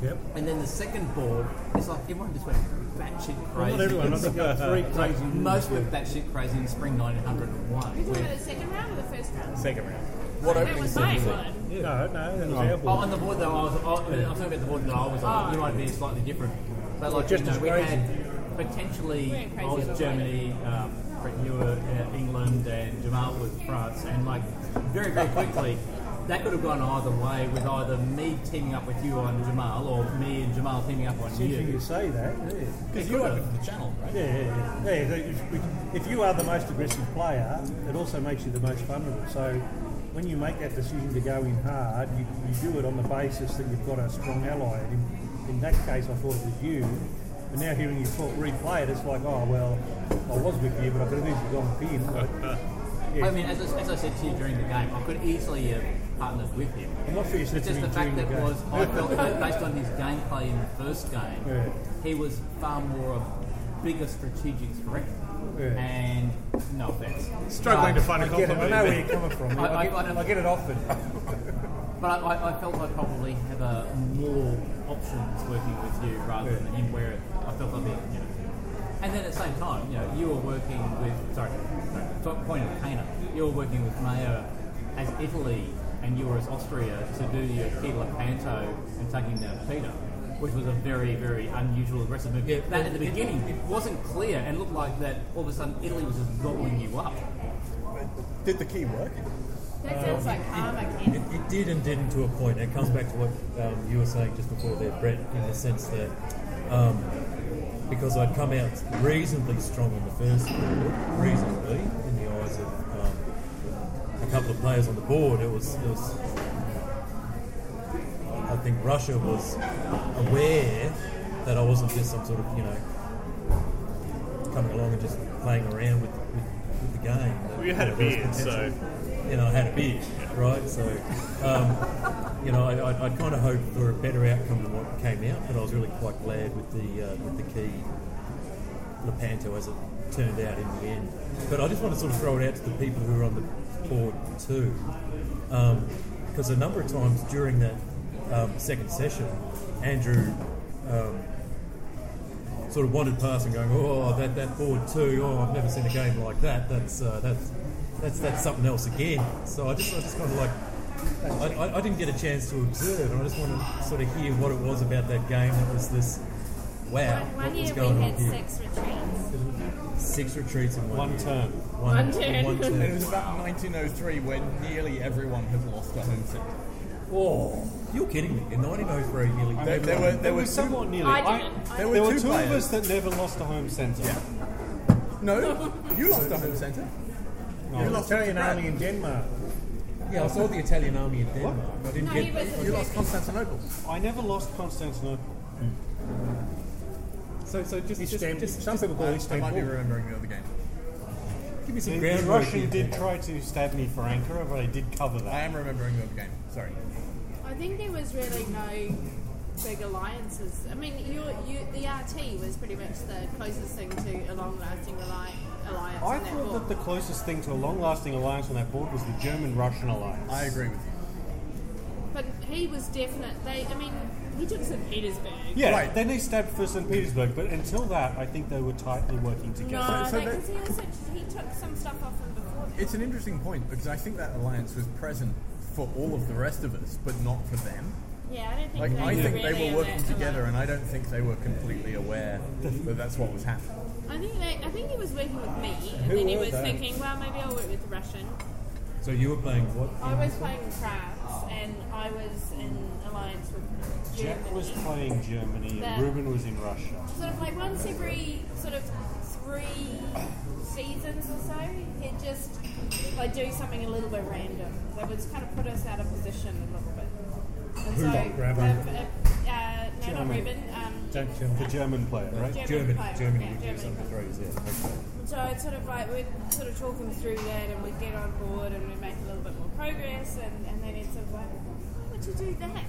Speaker 2: Yep.
Speaker 9: And then the second board, it's like everyone just went batshit
Speaker 2: Well,
Speaker 9: crazy.
Speaker 2: not everyone, not the three
Speaker 9: Like,
Speaker 2: crazy
Speaker 9: most went batshit crazy in spring 1901.
Speaker 7: Are you talking
Speaker 9: where-
Speaker 7: about the second round or the first round?
Speaker 16: round.
Speaker 7: What That opening was did my you see? one.
Speaker 2: No, no, that was
Speaker 9: Oh,
Speaker 2: our board.
Speaker 9: on the board that I was on, I mean, I'm talking about the board that I was on.
Speaker 7: Oh.
Speaker 9: You might have been slightly different. But
Speaker 2: Well,
Speaker 9: like,
Speaker 2: just
Speaker 9: you know,
Speaker 2: as
Speaker 9: we
Speaker 2: crazy.
Speaker 9: had potentially,
Speaker 7: We ain't
Speaker 9: I
Speaker 7: crazy
Speaker 9: was
Speaker 7: at all,
Speaker 9: Germany, um, Brett, you were uh, England, and Jamal was France. And like, very, very quickly, that could have gone either way with either me teaming up with you on Jamal or me and Jamal teaming up on
Speaker 2: It's
Speaker 9: you.
Speaker 2: interesting you say that.
Speaker 9: Because you opened the channel, right?
Speaker 2: Yeah, yeah, yeah. yeah if, if- if you are the most aggressive player, it also makes you the most vulnerable. So when you make that decision to go in hard, you, you do it on the basis that you've got a strong ally. And in, in that case, I thought it was you. But now hearing you talk, replay it, it's like, oh, well, I was with you, but I could have easily gone pin. But, yeah.
Speaker 9: I mean, as I, as I said to you during the game, I could easily have partnered with him.
Speaker 2: I'm not sure you said
Speaker 9: It's
Speaker 2: to
Speaker 9: just
Speaker 2: me
Speaker 9: the
Speaker 2: during
Speaker 9: fact that
Speaker 2: the game.
Speaker 9: was I felt that based on his gameplay in the first game,
Speaker 2: Yeah.
Speaker 9: he was far more a bigger strategic threat.
Speaker 2: Yeah.
Speaker 9: And no offense,
Speaker 2: Struggling
Speaker 9: But-
Speaker 2: to find a I get it. I compliment. know where you're coming from. I get- I get it often.
Speaker 9: but I, I, I felt I probably have a more options working with you rather than him, where I felt I'd be, you know, and then at the same time, you know, you were working with sorry, sorry point of Cana. You were working with Mayo as Italy, and you were as Austria to do your Kilo Panto and taking down Peter, which was a very very unusual aggressive move. that at the beginning it wasn't clear and looked like that all of a sudden Italy was just gobbling you up.
Speaker 11: Did the key work?
Speaker 7: That sounds like karma,
Speaker 6: Um, It,
Speaker 7: Ken.
Speaker 6: it did and didn't to a point. It comes back to what um, you were saying just before there, Brett, in the sense that um, because I'd come out reasonably strong in the first board, reasonably in the eyes of um, a couple of players on the board, it was, it was I think Russia was aware that I wasn't just some sort of you know coming along and just playing around with, with, with the game.
Speaker 16: Well, you had a
Speaker 6: There was
Speaker 16: beard, so-
Speaker 6: potential. you know I had a beard, right? So um, you know I, I, I'd kind of hoped for a better outcome than what came out, but I was really quite glad with the uh, with the key Lepanto as it turned out in the end. But I just want to sort of throw it out to the people who were on the board too, because a number of times during that um, second session, Andrew um,
Speaker 18: sort of wandered past and going, oh, that, that board too. Oh, I've never seen a game like that. That's uh, that's that's that's something else again. So I just I just kind of like. I, I, I didn't get a chance to observe, and I just want to sort of hear what it was about that game that was this wow.
Speaker 7: One-
Speaker 18: what
Speaker 7: One
Speaker 18: was
Speaker 7: year
Speaker 18: going
Speaker 7: we
Speaker 18: on
Speaker 7: had
Speaker 18: here?
Speaker 7: six retreats.
Speaker 18: Six retreats in one,
Speaker 6: One
Speaker 18: year.
Speaker 6: turn.
Speaker 7: One turn.
Speaker 18: One turn.
Speaker 2: It was about 1903 when nearly everyone had lost a home set.
Speaker 18: Oh, you're kidding me. In 1903, nearly.
Speaker 2: There, there were, there were two-
Speaker 6: somewhat nearly.
Speaker 2: There were two,
Speaker 6: there were two of
Speaker 2: players.
Speaker 6: us that never lost a home centre.
Speaker 2: No, you lost a home centre.
Speaker 6: No.
Speaker 2: You lost
Speaker 19: Italian
Speaker 2: to Brad.
Speaker 19: army in Denmark.
Speaker 18: Yeah, I saw the Italian army in Denmark. I didn't
Speaker 7: No,
Speaker 18: get.
Speaker 7: he was-
Speaker 18: you lost
Speaker 2: Constantinople.
Speaker 6: I never lost Constantinople.
Speaker 2: Hmm.
Speaker 6: So, so just, just, just some people call
Speaker 2: I might be remembering the other game.
Speaker 6: Give me some
Speaker 2: The- the
Speaker 6: groundwork
Speaker 2: Russian
Speaker 6: here.
Speaker 2: did try
Speaker 6: to stab me for anchor, but I did cover that.
Speaker 2: I am remembering the other game. Sorry.
Speaker 7: I think there was really no big alliances. I mean, you, you, the RT was pretty much the closest thing to a long-lasting alli- alliance.
Speaker 6: I
Speaker 7: on that
Speaker 6: thought
Speaker 7: board.
Speaker 6: that the closest thing to a long-lasting alliance on that board was the German-Russian alliance.
Speaker 2: I agree with you.
Speaker 7: But he was definite. They, I mean, he took St. Petersburg.
Speaker 6: Yeah, then they stabbed for St. Petersburg, but until that, I think they were tightly working together.
Speaker 7: No,
Speaker 2: So- so
Speaker 7: because
Speaker 2: that-
Speaker 7: he also he took some stuff off from before. That.
Speaker 2: It's an interesting point because I think that alliance was present for all of the rest of us, but not for them.
Speaker 7: Yeah, I don't think
Speaker 2: Like
Speaker 7: they
Speaker 2: I
Speaker 7: were
Speaker 2: think
Speaker 7: really
Speaker 2: they
Speaker 7: in
Speaker 2: were working
Speaker 7: that
Speaker 2: together,
Speaker 7: alliance.
Speaker 2: and I don't think they were completely aware that that's what was happening.
Speaker 7: I think they, I think he was working with me, and
Speaker 18: Who
Speaker 7: then he
Speaker 18: were
Speaker 7: was
Speaker 18: they?
Speaker 7: thinking, well, maybe I'll work with the Russian.
Speaker 18: So you were playing what?
Speaker 7: I was playing crafts, and I was in alliance with Germany.
Speaker 6: Jack was playing Germany,
Speaker 7: That-
Speaker 6: and Ruben was in Russia.
Speaker 7: sort of like once every sort of three seasons or so, it just like do something a little bit random that would kind of put us out of position a little bit. And
Speaker 6: Who
Speaker 7: so,
Speaker 6: got grabbed?
Speaker 7: um, uh, uh, no, not
Speaker 6: Germany.
Speaker 7: Ruben. Um,
Speaker 6: The German player, right?
Speaker 7: German Germany, player, Germany yeah, would do Germany
Speaker 6: some
Speaker 7: something
Speaker 6: throws, yeah.
Speaker 7: So it's sort of like we'd sort of talk them through that, and we'd get on board, and we'd make a little bit more progress, and, and then it's sort of like, why would you do that?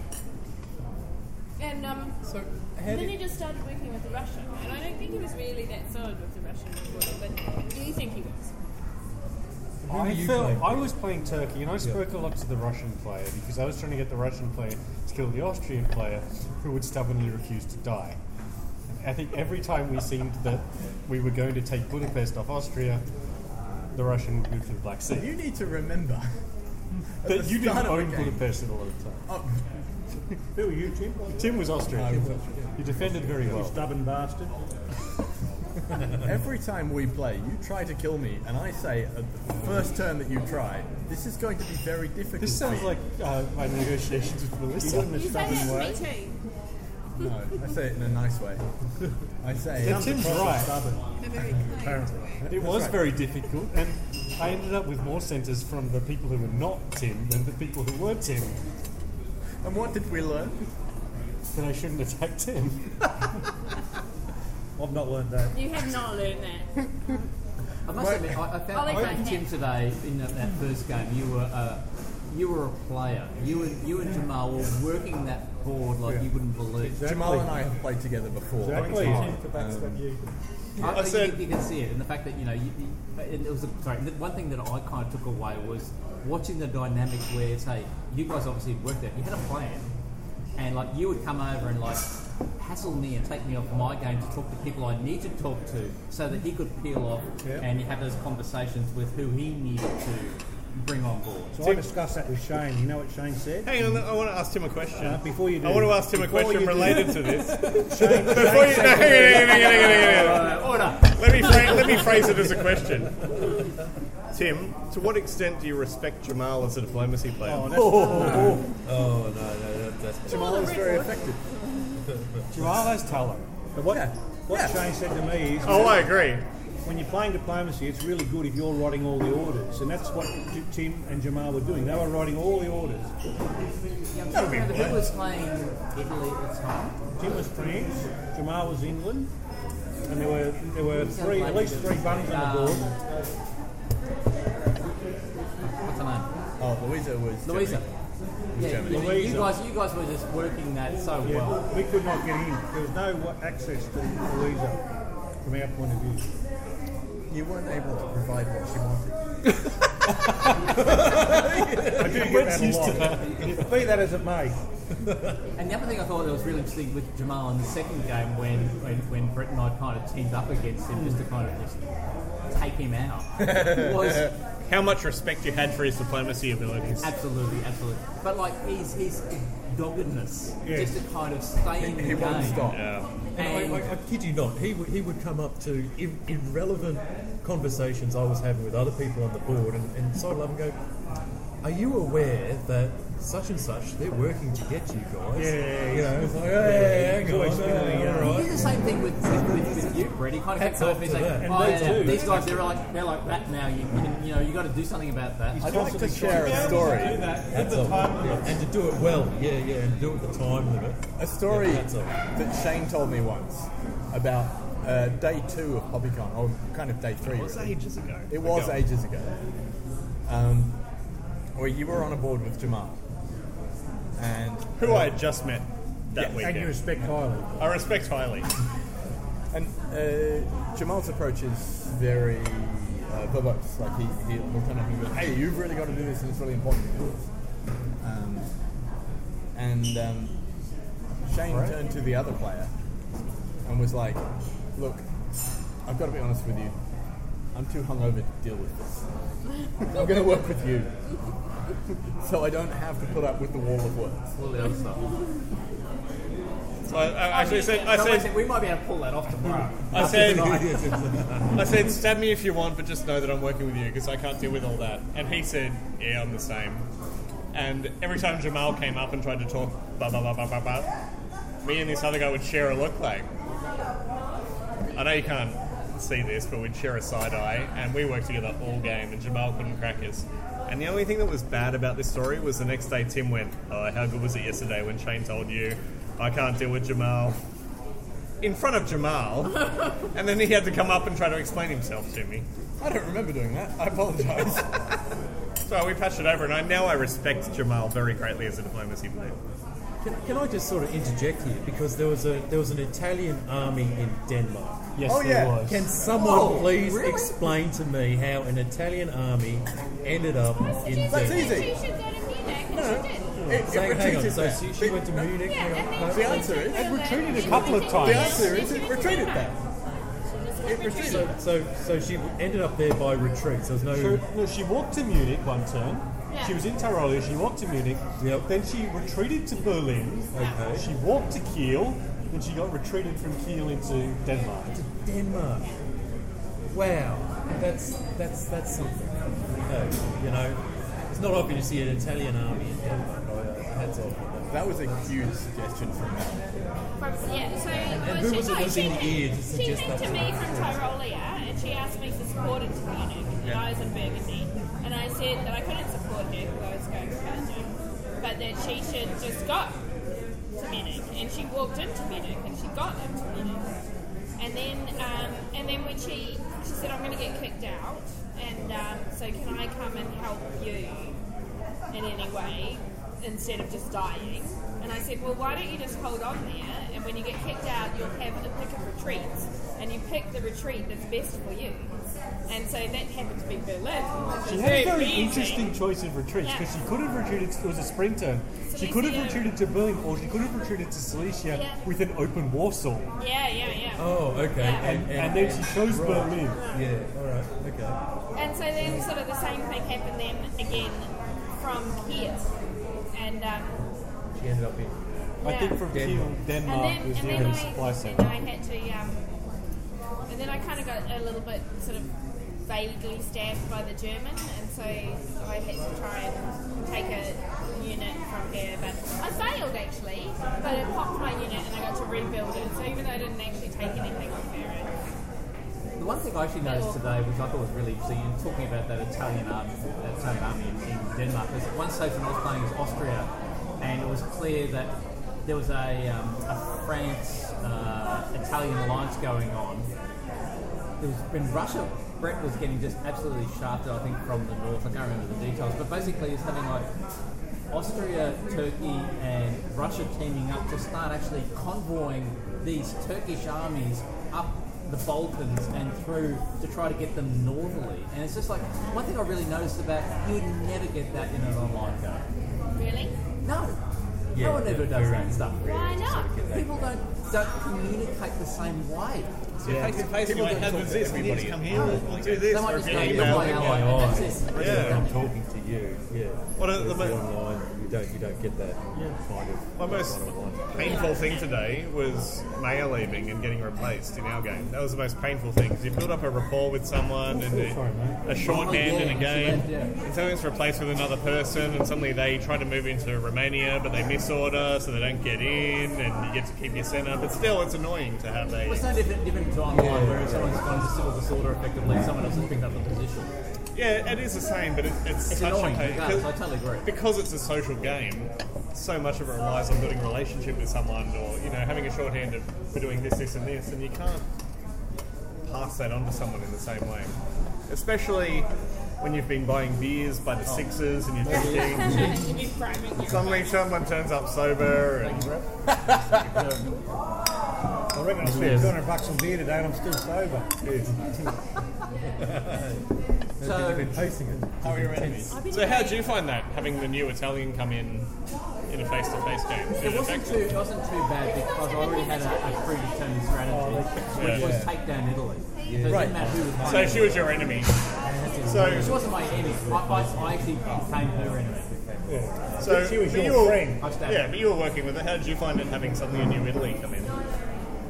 Speaker 7: And um,
Speaker 2: so
Speaker 7: then
Speaker 2: did-
Speaker 7: he just started working with the Russian, and I don't think he was really that solid with the Russian before, but you think he was?
Speaker 18: Who were
Speaker 6: I,
Speaker 18: you
Speaker 6: felt,
Speaker 18: playing?
Speaker 6: I was playing Turkey and I spoke a lot to the Russian player because I was trying to get the Russian player to kill the Austrian player who would stubbornly refuse to die. I think every time we seemed that we were going to take Budapest off Austria, the Russian would move to the Black Sea.
Speaker 2: You need to remember at
Speaker 6: that
Speaker 2: the
Speaker 6: you didn't
Speaker 2: start of the
Speaker 6: own
Speaker 2: game-
Speaker 6: Budapest at all the time.
Speaker 2: Oh.
Speaker 6: Who were you, Tim? Tim was Austrian.
Speaker 2: I was
Speaker 6: You defended very well.
Speaker 19: stubborn bastard.
Speaker 2: Every time we play, you try to kill me, and I say at the first turn that you try, this is going to be very difficult.
Speaker 6: This sounds
Speaker 2: for
Speaker 6: like uh, my negotiations with Melissa.
Speaker 2: You say that to me you. no. I say it in a nice way. I say
Speaker 6: Yeah, Tim's right. Apparently. It
Speaker 2: That's
Speaker 6: was
Speaker 2: right.
Speaker 6: very difficult, and I ended up with more centres from the people who were not Tim than the people who were Tim.
Speaker 2: And what did we learn?
Speaker 6: That I shouldn't attack Tim.
Speaker 19: I've not learned that.
Speaker 7: You have not learned that.
Speaker 9: I must admit, I, I
Speaker 7: I'll
Speaker 9: found
Speaker 7: leave
Speaker 9: I
Speaker 7: my
Speaker 9: found Tim
Speaker 7: hand.
Speaker 9: today in that, that first game. You were a, you were a player. You and you and Jamal were working that board like you wouldn't believe.
Speaker 2: Jamal and I have played together before.
Speaker 9: Exactly.
Speaker 2: Um,
Speaker 9: I,
Speaker 2: I
Speaker 9: think
Speaker 2: said-
Speaker 9: you, you can see it, and the fact that you know, you, you, and it was a, sorry. The one thing that I kind of took away was watching the dynamic where, say, you guys obviously worked out. You had a plan, and like you would come over and like hassle me and take me off my game to talk to people I need to talk to, so that he could peel off
Speaker 19: Yeah.
Speaker 9: and you have those conversations with who he needed to bring on board.
Speaker 19: So I discussed that with Shane. You know what Shane said?
Speaker 20: Hang on, I want to ask Tim a question.
Speaker 19: Uh, before you do,
Speaker 20: I want to ask him a
Speaker 19: Before
Speaker 20: question
Speaker 19: you do-
Speaker 20: related to this.
Speaker 19: Shane-
Speaker 20: Before you, no, hang on,
Speaker 19: Shane-
Speaker 20: hang on, hang on, hang on, hang on.
Speaker 9: Order.
Speaker 20: Let me, phrase, let me phrase it as a question. Tim, to what extent do you respect Jamal as a diplomacy player?
Speaker 6: Oh, that's-
Speaker 18: Oh, no, no, that, that's
Speaker 20: Jamal is very effective.
Speaker 19: Jamal has talent. But what, what Shane said to me is.
Speaker 20: Oh, I agree.
Speaker 19: When you're playing diplomacy, it's really good if you're writing all the orders. And that's what J- Tim and Jamal were doing. They were writing all the orders.
Speaker 9: Yeah, I'm trying to remember who was playing Italy at the time.
Speaker 19: Tim was France, Jamal was England, and there were there were three, at least three bunnies on the board.
Speaker 9: What's her name?
Speaker 2: Oh, Louisa was.
Speaker 9: Louisa.
Speaker 2: Germany.
Speaker 9: Yeah,
Speaker 2: Germany.
Speaker 9: you- You guys, you guys were just working that so
Speaker 19: Yeah,
Speaker 9: well.
Speaker 19: we could not get in. There was no wa- access to Louisa from our point of view.
Speaker 2: You weren't able to provide what she wanted.
Speaker 19: I do get that a lot. Be that as it may,
Speaker 9: and the other thing I thought that was really interesting with Jamal in the second game when, when, when Brett and I kind of teamed up against him just to kind of just take him out was
Speaker 6: Uh, How much respect you had for his diplomacy abilities.
Speaker 9: Absolutely, absolutely. But like he's he's doggedness
Speaker 6: Yes.
Speaker 9: just to kind of stay in the
Speaker 13: He
Speaker 9: game.
Speaker 13: won't stop.
Speaker 9: And
Speaker 13: And I, I, I kid you not, he, would- he would come up to ir- irrelevant conversations I was having with other people on the board and, and sort of and go, Are you aware that such and such, they're working to get you guys?
Speaker 8: Yeah,
Speaker 13: You know,
Speaker 8: he's-
Speaker 13: it's like,
Speaker 8: yeah,
Speaker 13: hey,
Speaker 8: he's
Speaker 13: hang
Speaker 8: always
Speaker 13: on,
Speaker 8: been
Speaker 13: uh,
Speaker 8: the, uh,
Speaker 13: all
Speaker 9: he
Speaker 13: right."
Speaker 9: did the same thing with, with, with you, Brett. He kind of
Speaker 13: Hats
Speaker 9: kept off.
Speaker 13: off
Speaker 9: He's
Speaker 13: to
Speaker 9: like,
Speaker 13: that.
Speaker 9: oh,
Speaker 13: And
Speaker 9: yeah,
Speaker 13: they do.
Speaker 9: these guys, they're like they're like that now. You you, you know, you got to do something about that.
Speaker 13: I'd like to share a story.
Speaker 9: That's all.
Speaker 13: And to do it well, yeah, yeah, and do it with the time limit.
Speaker 11: A story
Speaker 13: Yeah, that's all.
Speaker 11: that Shane told me once about uh, day two of PoppyCon, or Oh, kind of day three.
Speaker 6: It was
Speaker 11: really.
Speaker 6: ages ago.
Speaker 11: It was
Speaker 6: Ago.
Speaker 11: ages ago. Um, where you were on a board with Jamal. And
Speaker 6: Who I had just met that
Speaker 11: Yeah.
Speaker 6: weekend.
Speaker 11: highly.
Speaker 6: I respect highly.
Speaker 11: And uh, Jamal's approach is very uh, verbose. Like he, he will turn up and go, "Hey, you've really got to do this, and it's really important." to do this." Um, and um, Shane
Speaker 6: Right.
Speaker 11: turned to the other player and was like, "Look, I've got to be honest with you. I'm too hungover to deal with this. I'm going to work with you, so I don't have to put up with the wall of words."
Speaker 9: All the other stuff.
Speaker 6: So I, I actually said, I
Speaker 9: Someone
Speaker 6: said,
Speaker 9: we might be able to pull that off tomorrow.
Speaker 6: I said,
Speaker 9: Tonight.
Speaker 6: I said, stab me if you want, but just know that I'm working with you because I can't deal with all that. And he said, yeah, I'm the same. And every time Jamal came up and tried to talk, blah blah blah blah blah blah, me and this other guy would share a look like. I know you can't see this, but we'd share a side eye, and we worked together all game. And Jamal couldn't crack us. And the only thing that was bad about this story was the next day Tim went, "Oh, how good was it yesterday when Shane told you I can't deal with Jamal." in front of Jamal, and then he had to come up and try to explain himself to me.
Speaker 11: I don't remember doing that. I apologise.
Speaker 6: So we patched it over, and I now I respect Jamal very greatly as a diplomacy player.
Speaker 13: Can, can I just sort of interject here because there was a there was an Italian army in Denmark.
Speaker 8: Yes, Oh, there yeah. was.
Speaker 13: Can someone
Speaker 8: Oh,
Speaker 13: please
Speaker 8: really?
Speaker 13: explain to me how an Italian army ended up in Denmark?
Speaker 7: She should go
Speaker 13: So,
Speaker 7: to Munich, and she did.
Speaker 13: hang on, so she, she went to Munich.
Speaker 7: Yeah, and then
Speaker 11: The answer is
Speaker 7: it retreated
Speaker 13: a couple of times.
Speaker 11: The answer is it retreated back. It retreated.
Speaker 13: So, so, so she ended up there by retreat. So there's no.
Speaker 8: So, no, she walked to Munich one turn.
Speaker 13: Yeah.
Speaker 8: She was in Tyrolia. She walked to Munich. Then she retreated to Berlin. Okay. She walked to Kiel. Then she got retreated from Kiel into Denmark.
Speaker 13: To Denmark. Wow, that's that's that's something. No, you know, it's not often you see an Italian army in Denmark. I- I- Hats off.
Speaker 11: That was a huge suggestion from that.
Speaker 7: From- yeah, so
Speaker 13: And
Speaker 7: well,
Speaker 13: who
Speaker 7: she,
Speaker 13: was it
Speaker 7: no,
Speaker 13: that was
Speaker 7: she
Speaker 13: in the
Speaker 7: came-
Speaker 13: ear to
Speaker 7: She
Speaker 13: suggest
Speaker 7: came
Speaker 13: that
Speaker 7: to
Speaker 13: to
Speaker 7: me
Speaker 13: her?
Speaker 7: from Tyrolia and she asked me to support her to Munich, and
Speaker 13: Yeah.
Speaker 7: I was in Burgundy, and I said that I couldn't support her because I was going to Belgium, but that she should just go to Munich, and she walked into Munich and she got into Munich, and then um, and then when she she said I'm going to get kicked out, and um, so can I come and help you? in any way instead of just dying. And I said, well, why don't you just hold on there? And when you get kicked out, you'll have a pick of retreats, and you pick the retreat that's best for you. And so that happened to be Berlin. which
Speaker 8: She
Speaker 7: was
Speaker 8: had a very
Speaker 7: easy.
Speaker 8: interesting choice of retreats because she could have retreated. It was a sprint turn. She could have
Speaker 7: Silesia.
Speaker 8: retreated to Berlin, or she could have retreated to Silesia
Speaker 7: Yeah.
Speaker 8: with an open war song.
Speaker 7: Yeah, yeah, yeah.
Speaker 8: Oh,
Speaker 11: Oh,
Speaker 13: okay.
Speaker 8: And, and then she chose
Speaker 13: right.
Speaker 8: Berlin.
Speaker 13: Yeah, all right, okay.
Speaker 7: And so then, sort of the same thing happened then again from here, and um,
Speaker 13: She ended up in.
Speaker 8: I
Speaker 7: Yeah.
Speaker 8: think from Kiel,
Speaker 13: Denmark.
Speaker 8: Denmark
Speaker 7: and then,
Speaker 8: was
Speaker 7: and
Speaker 8: the
Speaker 7: then
Speaker 8: only supply
Speaker 7: I, and then I
Speaker 8: center.
Speaker 7: had to, um, and then I kind of got a little bit sort of vaguely stabbed by the German, and so I had to try and take a unit from here, but I failed actually, but it popped my unit and I got to rebuild it. So even though I didn't actually take anything off there,
Speaker 9: The one thing I actually noticed today, which I thought was really interesting, in talking about that Italian army, that Italian army in, in Denmark, is at one stage when I was playing as Austria, and it was clear that there was a, um, a France-Italian alliance going on. There was in Russia. Brett was getting just absolutely shafted, I think, from the north. I can't remember the details, but basically, it's something like Austria, Turkey, and Russia teaming up to start actually convoying these Turkish armies up the Balkans and through to try to get them northerly. And it's just like one thing I really noticed about you would never get that in an online game.
Speaker 7: really?
Speaker 9: No.
Speaker 21: Yeah,
Speaker 22: no one ever does
Speaker 21: very-
Speaker 22: that stuff.
Speaker 23: Why not?
Speaker 22: People don't don't communicate the same way.
Speaker 6: Yeah. People
Speaker 22: people
Speaker 6: might
Speaker 22: don't
Speaker 6: have
Speaker 22: talk
Speaker 6: this, everybody
Speaker 22: Yes,
Speaker 6: come here, we'll do
Speaker 22: They
Speaker 6: this,
Speaker 22: might
Speaker 6: we'll
Speaker 22: just
Speaker 6: get
Speaker 22: go,
Speaker 6: an
Speaker 22: "You're
Speaker 6: email."
Speaker 22: my ally,
Speaker 6: Yeah.
Speaker 22: that's it.
Speaker 6: Yeah.
Speaker 2: I'm talking to you. Yeah.
Speaker 6: What are the
Speaker 2: Whereas
Speaker 6: mo-
Speaker 2: online? You don't. You don't get that kind of.
Speaker 6: My most painful thing today was Maya leaving and getting replaced in our game. That was the most painful thing because you build up a rapport with someone and
Speaker 24: feel sorry,
Speaker 6: a,
Speaker 24: mate.
Speaker 6: a shorthand
Speaker 24: Oh, yeah,
Speaker 6: in a
Speaker 24: she
Speaker 6: game,
Speaker 24: left, yeah.
Speaker 6: and someone's replaced with another person, and suddenly they try to move into Romania but they misorder, so they don't get in, and you get to keep your center. But still, it's annoying to have
Speaker 21: Well,
Speaker 6: a
Speaker 21: it's no different, different to online, where if someone's gone to civil disorder effectively, someone else has picked up the position.
Speaker 6: Yeah, it is the same, but it, it's,
Speaker 21: It's
Speaker 6: such
Speaker 21: annoying,
Speaker 6: a pain.
Speaker 21: regardless, I totally agree.
Speaker 6: Because it's a social game, so much of it relies on building a relationship with someone, or you know, having a shorthand of for doing this, this, and this, and you can't pass that on to someone in the same way. Especially when you've been buying beers by the
Speaker 21: Oh.
Speaker 6: sixes and you're drinking. Suddenly, someone turns up sober, and
Speaker 25: I reckon I spent
Speaker 6: Yes.
Speaker 25: 200 bucks on beer today and I'm still sober.
Speaker 6: So-
Speaker 25: You've been tasting it.
Speaker 6: How are your enemies?
Speaker 25: I've been
Speaker 6: So, how'd you find that having the new Italian come in in a face-to-face game? Did
Speaker 21: It wasn't
Speaker 6: affect
Speaker 21: too, it wasn't too bad because I already had a, a predetermined strategy, which
Speaker 6: Oh, Yeah.
Speaker 21: was take down Italy. So it didn't
Speaker 6: Right.
Speaker 21: matter who was my
Speaker 6: So she was your enemy. So-
Speaker 21: she wasn't my enemy. I, I, I actually became her enemy.
Speaker 6: So
Speaker 21: She was
Speaker 6: but
Speaker 21: your
Speaker 6: you were,
Speaker 21: friend. I stabbed
Speaker 6: Yeah,
Speaker 21: her.
Speaker 6: but you were working with it. How did you find it having suddenly a new Italy come in?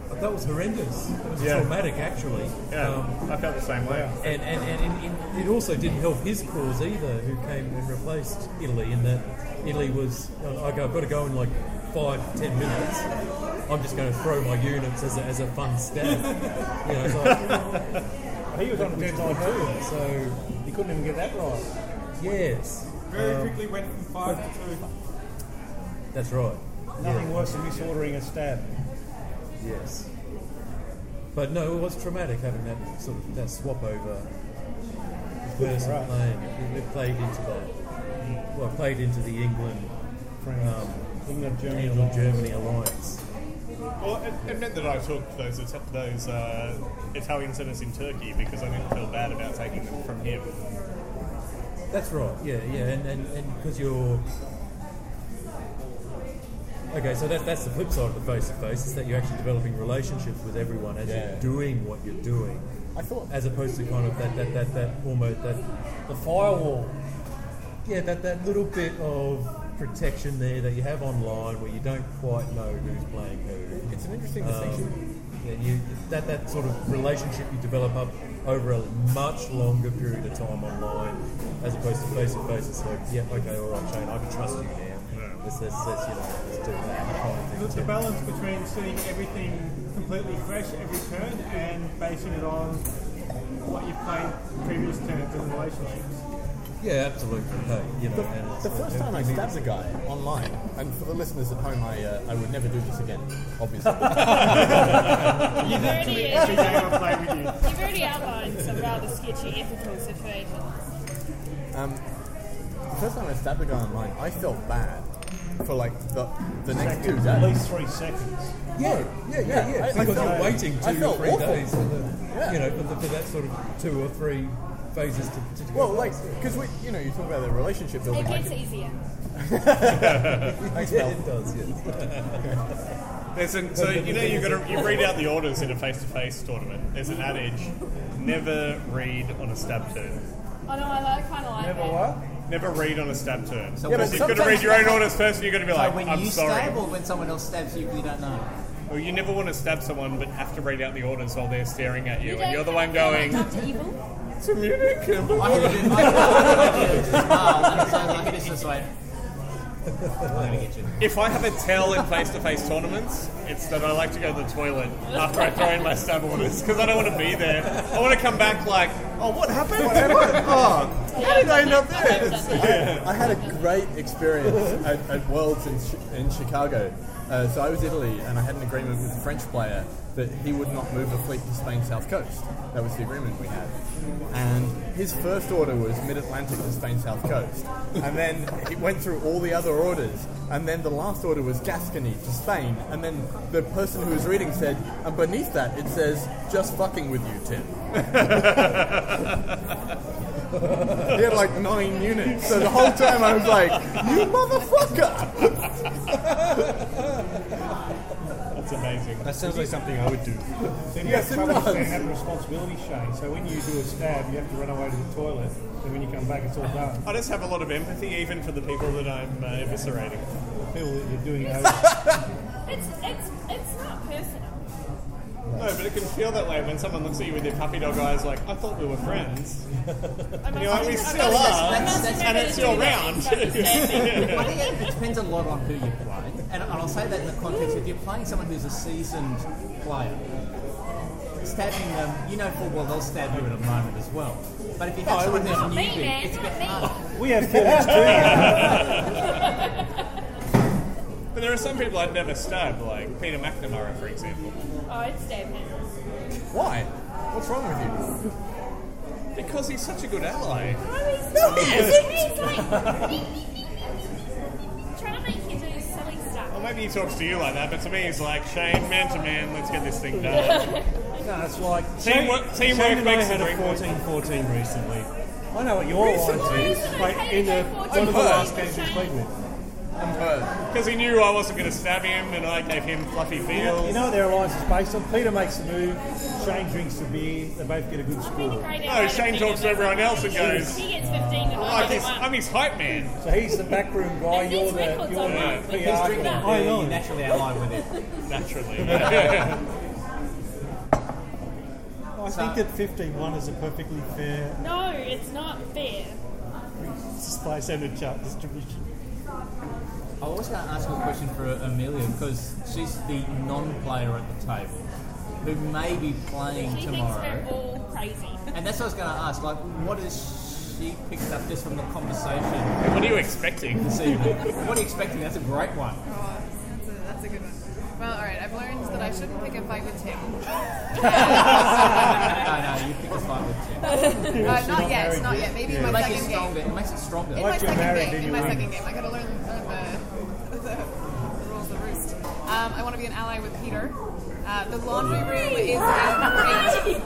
Speaker 2: But that was horrendous. It was
Speaker 6: Yeah.
Speaker 2: traumatic, actually.
Speaker 6: Yeah, I felt the same way.
Speaker 2: And, and, and it, it- it also didn't help his cause either, who came and replaced Italy. In that Italy was, I go, I've got to go in like five, ten minutes. I'm just going to throw my units as a, as a fun stab. you know, it's like,
Speaker 25: He was on a deadline too, so he couldn't even get that right.
Speaker 2: Yes.
Speaker 25: Very
Speaker 2: Um,
Speaker 25: quickly went from five to two.
Speaker 2: That's right.
Speaker 25: Nothing worse than misordering a stab.
Speaker 2: Yes. But no, it was traumatic having that sort of that swap over person
Speaker 25: Right.
Speaker 2: playing. It, it played into that. Well, it played into the England, um,
Speaker 25: France. England, Germany alliance.
Speaker 2: Germany alliance.
Speaker 6: Well, it, it meant that I took those Ita- those uh, Italian centers in Turkey because I didn't feel bad about taking them from him.
Speaker 2: That's right. Yeah, yeah, and and and because you're. Okay, so that, that's the flip side of the face to face is that you're actually developing relationships with everyone as
Speaker 9: Yeah.
Speaker 2: you're doing what you're doing.
Speaker 9: I thought-
Speaker 2: as opposed to kind of that that that, that almost that the firewall. Yeah, that that little bit of protection there that you have online where you don't quite know who's playing who.
Speaker 9: It's an interesting distinction.
Speaker 2: Um, Yeah, you, that that sort of relationship you develop up over a much longer period of time online, as opposed to face to face. It's like, yeah, okay, all right, Shane, I can trust you now. Let's, let's, let's, you know, let's do that kind of thing.
Speaker 26: The, the
Speaker 2: too.
Speaker 26: balance between seeing everything completely fresh every turn and basing it on what you've played previous turns and relationships.
Speaker 2: Yeah, absolutely. Hey, you know,
Speaker 9: The,
Speaker 2: and it's-
Speaker 9: the first
Speaker 2: and-
Speaker 9: time I stabbed a guy online, and for the listeners at home, I, uh, I would never do this again, obviously. you
Speaker 7: You've already, you've already outlined some rather sketchy ethical situations.
Speaker 9: Um, the first time I stabbed a guy online, I felt bad for like the, the next two
Speaker 25: Seconds,
Speaker 9: days.
Speaker 25: at least three seconds.
Speaker 9: Yeah, yeah, yeah, yeah.
Speaker 2: I-
Speaker 9: I
Speaker 2: Because
Speaker 9: felt-
Speaker 2: you're waiting
Speaker 9: I
Speaker 2: two or
Speaker 9: felt
Speaker 2: three
Speaker 9: awful.
Speaker 2: days for the,
Speaker 9: Yeah.
Speaker 2: you know, for, the, for that sort of two or three phases to, to go
Speaker 9: Well, like,
Speaker 2: past.
Speaker 9: because we, you know, you talk about the relationship building.
Speaker 7: It
Speaker 9: like-
Speaker 7: gets easier.
Speaker 9: Thanks,
Speaker 2: Yeah,
Speaker 9: Mel.
Speaker 2: it does, yes.
Speaker 6: There's an, so you know you got to you read out the orders in a face-to-face tournament. There's an adage: never read on a stab turn.
Speaker 7: Oh no, I like, kind of like that.
Speaker 6: Never read on a stab turn.
Speaker 21: So
Speaker 6: So
Speaker 21: when-
Speaker 6: you've got to read your own orders first, and you're going to be
Speaker 21: So
Speaker 6: like,
Speaker 21: when
Speaker 6: "I'm
Speaker 21: you
Speaker 6: sorry."
Speaker 21: stab or when someone else stabs you, you don't know.
Speaker 6: Well, you never want to stab someone, but have to read out the orders while they're staring at you,
Speaker 7: You
Speaker 6: and
Speaker 7: don't
Speaker 6: you're the one
Speaker 7: feel like
Speaker 6: going.
Speaker 7: Dr. Evil?
Speaker 6: It's a Munich.
Speaker 21: I had to do I had to do this. Ah, that sounds like this, this way. Let me get you.
Speaker 6: If I have a tell in face-to-face tournaments, it's that I like to go to the toilet after I throw in my stab orders because I don't want to be there. I want to come back like, oh, what happened? What happened?
Speaker 9: Oh,
Speaker 7: how did I end up there?
Speaker 9: I, I had a great experience at, at Worlds in, Chi- in Chicago. Uh, so I was Italy, and I had an agreement with a French player that he would not move a fleet to Spain's south coast. That was the agreement we had. And his first order was mid-Atlantic to Spain's south coast, and then he went through all the other orders, and then the last order was Gascony to Spain, and then the person who was reading said, and beneath that it says, "Just fucking with you, Tim." He had like nine units. So the whole time I was like, you motherfucker!
Speaker 6: That's amazing.
Speaker 1: That sounds like something I would do.
Speaker 2: Then you
Speaker 1: yes,
Speaker 2: have
Speaker 1: it
Speaker 2: trouble
Speaker 1: does.
Speaker 2: staying under responsibility, Shane. So when you do a stab, you have to run away to the toilet, and when you come back, it's all done.
Speaker 6: I just have a lot of empathy, even for the people that I'm uh, eviscerating.
Speaker 2: People that you're doing
Speaker 7: It's, it's, it's not personal.
Speaker 6: No, but it can feel that way when someone looks at you with their puppy dog eyes, like, I thought we were friends. And you're like, we still are, and it's your round.
Speaker 27: I
Speaker 6: Yeah.
Speaker 27: think it depends a lot on who you're playing, and, and I'll say that in the context if you're playing someone who's a seasoned player, stabbing them, you know full well they'll stab you in a moment as well. But if you have
Speaker 7: Oh, it
Speaker 27: someone
Speaker 7: wouldn't
Speaker 27: who's
Speaker 7: be me,
Speaker 27: newbie,
Speaker 7: man,
Speaker 27: it's a bit
Speaker 7: not me.
Speaker 27: harder.
Speaker 2: We have
Speaker 6: But there are some people I'd never stab, like Peter McNamara, for example.
Speaker 7: Oh, it's damn it.
Speaker 6: Why? What's wrong with you? Because he's such a good ally.
Speaker 7: Oh, No, he's like, trying to make you do silly
Speaker 6: Well,
Speaker 7: stuff.
Speaker 6: maybe he talks to you like that, but to me, he's like, Shane, man to man, let's get this thing done.
Speaker 1: No, it's like
Speaker 6: Teamwork-
Speaker 1: Shane-
Speaker 6: teamwork
Speaker 1: Shane and I
Speaker 6: makes the
Speaker 1: had a
Speaker 6: dream work.
Speaker 1: 14-14 recently. I know what your
Speaker 6: Recently?
Speaker 1: line is.
Speaker 6: Recently?
Speaker 1: Like in the,
Speaker 6: I'm
Speaker 1: one of the
Speaker 6: hurt.
Speaker 1: last games we played with.
Speaker 6: Because he knew I wasn't going to stab him, and I gave him fluffy
Speaker 1: You know,
Speaker 6: feels.
Speaker 1: you know what their alliance is based on? Peter makes the move, Shane drinks the beer, they both get a good score.
Speaker 6: No, Shane talks to everyone else and goes,
Speaker 7: He gets 15 and
Speaker 6: I'm
Speaker 7: Oh, I Oh,
Speaker 6: his,
Speaker 7: get one.
Speaker 6: I'm his hype man.
Speaker 1: So he's the backroom guy, you're the, you're
Speaker 7: records on
Speaker 1: the
Speaker 7: him.
Speaker 1: PR
Speaker 7: He's drinking
Speaker 1: guy.
Speaker 7: beer,
Speaker 1: I know.
Speaker 7: you
Speaker 27: naturally ally with it.
Speaker 6: Naturally.
Speaker 28: I think that 15-1 is a perfectly fair
Speaker 7: No, it's not fair.
Speaker 28: supply center chart distribution.
Speaker 11: I was going to ask a question for Amelia because she's the non-player at the table who may be playing
Speaker 7: She thinks
Speaker 11: tomorrow.
Speaker 7: we're all crazy.
Speaker 11: And that's what I was going to ask. Like, what has she picked up just from the conversation?
Speaker 6: what are you expecting
Speaker 11: this evening? what are you expecting? That's a great one.
Speaker 29: God, that's a, that's a good one. Well, all right, I've learned that I shouldn't pick a fight with Tim.
Speaker 11: no, no, you pick a fight with Tim.
Speaker 29: Uh, not yet, not yet. Maybe in my
Speaker 11: Make it
Speaker 29: second
Speaker 11: stronger.
Speaker 29: game.
Speaker 11: It makes it stronger.
Speaker 29: In my second game, in my second game, I gotta learn, learn the, the rules of the roost. Um, I want to be an ally with Peter. Uh, the laundry room is a great.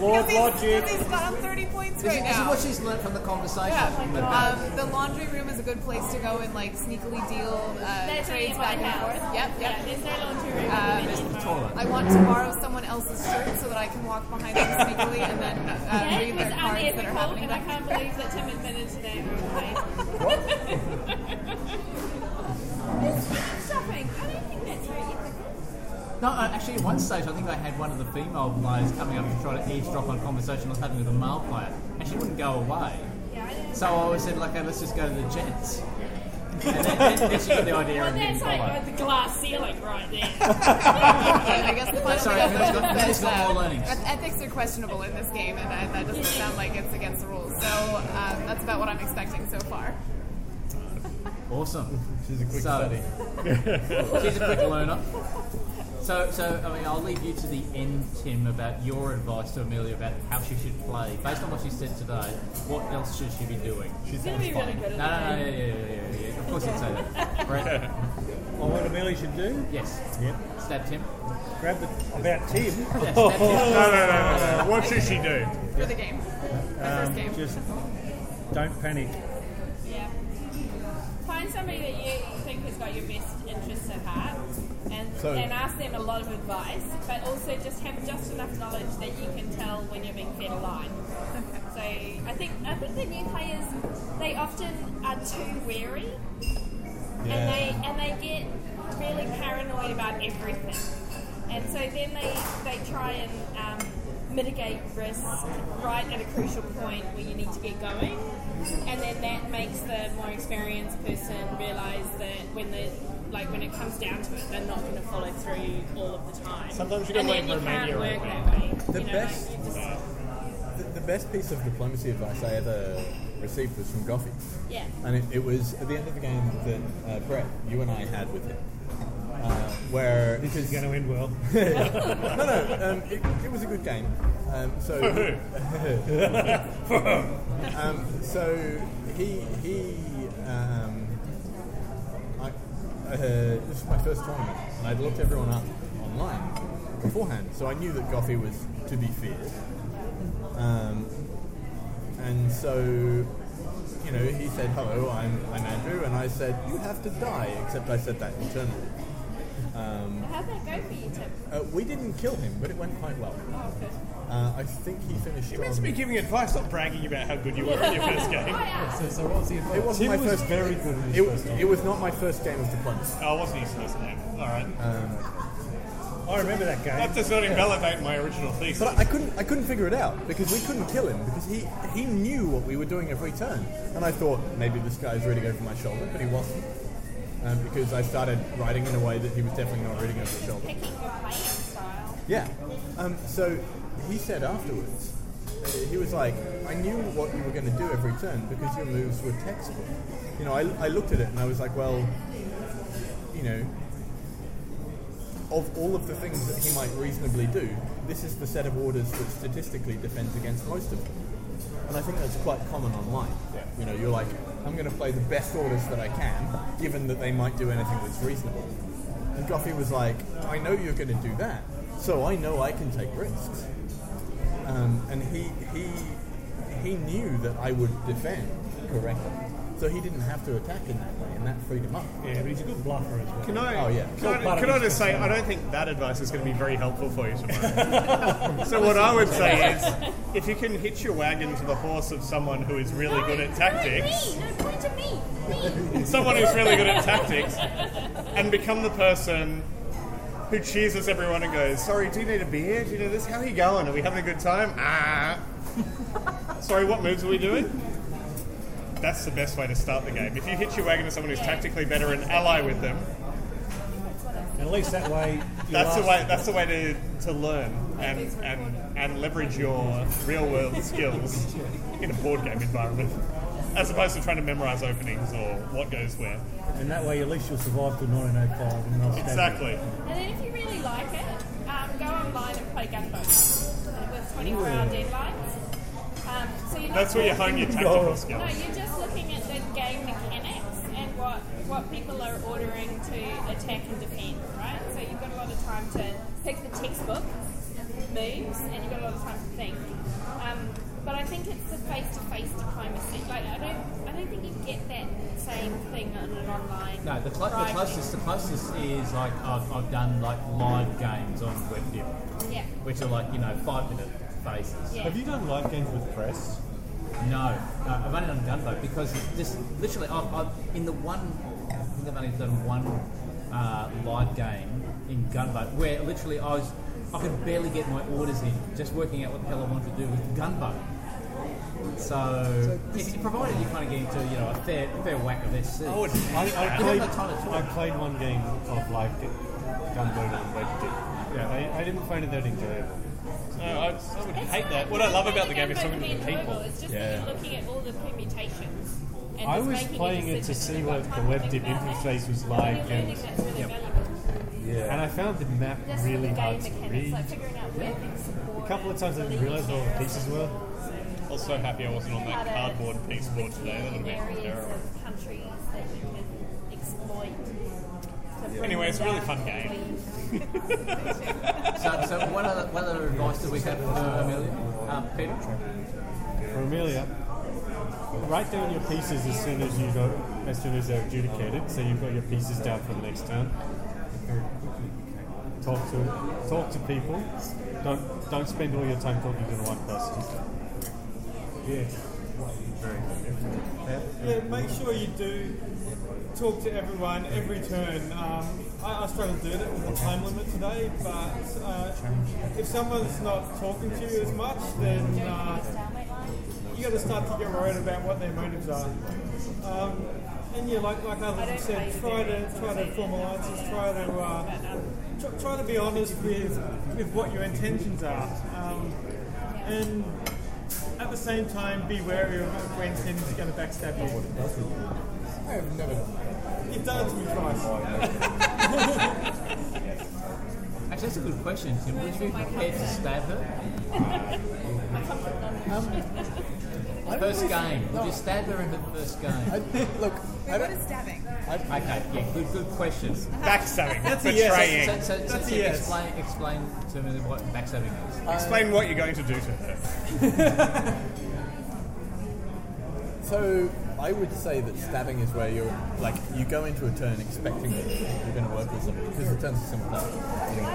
Speaker 1: Lord Logic.
Speaker 29: He's got on 30 points
Speaker 11: This
Speaker 29: right
Speaker 11: is, this is
Speaker 29: now.
Speaker 11: what she's learned from the conversation.
Speaker 7: Oh
Speaker 29: Yeah. Um, the laundry room is a good place to go and like sneakily deal uh,
Speaker 7: That's
Speaker 29: trades
Speaker 7: in
Speaker 29: back and
Speaker 7: my house.
Speaker 29: forth. Yep, yep.
Speaker 7: Yeah, there's no laundry room.
Speaker 29: Um,
Speaker 7: There's
Speaker 11: the toilet.
Speaker 29: I want to borrow someone else's shirt so that I can walk behind them sneakily and then uh,
Speaker 7: yeah,
Speaker 29: read
Speaker 7: it was
Speaker 29: their cards that are
Speaker 7: unethical,
Speaker 29: happening
Speaker 7: and I
Speaker 29: back
Speaker 7: can't believe that Tim admitted to that Shopping. I don't think that's very ethical.
Speaker 11: No, uh, actually, at one stage, I think I had one of the female players coming up to try to eavesdrop on a conversation I was having with a male player, and she wouldn't go away.
Speaker 7: Yeah, I don't
Speaker 11: So I always said, like, hey, let's just go to the gents. And then, then, then she got the idea
Speaker 7: Well,
Speaker 11: and didn't
Speaker 7: that's like
Speaker 11: follow.
Speaker 7: uh, the glass ceiling right there.
Speaker 29: I guess the final
Speaker 11: Sorry,
Speaker 29: thing
Speaker 11: I've
Speaker 29: I'll
Speaker 11: got-
Speaker 29: say
Speaker 11: I've
Speaker 29: is
Speaker 11: got
Speaker 29: that
Speaker 11: more learnings.
Speaker 29: eth- ethics are questionable in this game, and uh, that doesn't sound like it's against the rules. So um, that's about what I'm expecting so far.
Speaker 11: Awesome.
Speaker 9: She's a quick
Speaker 11: so,
Speaker 9: study.
Speaker 11: she's a quick learner. So, so I mean, I'll leave you to the end, Tim, about your advice to Amelia about how she should play. Based on what she said today, what else should she be doing? She's
Speaker 7: gonna be really good at
Speaker 11: No, no, no,
Speaker 7: the
Speaker 11: yeah,
Speaker 7: game.
Speaker 11: yeah, yeah, yeah, yeah. Of course, I'd say that. Brett,
Speaker 2: Well, what Amelia should do?
Speaker 11: Yes.
Speaker 2: Yep.
Speaker 11: stab Tim.
Speaker 2: Grab the about Tim.
Speaker 11: Yes, that's it.
Speaker 6: No, no, no, no, no. What should she do?
Speaker 29: For the game. My first
Speaker 2: Um,
Speaker 29: game.
Speaker 2: Just don't panic.
Speaker 7: Yeah. Find somebody that you think has got your best interests at heart and,
Speaker 2: So-
Speaker 7: and ask them a lot of advice, but also just have just enough knowledge that you can tell when you're being fed a lie. So I think I think the new players they often are too wary and they and they get really paranoid about everything. And so then they they try and um, mitigate risk right at a crucial point where you need to get going, and then that makes the more experienced person realise that when the like when it comes down to it, they're not going to follow through all of the time.
Speaker 6: Sometimes you gotta
Speaker 7: And then
Speaker 6: wait
Speaker 7: you
Speaker 6: for
Speaker 7: can't
Speaker 6: Romania
Speaker 7: work that
Speaker 6: right now.
Speaker 7: way.
Speaker 9: The
Speaker 7: you know,
Speaker 9: best-
Speaker 7: Like, you just,
Speaker 9: The, the best piece of diplomacy advice I ever received was from Goffy.
Speaker 7: Yeah.
Speaker 9: And it, it was at the end of the game that uh, Brett, you and I had with him. Uh, where
Speaker 2: This is going to end well.
Speaker 9: no, no, um, it, it was a good game. Um, so,
Speaker 2: For who?
Speaker 9: um, so he he um, I, uh, this was my first tournament, and I'd looked everyone up online beforehand, so I knew that Goffy was to be feared. Um, and so, you know, he said, hello, I'm, I'm Andrew, and I said, you have to die, except I said that internally. Um,
Speaker 7: How'd that go for you, Tim?
Speaker 9: uh, we didn't kill him, but it went quite well.
Speaker 7: Oh, good.
Speaker 9: Uh, I think he finished.
Speaker 6: You meant to be giving advice, not bragging about how good you were in your first game.
Speaker 29: Oh,
Speaker 9: So, what was the advice? It wasn't
Speaker 6: Tim
Speaker 9: my
Speaker 6: was
Speaker 9: first
Speaker 6: very good at his
Speaker 9: it,
Speaker 6: first game.
Speaker 9: it was not my first game of diplomacy.
Speaker 6: Oh, it wasn't his first game. All right.
Speaker 9: I remember that game.
Speaker 6: Um, That does not invalidate my original thesis.
Speaker 9: But I, I couldn't. I couldn't figure it out because we couldn't kill him because he he knew what we were doing every turn. And I thought maybe this guy's reading over my shoulder, but he wasn't. Um, because I started writing in a way that he was definitely not reading over his shoulder.
Speaker 7: Picking your playing style.
Speaker 9: Yeah. Um, so he said afterwards, uh, he was like, I knew what you were going to do every turn because your moves were textbook. You know, I, I looked at it and I was like, well, you know, of all of the things that he might reasonably do, this is the set of orders that statistically defends against most of them. And I think that's quite common online. You know, you're like, I'm going to play the best orders that I can, given that they might do anything that's reasonable. And Goffey was like, I know you're going to do that, so I know I can take risks. Um, and he, he, he knew that I would defend correctly. So he didn't have to attack in that way, and that freed him up.
Speaker 30: Yeah, but he's a good bluffer as well.
Speaker 6: Can I?
Speaker 9: Oh, yeah.
Speaker 6: Can I, can I just say I don't think that advice is going to be very helpful for you tomorrow. so what I would say is, if you can hitch your wagon to the horse of someone who is really good at tactics,
Speaker 7: No, me. No, point to me. Me.
Speaker 6: someone who's really good at tactics, and become the person who cheers everyone and goes, "Sorry, do you need a beer? Do you need this? How are you going? Are we having a good time? Ah, sorry, what moves are we doing?" That's the best way to start the game. If you hit your wagon to someone who's tactically better and ally with them,
Speaker 30: At least that way. you
Speaker 6: that's the
Speaker 30: last-
Speaker 6: way. That's the way to, to learn and, and and leverage your real world skills in a board game environment, as opposed to trying to memorize openings or what goes where.
Speaker 30: And that way, at least you'll survive till 1905. And they'll stab you.
Speaker 6: Exactly.
Speaker 7: And then if you really like it, um, go online and play Gunboat with 24 hour
Speaker 6: Ooh.
Speaker 7: deadlines. Um, so you're not
Speaker 6: That's where you hone your tactical
Speaker 7: no.
Speaker 6: skills.
Speaker 7: No, you're just looking at the game mechanics and what, what people are ordering to attack and defend, right? So you've got a lot of time to pick the textbook moves and you've got a lot of time to think. Um, but I think it's the face to face diplomacy. Like I don't I don't think you get that same thing on an online
Speaker 1: No, the, clo- the
Speaker 7: variety.
Speaker 1: closest the closest is like I've, I've done like live games on WebDiv,
Speaker 7: Yeah.
Speaker 1: which are like you know five minute faces.
Speaker 7: Yeah. Have you
Speaker 1: done live games with press? No, no I've only done Gunboat because it's just literally I've, I've in the one I think I've only done one uh, live game in Gunboat where literally I was I could barely get my orders in just working out what the hell I wanted to do with Gunboat. So, if, provided you kind of get into you know a fair fair whack of SC,
Speaker 2: I, would, I, I,
Speaker 1: You
Speaker 2: played,
Speaker 1: have the time to talk.
Speaker 2: I played one game of like Gunboat on Red Dead. Yeah, I, I didn't find it that enjoyable.
Speaker 6: No, I, I would hate that. What I love about the game is talking to the
Speaker 7: enjoyable.
Speaker 6: people.
Speaker 7: It's just
Speaker 2: Yeah.
Speaker 7: that you're looking at all the permutations. And
Speaker 2: I
Speaker 7: just
Speaker 2: was
Speaker 7: making a
Speaker 2: playing it to
Speaker 7: decision
Speaker 2: see
Speaker 7: about
Speaker 2: what the
Speaker 7: time
Speaker 2: web
Speaker 7: to
Speaker 2: dip
Speaker 7: think about it.
Speaker 2: interface was
Speaker 7: You're
Speaker 2: like,
Speaker 7: learning
Speaker 2: and
Speaker 7: that's really valuable.
Speaker 2: yeah. and I found the map
Speaker 7: That's the
Speaker 2: really
Speaker 7: game
Speaker 2: hard to
Speaker 7: mechanics,
Speaker 2: read.
Speaker 7: like figuring out where things
Speaker 2: A
Speaker 7: support.
Speaker 2: couple of times I didn't realize what all the pieces were.
Speaker 6: Also happy I wasn't on that cardboard piece board today. That would have been
Speaker 7: areas
Speaker 6: terrible.
Speaker 7: of countries that you can exploit. to bring
Speaker 6: Anyway, it's a really
Speaker 7: down
Speaker 6: fun game.
Speaker 1: so, so what other, what other advice do we have for Amelia? Um, Peter?
Speaker 2: For Amelia, write down your pieces as soon as you go, as soon as they're adjudicated, so you've got your pieces down for the next turn. Talk to talk to people. Don't don't spend all your time talking to the one person. Yeah. Very
Speaker 31: Yeah, make sure you do talk to everyone every turn. Um, I, I struggled to do that with the time limit today, but uh, if someone's not talking to you as much, then uh, you got to start to get worried about what their motives are. Um, and yeah, like like others have said, try to try to form alliances, try to uh, tr- try to be honest with with what your intentions are, um, and at the same time, be wary of when Tim's going to backstab you. I have never. You've done it to me twice.
Speaker 1: Actually, that's a good question, Tim. Would you be prepared to stab her? first game. Would you stab her in the first game?
Speaker 9: look,
Speaker 32: Wait, what is stabbing?
Speaker 1: okay, yeah, good, good question.
Speaker 6: Backstabbing, That's a yes. betraying.
Speaker 1: So, so, so,
Speaker 6: That's a
Speaker 1: so
Speaker 6: yes.
Speaker 1: explain, explain to me what backstabbing is.
Speaker 6: Explain what you're going to do to her.
Speaker 9: So I would say that stabbing is where you're like you go into a turn expecting that you're going to work with somebody because the turns are simultaneous. You know.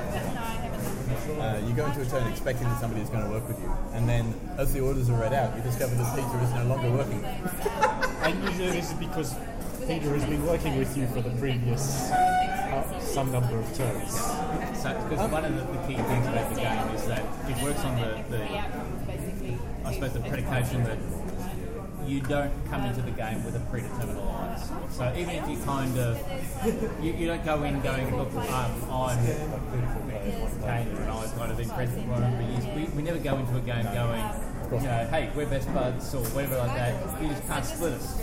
Speaker 9: Uh, you go into a turn expecting that somebody is going to work with you, and then as the orders are read out, you discover that Peter is no longer working.
Speaker 33: And you know this is because Peter has been working with you for the previous uh, some number of turns.
Speaker 7: So, because one of the, the key things about the game is that it works on the, the I suppose the predication that you don't come into the game with a predetermined alliance. So even if you kind of you, you don't go in going, look, um, I'm Kane and I've kind of been friends for over years. We, we never go into a game going, you know, hey, we're best buds or whatever like that. You just can't split us.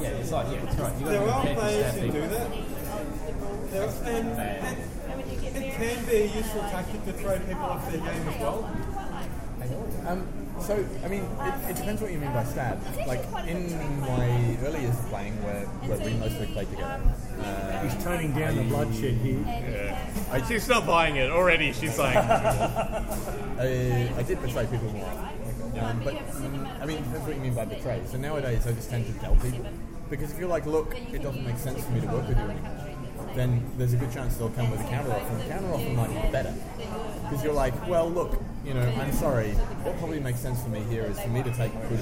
Speaker 7: Yeah, it's like yeah, that's right. You
Speaker 34: There
Speaker 7: got
Speaker 34: are
Speaker 7: to be
Speaker 34: players who
Speaker 7: prepared
Speaker 34: do
Speaker 7: to
Speaker 34: that. There, and, and it can be a useful tactic to throw people off their game as well.
Speaker 9: Um, so, I mean, it, it depends what you mean by stab. Like, in my early years of playing, where, where we mostly played together. Uh,
Speaker 35: He's toning down the bloodshed here.
Speaker 9: Yeah.
Speaker 6: She's not buying it already. She's like,
Speaker 9: Uh, I, I did betray people more. Um, but, mm, I mean, that's what you mean by betray. So nowadays, I just tend to tell people. Because if you're like, look, it doesn't make sense for me to work with you anymore, then there's a good chance they'll come with a counter offer, and a counter offer might be better. Because you're like, well, look, you know, I'm sorry, what probably makes sense for me here is for me to take good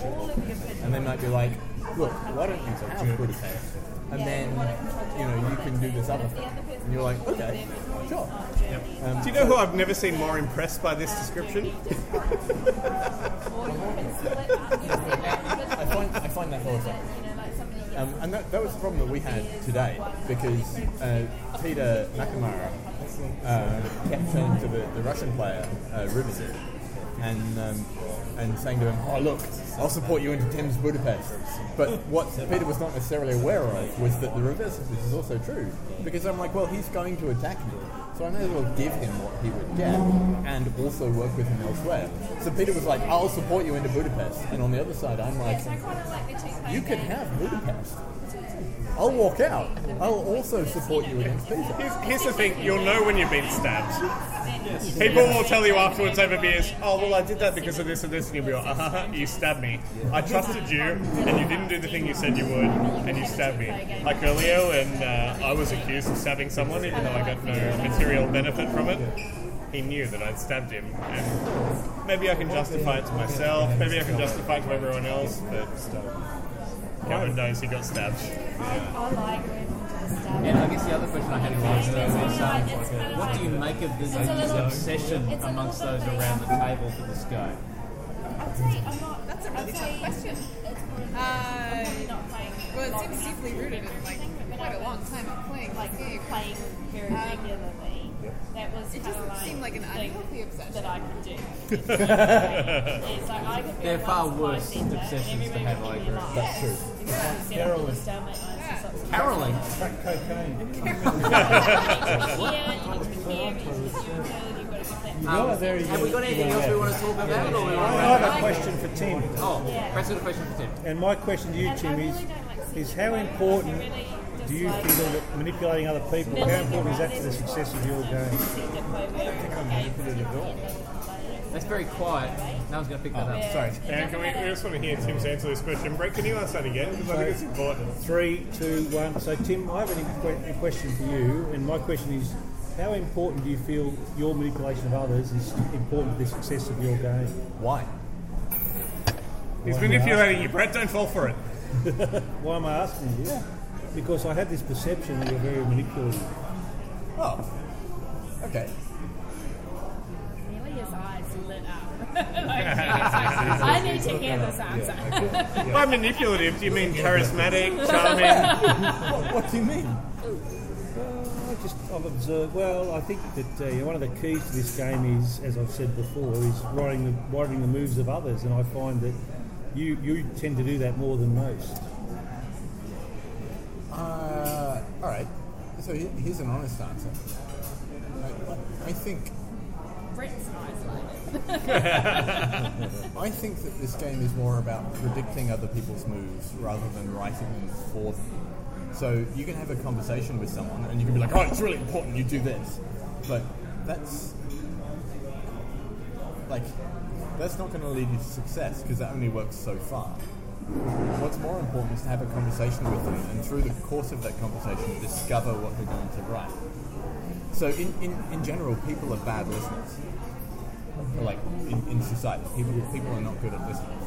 Speaker 9: And they might be like, look, why don't you take good And then, you know, you can do this other thing. And you're like, okay, sure. Um,
Speaker 6: do you know who I've never seen more impressed by this description?
Speaker 9: I find, I find that all the time. Um, and that, that was the problem that we had today because uh, Peter Nakamura uh, kept turning to the, the Russian player, uh, Rubizic, and, um, and saying to him, Oh, look, I'll support you into Thames Budapest. But what Peter was not necessarily aware of was that the reverse of this is also true because I'm like, Well, he's going to attack me. So I may as well give him what he would get and also work with him elsewhere. So Peter was like, I'll support you into Budapest. And on the other side, I'm like, you can have Budapest. I'll walk out. I'll also support you against Peter.
Speaker 6: Here's, here's the thing: you'll know when you've been stabbed. People will tell you afterwards over beers, "Oh, well, I did that because of this and this," and you'll be like, "Ah, you stabbed me. I trusted you, and you didn't do the thing you said you would, and you stabbed me." Like earlier, when uh, I was accused of stabbing someone, even though I got no material benefit from it. He knew that I'd stabbed him, and maybe I can justify it to myself. Maybe I can justify it to everyone else. But Cameron knows he got stabbed.
Speaker 7: And I guess the other question I had was, uh, was um, what do you make of the, the obsession amongst those around the table for this game?
Speaker 1: That's a really tough question. Uh, well, it seems deeply rooted in like quite a long time of playing like game.
Speaker 36: playing very regularly. That was
Speaker 1: It
Speaker 36: kinda
Speaker 1: doesn't seem like an
Speaker 36: thing
Speaker 1: unhealthy obsession.
Speaker 36: that I could do.
Speaker 7: They're
Speaker 36: It's like I could be a
Speaker 7: far
Speaker 36: class
Speaker 7: worse
Speaker 36: five center,
Speaker 7: obsessions to
Speaker 36: everyone
Speaker 7: have,
Speaker 36: would
Speaker 7: I
Speaker 36: be
Speaker 7: agree.
Speaker 36: like,
Speaker 7: That's true.
Speaker 36: "Yes, you know, sit up in the
Speaker 7: Caroling.
Speaker 36: stomach, I was just like-
Speaker 7: Caroling.
Speaker 37: Crack cocaine.
Speaker 7: Um, have we got anything else we want to talk about? Or we want to
Speaker 37: I have a question for Tim.
Speaker 7: Oh, press it a question for Tim.
Speaker 37: And my question to you, Tim, is, is how important do you feel that manipulating other people, how important is that to the success of your game?
Speaker 7: That's very quiet. No one's going to pick that up.
Speaker 6: Sorry. Aaron, can we, we just want to hear Tim's answer to this question. Brett, can you ask that again? Because I think it's important.
Speaker 37: Three, two, one. So, Tim, I have a, que- a question for you, and my question is, how important do you feel your manipulation of others is important to the success of your game?
Speaker 9: Why?
Speaker 6: He's manipulating you, Brett. Don't fall for it.
Speaker 37: Why am I asking you? Because I had this perception that you're very manipulative.
Speaker 9: Oh, okay.
Speaker 38: Amelia's eyes lit up. Like, she was like, I need to hear this answer.
Speaker 6: By manipulative, do you mean charismatic, charming?
Speaker 9: what, what do you mean?
Speaker 37: I just I've observed. Well, I think that uh, one of the keys to this game is, as I've said before, is writing the writing the moves of others, and I find that you you tend to do that more than most.
Speaker 9: Uh, all right. So he- here's an honest answer. I, I think
Speaker 38: Brent's eyes lighted.
Speaker 9: I think that this game is more about predicting other people's moves rather than writing them for them. So you can have a conversation with someone and you can be like, oh, it's really important you do this. But that's. Like, that's not going to lead you to success because that only works so far. What's more important is to have a conversation with them and through the course of that conversation discover what they're going to write. So, in, in, in general, people are bad listeners. Like, in, in society, people, people are not good at listening.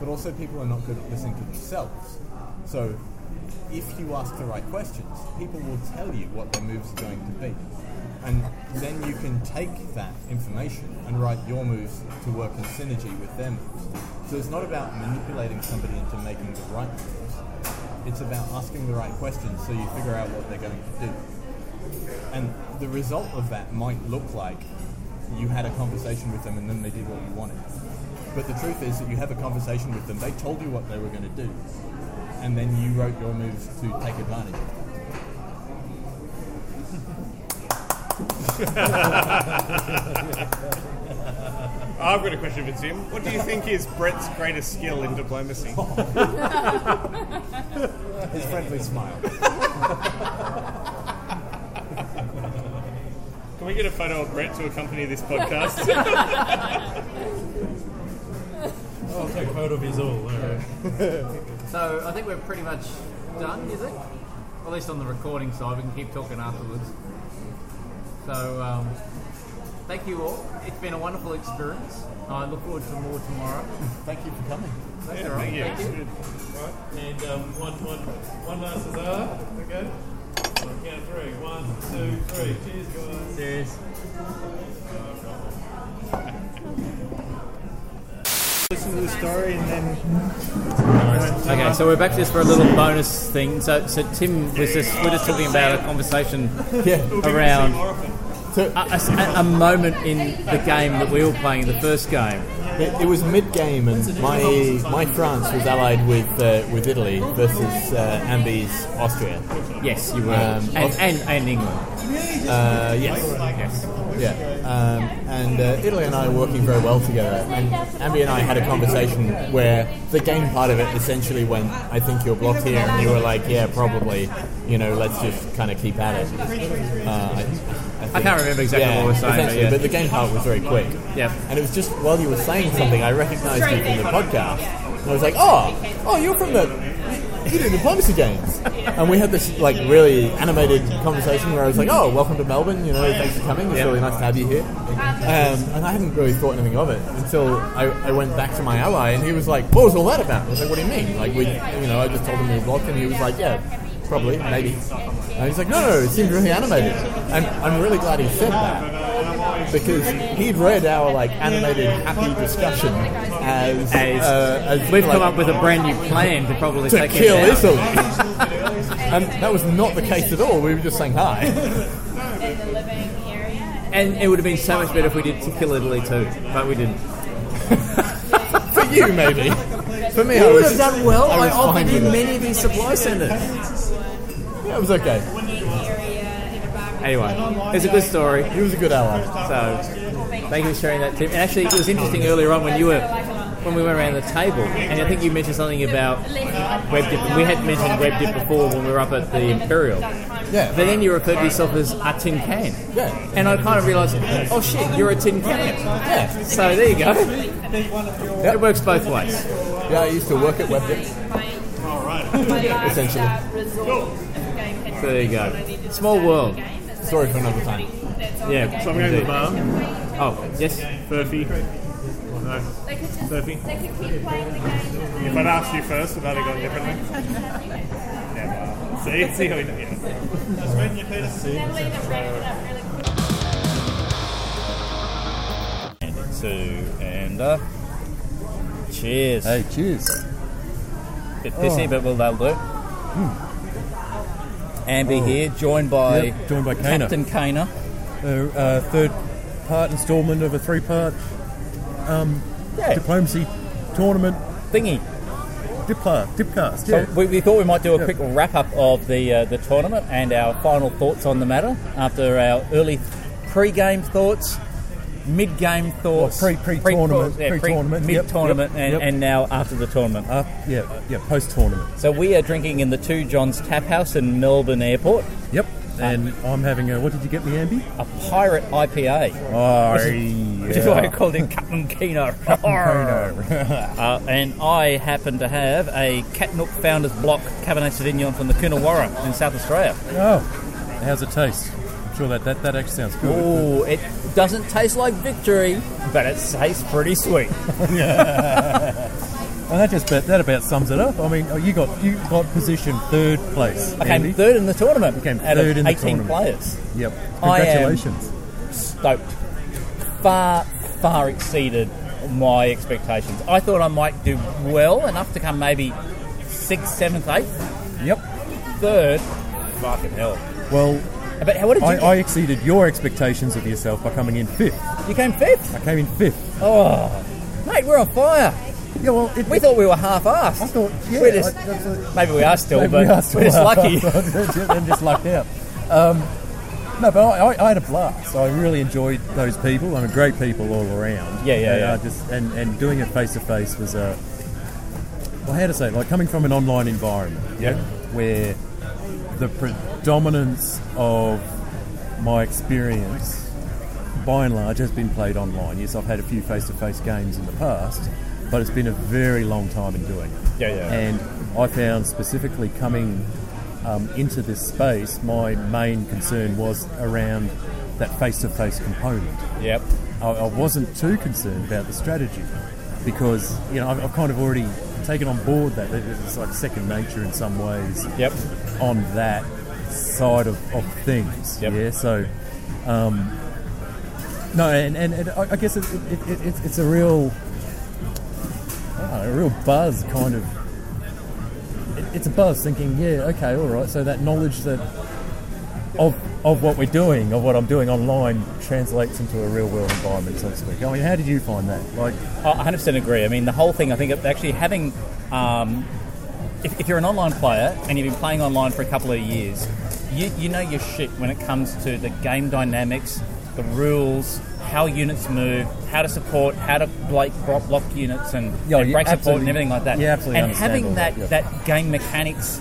Speaker 9: But also, people are not good at listening to themselves. So, if you ask the right questions, people will tell you what their moves are going to be. And then you can take that information and write your moves to work in synergy with their moves. So it's not about manipulating somebody into making the right moves. It's about asking the right questions so you figure out what they're going to do. And the result of that might look like you had a conversation with them and then they did what you wanted. But the truth is that you have a conversation with them, they told you what they were going to do, and then you wrote your moves to take advantage of that.
Speaker 6: I've got a question for Tim. What do you think is Brett's greatest skill in diplomacy?
Speaker 9: His friendly smile.
Speaker 6: Can we get a photo of Brett to accompany this podcast?
Speaker 39: I'll take a photo of his all. all right.
Speaker 11: So I think we're pretty much done, is it? At least on the recording side, we can keep talking afterwards. So um, thank you all. It's been a wonderful experience. I look forward to more tomorrow.
Speaker 9: thank you for coming.
Speaker 11: That's
Speaker 39: Yeah,
Speaker 11: all right.
Speaker 39: thank you. It's
Speaker 11: Thank you.
Speaker 39: Right, and um, one, one, one last huzzah. Okay. I'll count three. One, two, three. Cheers, guys.
Speaker 11: Cheers.
Speaker 40: Listen to the story and then.
Speaker 1: Okay, so we're back just for a little bonus thing. So, so Tim was just we're just talking about a conversation
Speaker 40: Yeah. It'll be
Speaker 1: around
Speaker 40: more
Speaker 1: a, a- a moment in the game that we were playing in the first game.
Speaker 9: It, it was mid-game, and my my France was allied with uh, with Italy versus uh, Ambi's Austria.
Speaker 1: Yes, you were,
Speaker 9: Um,
Speaker 1: and,
Speaker 9: Aus-
Speaker 1: and and England.
Speaker 9: Uh, yes.
Speaker 1: Yes.
Speaker 9: Yeah. Um, and uh, Italy and I are working very well together. And Ambi and I had a conversation where the game part of it essentially went, I think you're blocked here. And you were like, yeah, probably. You know, let's just kind of keep at it. Uh, I,
Speaker 1: I can't remember exactly
Speaker 9: Yeah,
Speaker 1: what we were saying, but
Speaker 9: essentially,
Speaker 1: yeah.
Speaker 9: the game part was very quick.
Speaker 1: Yeah.
Speaker 9: And it was just while you were saying something, I recognized you from the podcast. And I was like, oh, oh, you're from the. You do diplomacy games, and we had this like really animated conversation where I was like, "Oh, welcome to Melbourne. You know, thanks for coming. It's really nice to have you here." Um, and I hadn't really thought anything of it until I, I went back to my ally, and he was like, "What was all that about?" I was like, "What do you mean? Like, we, you know, I just told him we were blocked, and he was like, "Yeah, probably, maybe." And he's like, "No, no, it seemed really animated." And I'm really glad he said that because he'd read our like animated happy discussion as
Speaker 1: As-
Speaker 9: uh, as
Speaker 1: we've
Speaker 9: like,
Speaker 1: come up with a brand new plan to probably
Speaker 9: to
Speaker 1: take him
Speaker 9: kill
Speaker 1: down.
Speaker 9: Italy. and that was not the case at all. We were just saying hi.
Speaker 7: in the living area.
Speaker 1: And it would have been so much better if we did to kill Italy too, but we didn't.
Speaker 9: For you, maybe. For me,
Speaker 1: You
Speaker 9: I
Speaker 1: would
Speaker 9: was,
Speaker 1: have done well. I
Speaker 9: was
Speaker 1: offered
Speaker 9: fine
Speaker 1: you
Speaker 9: with it.
Speaker 1: many of these supply centres.
Speaker 9: Yeah, it was okay.
Speaker 1: Anyway, it's a good story.
Speaker 9: He was a good ally.
Speaker 1: So, thank you for sharing that, Tim. And actually, it was interesting earlier on when you were when we went around the table, and I think you mentioned something about WebDip. We had mentioned WebDip before when we were up at the Imperial.
Speaker 9: Yeah.
Speaker 1: But then you referred to yourself as a tin can.
Speaker 9: Yeah.
Speaker 1: And I kind of realised, oh shit, you're a tin can. Yeah. So there you go. It works both ways.
Speaker 9: Yeah, I used to work at WebDip.
Speaker 6: All
Speaker 9: right. Essentially.
Speaker 1: There you go. Small world.
Speaker 9: Story for another time.
Speaker 1: Yeah.
Speaker 6: So I'm going to the
Speaker 1: indeed.
Speaker 6: bar.
Speaker 1: Oh, yes.
Speaker 6: Furphy. No. Furphy.
Speaker 7: They could keep playing the game.
Speaker 6: If I'd asked you first, would that have gone differently? Yeah, well, See, see how we do it. That's when you pay
Speaker 7: Natalie, that wrapped it up really quick.
Speaker 1: And a two and a cheers.
Speaker 2: Hey, cheers.
Speaker 1: Bit pissy,
Speaker 2: Oh. Hmm.
Speaker 1: but will they'll do. Ambi
Speaker 2: Oh.
Speaker 1: here, joined by
Speaker 2: Yep, joined by Kana.
Speaker 1: Captain Kana.
Speaker 2: The uh, third part installment of a three part um,
Speaker 1: Yeah.
Speaker 2: diplomacy tournament
Speaker 1: thingy.
Speaker 2: Dipla, dipcast.
Speaker 1: So
Speaker 2: Yeah.
Speaker 1: we, we thought we might do a
Speaker 2: Yeah.
Speaker 1: quick wrap up of the uh, the tournament and our final thoughts on the matter after our early pre-game thoughts, mid-game thoughts,
Speaker 2: Well, pre- pre-tournament,
Speaker 1: pre- yeah, pre-
Speaker 2: pre-tournament, yep,
Speaker 1: mid-tournament,
Speaker 2: yep,
Speaker 1: and,
Speaker 2: yep.
Speaker 1: and now after the tournament.
Speaker 2: yeah, yeah, post tournament.
Speaker 1: So we are drinking in the Two Johns Tap House in Melbourne Airport.
Speaker 2: Yep. And I'm having a. What did you get me, Ambi?
Speaker 1: A pirate IPA.
Speaker 2: Oh,
Speaker 1: which is, which is why I
Speaker 2: yeah.
Speaker 1: called it Captain Keno. uh, and I happen to have a Catnook Founders Block Cabernet Sauvignon from the Coonawarra in South Australia.
Speaker 2: Oh, how's it taste? I'm sure that, that, that actually sounds good.
Speaker 1: Oh, it doesn't taste like victory, but it tastes pretty sweet.
Speaker 2: Well, that just about, that about sums it up. I mean, oh, you got you got position third place.
Speaker 1: I came
Speaker 2: Andy.
Speaker 1: third in the tournament.
Speaker 2: You came
Speaker 1: out
Speaker 2: third
Speaker 1: of
Speaker 2: in the
Speaker 1: 18
Speaker 2: tournament.
Speaker 1: players.
Speaker 2: Yep.
Speaker 1: I am
Speaker 2: Congratulations.
Speaker 1: stoked. Far, far exceeded my expectations. I thought I might do well enough to come maybe sixth, seventh, eighth.
Speaker 2: Yep.
Speaker 1: Third. Fucking hell.
Speaker 2: Well,
Speaker 1: But how- what did you
Speaker 2: I,
Speaker 1: get?
Speaker 2: I exceeded your expectations of yourself by coming in fifth.
Speaker 1: You came fifth.
Speaker 2: I came in fifth.
Speaker 1: Oh, mate, we're on fire.
Speaker 2: Yeah, well,
Speaker 1: we thought we were half-assed. I thought,
Speaker 2: yeah,
Speaker 1: we're just,
Speaker 2: I- that's a-
Speaker 1: maybe we are still,
Speaker 2: Maybe
Speaker 1: but
Speaker 2: we are still
Speaker 1: we're just
Speaker 2: are.
Speaker 1: lucky.
Speaker 2: I'm just lucked out. Um, no, but I, I, I had a blast. I really enjoyed those people. I mean, great people all around.
Speaker 1: Yeah, yeah,
Speaker 2: They
Speaker 1: yeah.
Speaker 2: are Just, and, and doing it face to face was a. Well, how to say, like coming from an online environment,
Speaker 1: Yeah.
Speaker 2: where the predominance of my experience, by and large, has been played online. Yes, I've had a few face-to-face games in the past, but it's been a very long time in doing it.
Speaker 1: Yeah, yeah.
Speaker 2: And I found specifically coming um, into this space, my main concern was around that face-to-face component.
Speaker 1: Yep.
Speaker 2: I, I wasn't too concerned about the strategy because you know I've, I've kind of already taken on board that that it's like second nature in some ways.
Speaker 1: Yep.
Speaker 2: On that side of, of things. Yeah. So, um, no, and, and, and I I guess it, it, it, it's it's a real, I don't know, a real buzz kind of. it- It's a buzz thinking, yeah, okay, all right. So that knowledge that of of what we're doing, of what I'm doing online, translates into a real world environment, so to speak. I mean, how did you find that? Like,
Speaker 1: I 100% agree. I mean, the whole thing, I think, actually having, um, if, if you're an online player and you've been playing online for a couple of years, you, you know your shit when it comes to the game dynamics, the rules, how units move, how to support, how to like block, block units and,
Speaker 2: Yeah,
Speaker 1: and
Speaker 2: you
Speaker 1: break support
Speaker 2: absolutely-
Speaker 1: and everything like that.
Speaker 2: you absolutely
Speaker 1: and
Speaker 2: understand all
Speaker 1: having
Speaker 2: that,
Speaker 1: that,
Speaker 2: yeah.
Speaker 1: that game mechanics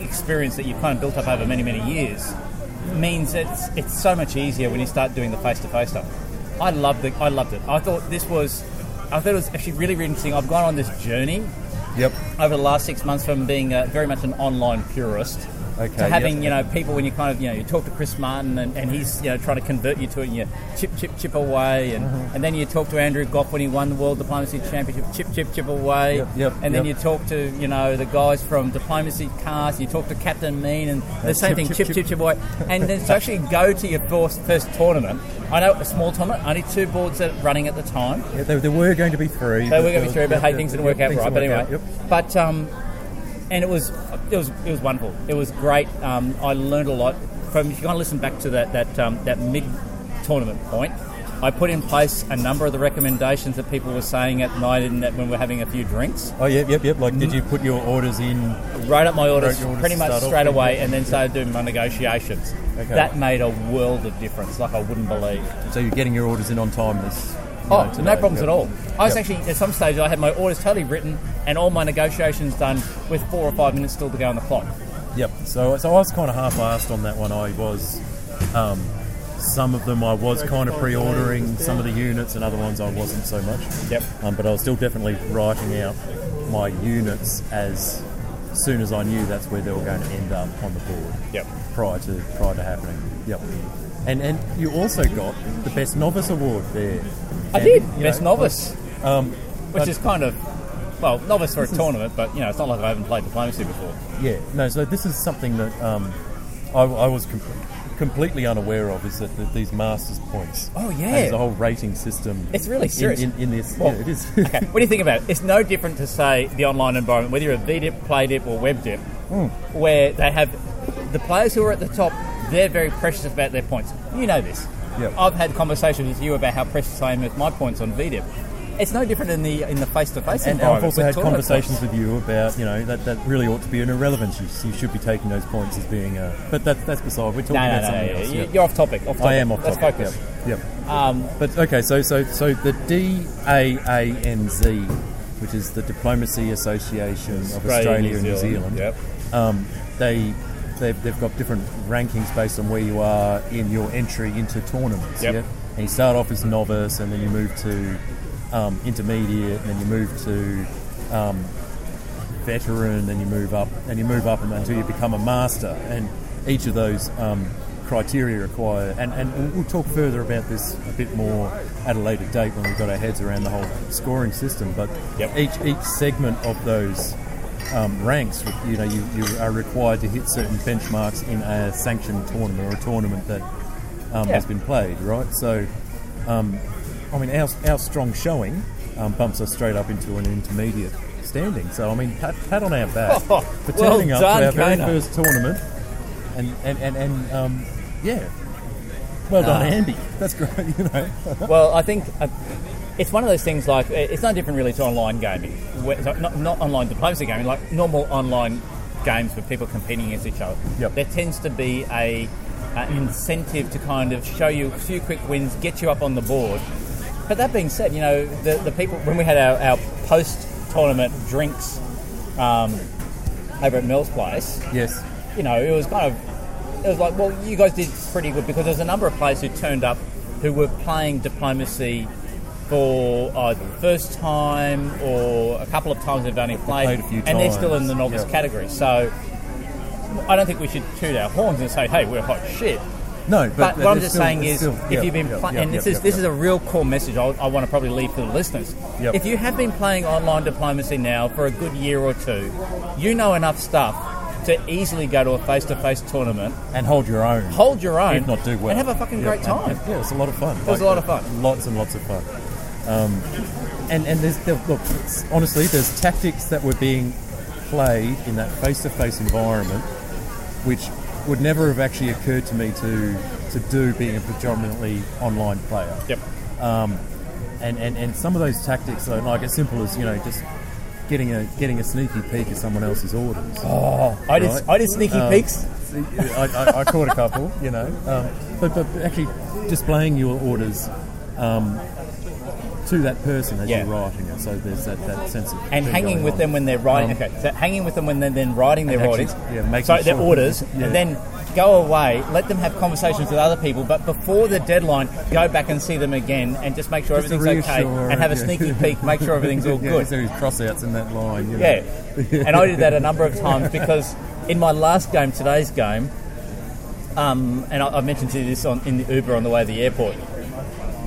Speaker 1: experience that you've kind of built up over many, many years means it's it's so much easier when you start doing the face to face stuff. I loved it. I loved it. I thought this was, I thought it was actually really, really interesting. I've gone on this journey.
Speaker 2: Yep.
Speaker 1: Over the last six months, from being uh very much an online purist
Speaker 2: Okay,
Speaker 1: to having
Speaker 2: yep.
Speaker 1: you know people when you kind of you know you talk to Chris Martin and, and he's you know trying to convert you to it and you chip chip chip away and,
Speaker 2: Mhm.
Speaker 1: and then you talk to Andrew Goff when he won the World Diplomacy Championship chip chip chip away
Speaker 2: Yep, yep,
Speaker 1: and then
Speaker 2: yep.
Speaker 1: you talk to you know the guys from Diplomacy Cast you talk to Captain Mean and the
Speaker 2: Yeah,
Speaker 1: same
Speaker 2: chip,
Speaker 1: thing
Speaker 2: chip,
Speaker 1: chip
Speaker 2: chip.
Speaker 1: chip chip away and then to actually go to your first first tournament I know a small tournament only two boards are running at the time
Speaker 2: yeah, there, there were going to be three.
Speaker 1: they
Speaker 2: but
Speaker 1: were going to be through,
Speaker 2: there-
Speaker 1: but
Speaker 2: uh, yeah,
Speaker 1: hey,
Speaker 2: yeah,
Speaker 1: things didn't
Speaker 2: yeah,
Speaker 1: work out
Speaker 2: things
Speaker 1: right. But
Speaker 2: didn't
Speaker 1: anyway,
Speaker 2: work out, yep.
Speaker 1: but um, and it was it was it was wonderful. It was great. Um, I learned a lot from. If you kind of listen back to that that um, that mid tournament point, I put in place a number of the recommendations that people were saying at night in that when we're having a few drinks.
Speaker 2: Oh yeah, yep, yep. Like,
Speaker 1: Mm-hmm.
Speaker 2: did you put your orders in?
Speaker 1: Wrote up my orders,
Speaker 2: Wrote your
Speaker 1: pretty
Speaker 2: to
Speaker 1: much
Speaker 2: start off
Speaker 1: straight
Speaker 2: with?
Speaker 1: away, and then started doing my negotiations.
Speaker 2: Okay.
Speaker 1: That made a world of difference, like I wouldn't believe.
Speaker 2: So you're getting your orders in on time. This. you
Speaker 1: Oh,
Speaker 2: know, today.
Speaker 1: no problems
Speaker 2: Yep.
Speaker 1: at all. I was
Speaker 2: Yep.
Speaker 1: actually at some stage I had my orders totally written and all my negotiations done with four or five minutes still to go on the clock.
Speaker 2: Yep. So, so I was kind of half-assed on that one. I was. Um, some of them I was kind of pre-ordering some of the units, and other ones I wasn't so much.
Speaker 1: Yep.
Speaker 2: Um, but I was still definitely writing out my units as soon as I knew that's where they were going to end up on the board.
Speaker 1: Yep.
Speaker 2: Prior to prior to happening. Yep. And and you also got the best novice award there.
Speaker 1: I
Speaker 2: And,
Speaker 1: did,
Speaker 2: you
Speaker 1: best
Speaker 2: know,
Speaker 1: novice.
Speaker 2: Um,
Speaker 1: which
Speaker 2: but-
Speaker 1: is kind of well, novice for a tournament, but you know, it's not like I haven't played diplomacy before.
Speaker 2: Yeah, no, so this is something that um, I, I was com- completely unaware of is that, that these master's points.
Speaker 1: Oh, yeah.
Speaker 2: And There's a whole rating system.
Speaker 1: It's really
Speaker 2: in-
Speaker 1: serious.
Speaker 2: In, in, this.
Speaker 1: Well,
Speaker 2: yeah, it is.
Speaker 1: okay. What do you think about it? It's no different to say the online environment, whether you're a VDIP, PlayDIP, or WebDIP,
Speaker 2: Hmm.
Speaker 1: where they have the players who are at the top. They're very precious about their points. You know this.
Speaker 2: Yep.
Speaker 1: I've had conversations with you about how precious I am with my points on VDIP. It's no different in the in the face to face
Speaker 2: And
Speaker 1: environment.
Speaker 2: I've also
Speaker 1: with
Speaker 2: had
Speaker 1: tournament
Speaker 2: conversations with you about, you know, that, that really ought to be an irrelevance. You, you should be taking those points as being a. But that, that's beside. We're talking
Speaker 1: No, no,
Speaker 2: about
Speaker 1: no,
Speaker 2: something
Speaker 1: yeah,
Speaker 2: else.
Speaker 1: you-
Speaker 2: yeah.
Speaker 1: you're off topic, off
Speaker 2: I am off
Speaker 1: topic. Let's
Speaker 2: topic.
Speaker 1: focus.
Speaker 2: Yep.
Speaker 1: points.
Speaker 2: yep.
Speaker 1: Um,
Speaker 2: But okay, so so so the D A A N Z, which is the Diplomacy Association of
Speaker 1: Australia and
Speaker 2: Australia and
Speaker 1: New
Speaker 2: New
Speaker 1: Zealand,
Speaker 2: Zealand. Um, they they've, they've got different rankings based on where you are in your entry into tournaments.
Speaker 1: Yep.
Speaker 2: Yeah? And you start off as novice, and then you move to um, intermediate, and then you move to um, veteran, and you move up, and you move up until you become a master. And each of those um, criteria require, and, and we'll- we'll talk further about this a bit more at a later date when we've got our heads around the whole scoring system. But each each segment of those um, ranks, you know, you, you are required to hit certain benchmarks in a sanctioned tournament or a tournament that um,
Speaker 1: Yeah.
Speaker 2: has been played, right? So, um, I mean, our, our strong showing um, bumps us straight up into an intermediate standing. So, I mean, pat, pat on our back
Speaker 1: Oh,
Speaker 2: for
Speaker 1: well
Speaker 2: turning up
Speaker 1: done,
Speaker 2: to our very
Speaker 1: Kona.
Speaker 2: first tournament. And, and, and, and um, yeah. Well done,
Speaker 1: Ah.
Speaker 2: Andy. That's great, you know.
Speaker 1: well, I think uh, it's one of those things like it's no different really to online gaming, where, so not, not online diplomacy gaming, like normal online games where people competing against each other. There tends to be a an incentive to kind of show you a few quick wins, get you up on the board. But that being said, you know the, the people when we had our, our post tournament drinks um, over at Mill's place.
Speaker 2: Yes.
Speaker 1: You know it was kind of it was like well you guys did pretty good because there's a number of players who turned up who were playing diplomacy for either the first time or a couple of times they've only played,
Speaker 2: Played a few
Speaker 1: and they're still
Speaker 2: times.
Speaker 1: in the novice
Speaker 2: Yeah.
Speaker 1: category. So I don't think we should toot our horns and say, "Hey, we're hot shit."
Speaker 2: No,
Speaker 1: but,
Speaker 2: but- but
Speaker 1: what I'm
Speaker 2: it's
Speaker 1: just
Speaker 2: still-
Speaker 1: saying
Speaker 2: it's
Speaker 1: is,
Speaker 2: still-
Speaker 1: if
Speaker 2: yeah,
Speaker 1: you've been
Speaker 2: yeah,
Speaker 1: playing,
Speaker 2: yeah,
Speaker 1: and this
Speaker 2: yeah,
Speaker 1: is this is a real core message I, I want to probably leave to the listeners.
Speaker 2: Yep.
Speaker 1: If you have been playing online diplomacy now for a good year or two, you know enough stuff to easily go to a face-to-face tournament
Speaker 2: and hold your own.
Speaker 1: Hold your own,
Speaker 2: If not, do well.
Speaker 1: and have a fucking
Speaker 2: Yeah,
Speaker 1: great
Speaker 2: and-
Speaker 1: time.
Speaker 2: and- yeah, it's a lot of fun.
Speaker 1: It was a lot of fun.
Speaker 2: Lots and lots of fun. Um, and and there's there, look, it's- honestly, there's tactics that were being played in that face-to-face environment, which would never have actually occurred to me to to do being a predominantly online player.
Speaker 1: Yep.
Speaker 2: Um, and, and, and some of those tactics are like as simple as you know just getting a getting a sneaky peek at someone else's orders.
Speaker 1: Oh, I did- I did sneaky
Speaker 2: Um,
Speaker 1: peeks.
Speaker 2: I, I, I caught a couple, you know. Um, but, but actually, displaying your orders um, to that person as
Speaker 1: Yeah.
Speaker 2: you're writing it, so there's that, that sense of
Speaker 1: and
Speaker 2: thing
Speaker 1: hanging
Speaker 2: going
Speaker 1: with
Speaker 2: on.
Speaker 1: them when they're writing.
Speaker 2: Um,
Speaker 1: okay, so hanging with them when they're then writing their
Speaker 2: And actually,
Speaker 1: orders.
Speaker 2: yeah, making
Speaker 1: sorry, their
Speaker 2: sure.
Speaker 1: orders,
Speaker 2: Yeah.
Speaker 1: and then go away. Let them have conversations with other people, but before the deadline, go back and see them again, and just make sure
Speaker 2: just to
Speaker 1: everything's okay,
Speaker 2: reassure,
Speaker 1: and have a
Speaker 2: yeah.
Speaker 1: sneaky peek, make sure everything's all
Speaker 2: Yeah,
Speaker 1: good.
Speaker 2: So cross-outs in that line. you know.
Speaker 1: Yeah. And I did that a number of times because in my last game, today's game, um, and I, I mentioned to you this on, in the Uber on the way to the airport,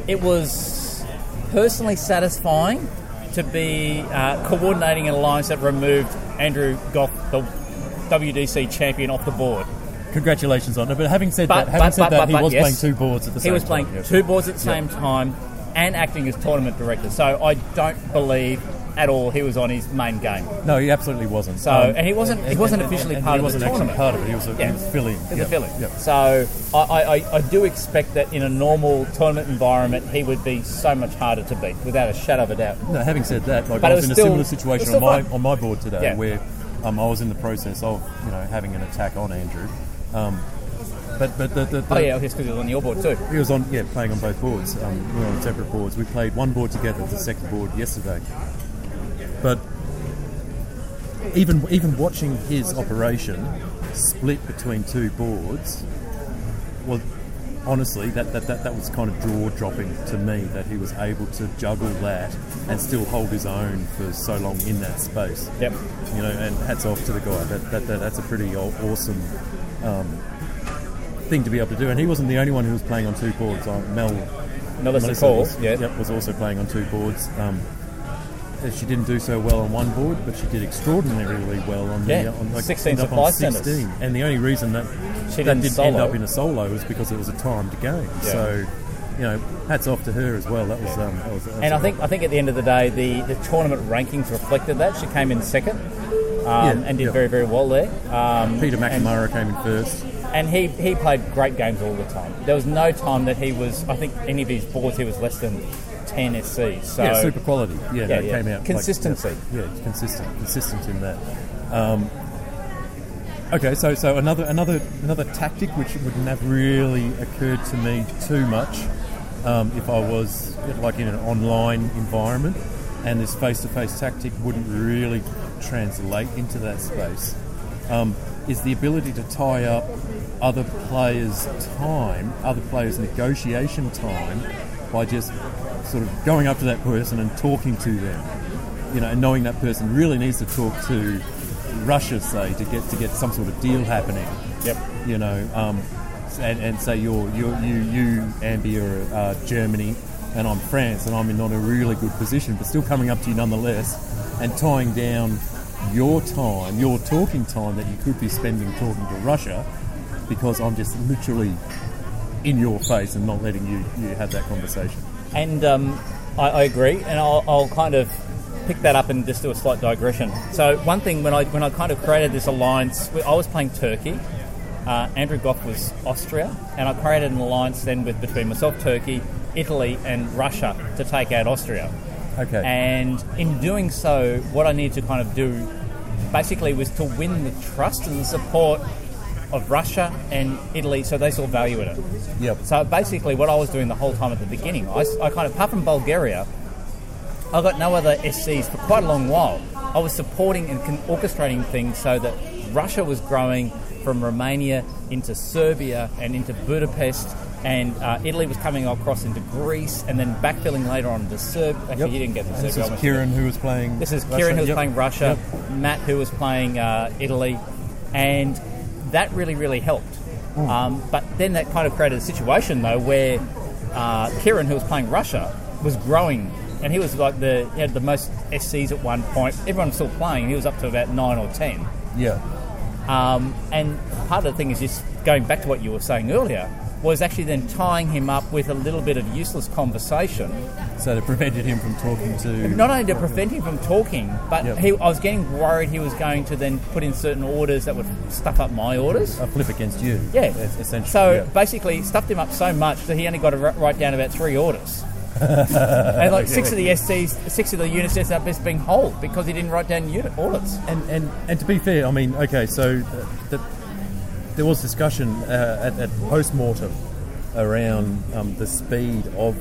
Speaker 1: it was personally satisfying to be uh, coordinating an alliance that removed Andrew Goff, the WDC champion, off the board.
Speaker 2: Congratulations on it. But having said that, having said that, he was playing two boards at the
Speaker 1: he
Speaker 2: same time.
Speaker 1: was playing
Speaker 2: yes.
Speaker 1: two boards at the
Speaker 2: Yeah.
Speaker 1: same time and acting as tournament director. So I don't believe at all he was on his main game.
Speaker 2: No, he absolutely wasn't. Um,
Speaker 1: So and he wasn't he wasn't officially part of the tournament.
Speaker 2: Part of it, he was, a,
Speaker 1: Yeah.
Speaker 2: he was filling.
Speaker 1: He was
Speaker 2: yeah,
Speaker 1: a filling.
Speaker 2: yeah.
Speaker 1: So I, I, I- I do expect that in a normal tournament environment he would be so much harder to beat, without a shadow of a doubt.
Speaker 2: No, having said that, like
Speaker 1: But it
Speaker 2: I was,
Speaker 1: was
Speaker 2: in
Speaker 1: still-
Speaker 2: a similar
Speaker 1: it
Speaker 2: situation
Speaker 1: was
Speaker 2: on
Speaker 1: still
Speaker 2: my
Speaker 1: fun.
Speaker 2: on my board today
Speaker 1: Yeah.
Speaker 2: where um, I was in the process of you know having an attack on Andrew. Um, but but the, the, the
Speaker 1: Oh, yeah, yes, 'cause he was on your board too.
Speaker 2: He was on yeah playing on both boards. Um, we were on separate boards. We played one board together, the second board yesterday. But even even watching his operation split between two boards, well, honestly, that, that, that, that was kind of jaw dropping to me that he was able to juggle that and still hold his own for so long in that space.
Speaker 1: Yep.
Speaker 2: You know, and hats off to the guy. That, that, that that's a pretty aw- awesome. Um, thing to be able to do and he wasn't the only one who was playing on two boards like mel
Speaker 1: Melissa Cole,
Speaker 2: was, yep, was also playing on two boards um, uh, she didn't do so well on one board, but she did extraordinarily well on
Speaker 1: Yeah,
Speaker 2: the uh, on like,
Speaker 1: 16
Speaker 2: ended up
Speaker 1: supply
Speaker 2: on
Speaker 1: centers.
Speaker 2: 16. And the only reason that
Speaker 1: She
Speaker 2: she
Speaker 1: didn't
Speaker 2: that didn't end
Speaker 1: solo.
Speaker 2: up in a solo was because it was a timed game.
Speaker 1: Yeah.
Speaker 2: So, you know, hats off to her as well. That was, um, that was that was
Speaker 1: And I
Speaker 2: a-
Speaker 1: think I think at the end of the day, the, the tournament rankings reflected that. She came in second um,
Speaker 2: Yeah,
Speaker 1: and did
Speaker 2: yeah.
Speaker 1: very very well there. Um,
Speaker 2: Peter
Speaker 1: and-
Speaker 2: McNamara came in first.
Speaker 1: and he, he played great games all the time. There was no time that he was. I think any of his boards he was less than ten SC. So
Speaker 2: yeah, super quality. Yeah,
Speaker 1: yeah,
Speaker 2: that came out like-
Speaker 1: consistency.
Speaker 2: yeah, yeah, consistent, consistent in that. Um, okay, so so another another another tactic which wouldn't have really occurred to me too much um, if I was like in an online environment, and this face to face tactic wouldn't really translate into that space. um, is the ability to tie up other players' time, other players' negotiation time, by just sort of going up to that person and talking to them. You know, and knowing that person really needs to talk to Russia, say, to get to get some sort of deal happening.
Speaker 1: Yep.
Speaker 2: You know, um, and, and say you're, you're you you Ambi are uh, Germany, and I'm France, and I'm in not a really good position, but still coming up to you nonetheless, and tying down your time, your talking time that you could be spending talking to Russia, because I'm just literally in your face and not letting you you have that conversation.
Speaker 1: And um, I, I agree, and I'll, I'll kind of pick that up and just do a slight digression. So one thing when I when I kind of created this alliance, I was playing Turkey. Uh, Andrew Goff was Austria, and I created an alliance then with between myself, Turkey, Italy, and Russia to take out Austria.
Speaker 2: Okay.
Speaker 1: And in doing so, what I need to kind of do basically was to win the trust and the support of Russia and Italy, so they saw value in it.
Speaker 2: Yep.
Speaker 1: So basically, what I was doing the whole time at the beginning, I, I kind of, apart from Bulgaria, I got no other SCs for quite a long while. I was supporting and con- orchestrating things so that Russia was growing from Romania into Serbia and into Budapest, and uh, Italy was coming across into Greece, and then backfilling later on into Serbia. Actually, you didn't get the
Speaker 2: And
Speaker 1: Serbia.
Speaker 2: this
Speaker 1: I
Speaker 2: is
Speaker 1: almost
Speaker 2: Kieran
Speaker 1: forgot.
Speaker 2: who was playing.
Speaker 1: This is
Speaker 2: Mm. Russia.
Speaker 1: Kieran who was
Speaker 2: Yep.
Speaker 1: playing Russia, Matt who was playing uh, Italy, and that really, really helped.
Speaker 2: Mm.
Speaker 1: Um, but then that kind of created a situation though where uh, Kieran, who was playing Russia, was growing, and he was like the he had the most SCs at one point. Everyone was still playing. He was up to about nine or ten.
Speaker 2: Yeah.
Speaker 1: Um, and part of the thing is just going back to what you were saying earlier was actually then tying him up with a little bit of useless conversation
Speaker 2: So they prevented him from talking to.
Speaker 1: not only to prevent him from talking, but
Speaker 2: Yep.
Speaker 1: he, I was getting worried he was going to then put in certain orders that would stuff up my orders.
Speaker 2: A flip against you.
Speaker 1: Yeah.
Speaker 2: Es- Oh. Essentially.
Speaker 1: So
Speaker 2: yeah.
Speaker 1: basically, stuffed him up so much that he only got to wri- write down about three orders. and like six of the SCs, six of the units ended up as being whole because he didn't write down unit orders.
Speaker 2: And and and to be fair, I mean, okay, so uh, the, there was discussion uh, at, at post mortem around um, the speed of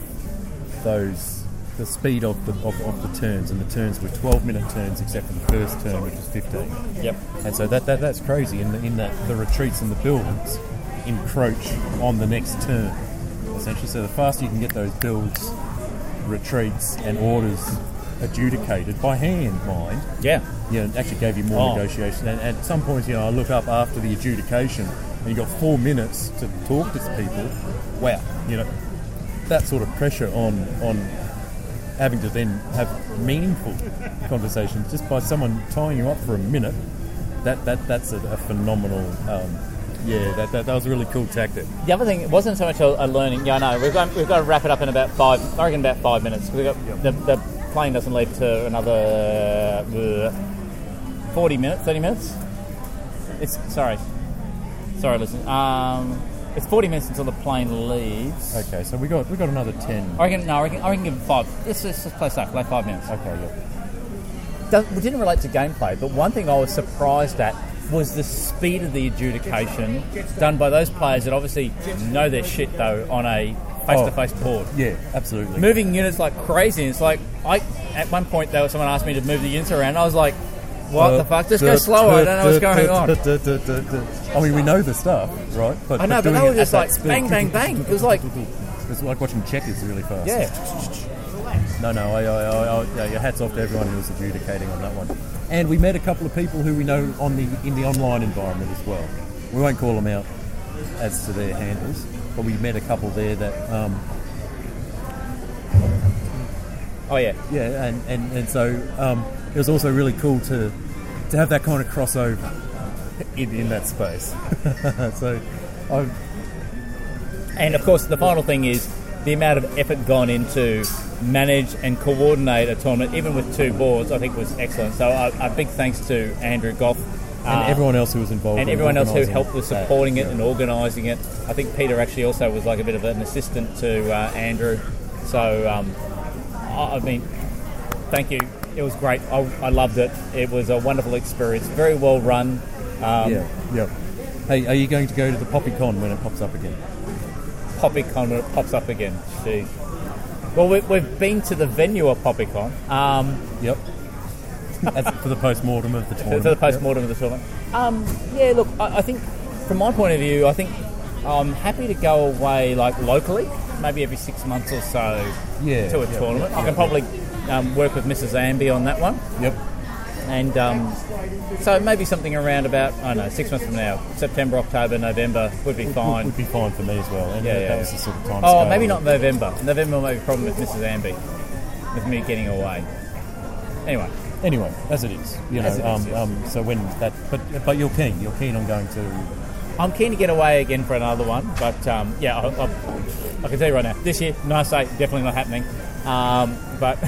Speaker 2: those, the speed of the of, of the turns, and the turns were twelve minute turns, except for the first turn, which was fifteen.
Speaker 1: Yep.
Speaker 2: And so that, that that's crazy. In the, in that the retreats and the builds encroach on the next turn, essentially. So the faster you can get those builds, retreats, and orders adjudicated by hand, mind.
Speaker 1: Yeah.
Speaker 2: You know, it actually gave you more
Speaker 1: Oh.
Speaker 2: negotiation. And at some point, you know, I look up after the adjudication, and you got four minutes to talk to people. Wow. You know, that sort of pressure on on having to then have meaningful conversations just by someone tying you up for a minute. That that that's a, a phenomenal. Um, yeah, that, that that was a really cool tactic.
Speaker 1: The other thing, it wasn't so much a, a learning. Yeah, no, we've got, we've got to wrap it up in about five. I reckon about five minutes. We got the, the plane doesn't leave to another uh, forty minutes, thirty minutes. It's sorry, sorry, listen. Um, it's forty minutes until the plane leaves.
Speaker 2: Okay, so we got we got another ten.
Speaker 1: I reckon. No, I reckon. I reckon give it five. Let's let's just play safe. Like five minutes.
Speaker 2: Okay. Yeah.
Speaker 1: Does, it didn't relate to gameplay, but one thing I was surprised at was the speed of the adjudication done by those players that obviously know their shit though on a face-to-face
Speaker 2: Oh.
Speaker 1: board.
Speaker 2: Yeah, absolutely.
Speaker 1: Moving units like crazy. and It's like I at one point though someone asked me to move the units around. and I was like, what
Speaker 2: Uh,
Speaker 1: the fuck? Just go slower. I don't know what's going on.
Speaker 2: on. I mean, we know the stuff, right?
Speaker 1: I know, but
Speaker 2: doing
Speaker 1: they were
Speaker 2: it
Speaker 1: just
Speaker 2: at
Speaker 1: like
Speaker 2: that
Speaker 1: bang,
Speaker 2: speed-
Speaker 1: bang, bang. It was like-
Speaker 2: it's like watching checkers really fast.
Speaker 1: Yeah.
Speaker 2: No, no. I, I, I, I, yeah, your hats off to everyone who was adjudicating on that one. And we met a couple of people who we know on the in the online environment as well. We won't call them out as to their handles, but we met a couple there that um,
Speaker 1: Oh yeah,
Speaker 2: yeah, and and, and so um, it was also really cool to to have that kind of crossover in, in that space. so, I
Speaker 1: And of course, the final thing is the amount of effort gone into manage and coordinate a tournament, even with two boards, I think was excellent. So a, a big thanks to Andrew Goff.
Speaker 2: And everyone else who was involved
Speaker 1: Ah. and
Speaker 2: in
Speaker 1: everyone else who
Speaker 2: organising
Speaker 1: helped with
Speaker 2: that,
Speaker 1: supporting it
Speaker 2: yeah.
Speaker 1: and organising it. I think Peter actually also was like a bit of an assistant to uh, Andrew. So um, I I mean, thank you. It was great. I, I loved it. It was a wonderful experience. Very well run. Um,
Speaker 2: yeah, yeah. Hey, are you going to go to the PoppyCon when it pops up again?
Speaker 1: PoppyCon when it pops up again. Jeez. Well, we, we've been to the venue of PoppyCon. Um,
Speaker 2: yep. for the post mortem of the
Speaker 1: to
Speaker 2: tournament.
Speaker 1: the post mortem of the tournament. Um, yeah, look, I, I think from my point of view, I think I'm happy to go away like locally, maybe every six months or so
Speaker 2: Yeah,
Speaker 1: to a
Speaker 2: yeah,
Speaker 1: tournament.
Speaker 2: yeah,
Speaker 1: I can
Speaker 2: yeah.
Speaker 1: probably um, work with Mrs. Amby on that one.
Speaker 2: Yep.
Speaker 1: And um, so maybe something around about I don't know six months from now, September, October, November would be
Speaker 2: Would-
Speaker 1: fine.
Speaker 2: would be fine for me as well, and that was the sort of time
Speaker 1: Oh,
Speaker 2: scale.
Speaker 1: maybe not November. November might be a problem with Mrs. Amby, with me getting away. Anyway,
Speaker 2: Anyway, as it is, you know.
Speaker 1: As it is,
Speaker 2: um,
Speaker 1: yes.
Speaker 2: um, so when that, but but you're keen. You're keen on going to.
Speaker 1: I'm keen to get away again for another one, but um, yeah, I, I, I can tell you right now, this year, nice eight, definitely not happening. Um, but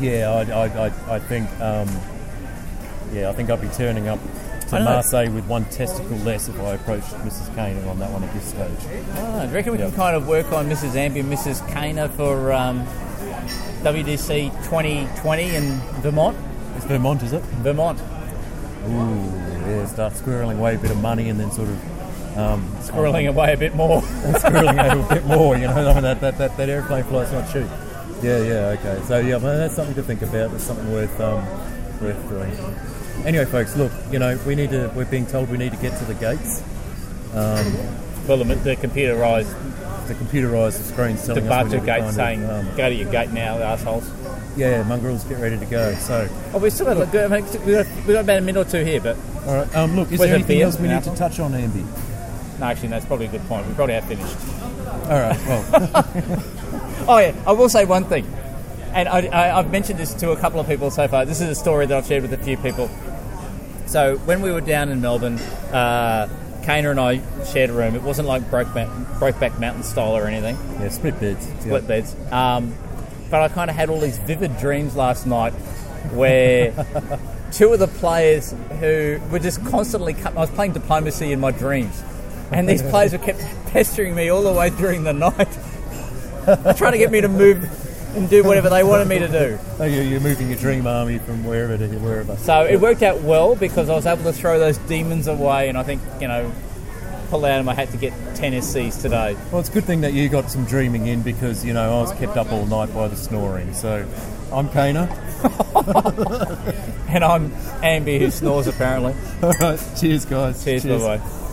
Speaker 2: yeah, I, I, I, I think um, yeah, I think I'd be turning up
Speaker 1: I
Speaker 2: to
Speaker 1: know.
Speaker 2: Marseille with one testicle less if I approached Mrs. Kane on that one at this stage.
Speaker 1: Oh, do you reckon we
Speaker 2: Yeah.
Speaker 1: can kind of work on Mrs. Amby and Mrs. Kana for um, WDC 2020 in Vermont?
Speaker 2: It's Vermont, is it?
Speaker 1: Vermont.
Speaker 2: Ooh, yeah, start squirreling away a bit of money and then sort of um,
Speaker 1: Squirreling away a bit more.
Speaker 2: squirreling away a bit more. You know, I mean, that that that, that airplane flight's not cheap. Yeah, yeah, okay. So yeah, well, that's something to think about. That's something worth um, worth doing. Anyway, folks, look, you know, we need to. We're being told we need to get to the gates. Um,
Speaker 1: well, the, the computerised,
Speaker 2: the computerised screen
Speaker 1: The
Speaker 2: telling us we
Speaker 1: Barter
Speaker 2: need to kind
Speaker 1: Gate
Speaker 2: of,
Speaker 1: saying,
Speaker 2: um,
Speaker 1: go to your gate now, assholes.
Speaker 2: yeah, mongrels, get ready to go. So,
Speaker 1: Oh, we still got, we've got, we've got about a minute or two here, but.
Speaker 2: all right. Um, look, is
Speaker 1: With
Speaker 2: there
Speaker 1: a
Speaker 2: anything
Speaker 1: beer
Speaker 2: else we
Speaker 1: and
Speaker 2: need to touch on, Andy?
Speaker 1: No, actually, that's probably a good point. We probably have finished.
Speaker 2: All right, well.
Speaker 1: oh, yeah, I will say one thing. And I, I, I've mentioned this to a couple of people so far. This is a story that I've shared with a few people. So, when we were down in Melbourne, uh, Kana and I shared a room. It wasn't like Brokeback, Brokeback Mountain style or anything.
Speaker 2: Yeah, split beds.
Speaker 1: Split beds. Um, but I kind of had all these vivid dreams last night where two of the players who were just constantly cut. I was playing diplomacy in my dreams, and these players were kept pestering me all the way during the night, trying to get me to move and do whatever they wanted me to do.
Speaker 2: Oh, you- you're moving your dream army from wherever to wherever.
Speaker 1: So it worked out well because I was able to throw those demons away, and I think you know, pull out of my hat to get ten SCs today.
Speaker 2: Well, it's a good thing that you got some dreaming in because, you know, I was kept up all night by the snoring. So I'm Kana.
Speaker 1: and I'm Ambi who snores apparently.
Speaker 2: All right. Cheers, guys.
Speaker 1: Cheers,
Speaker 2: Cheers.
Speaker 1: bye bye.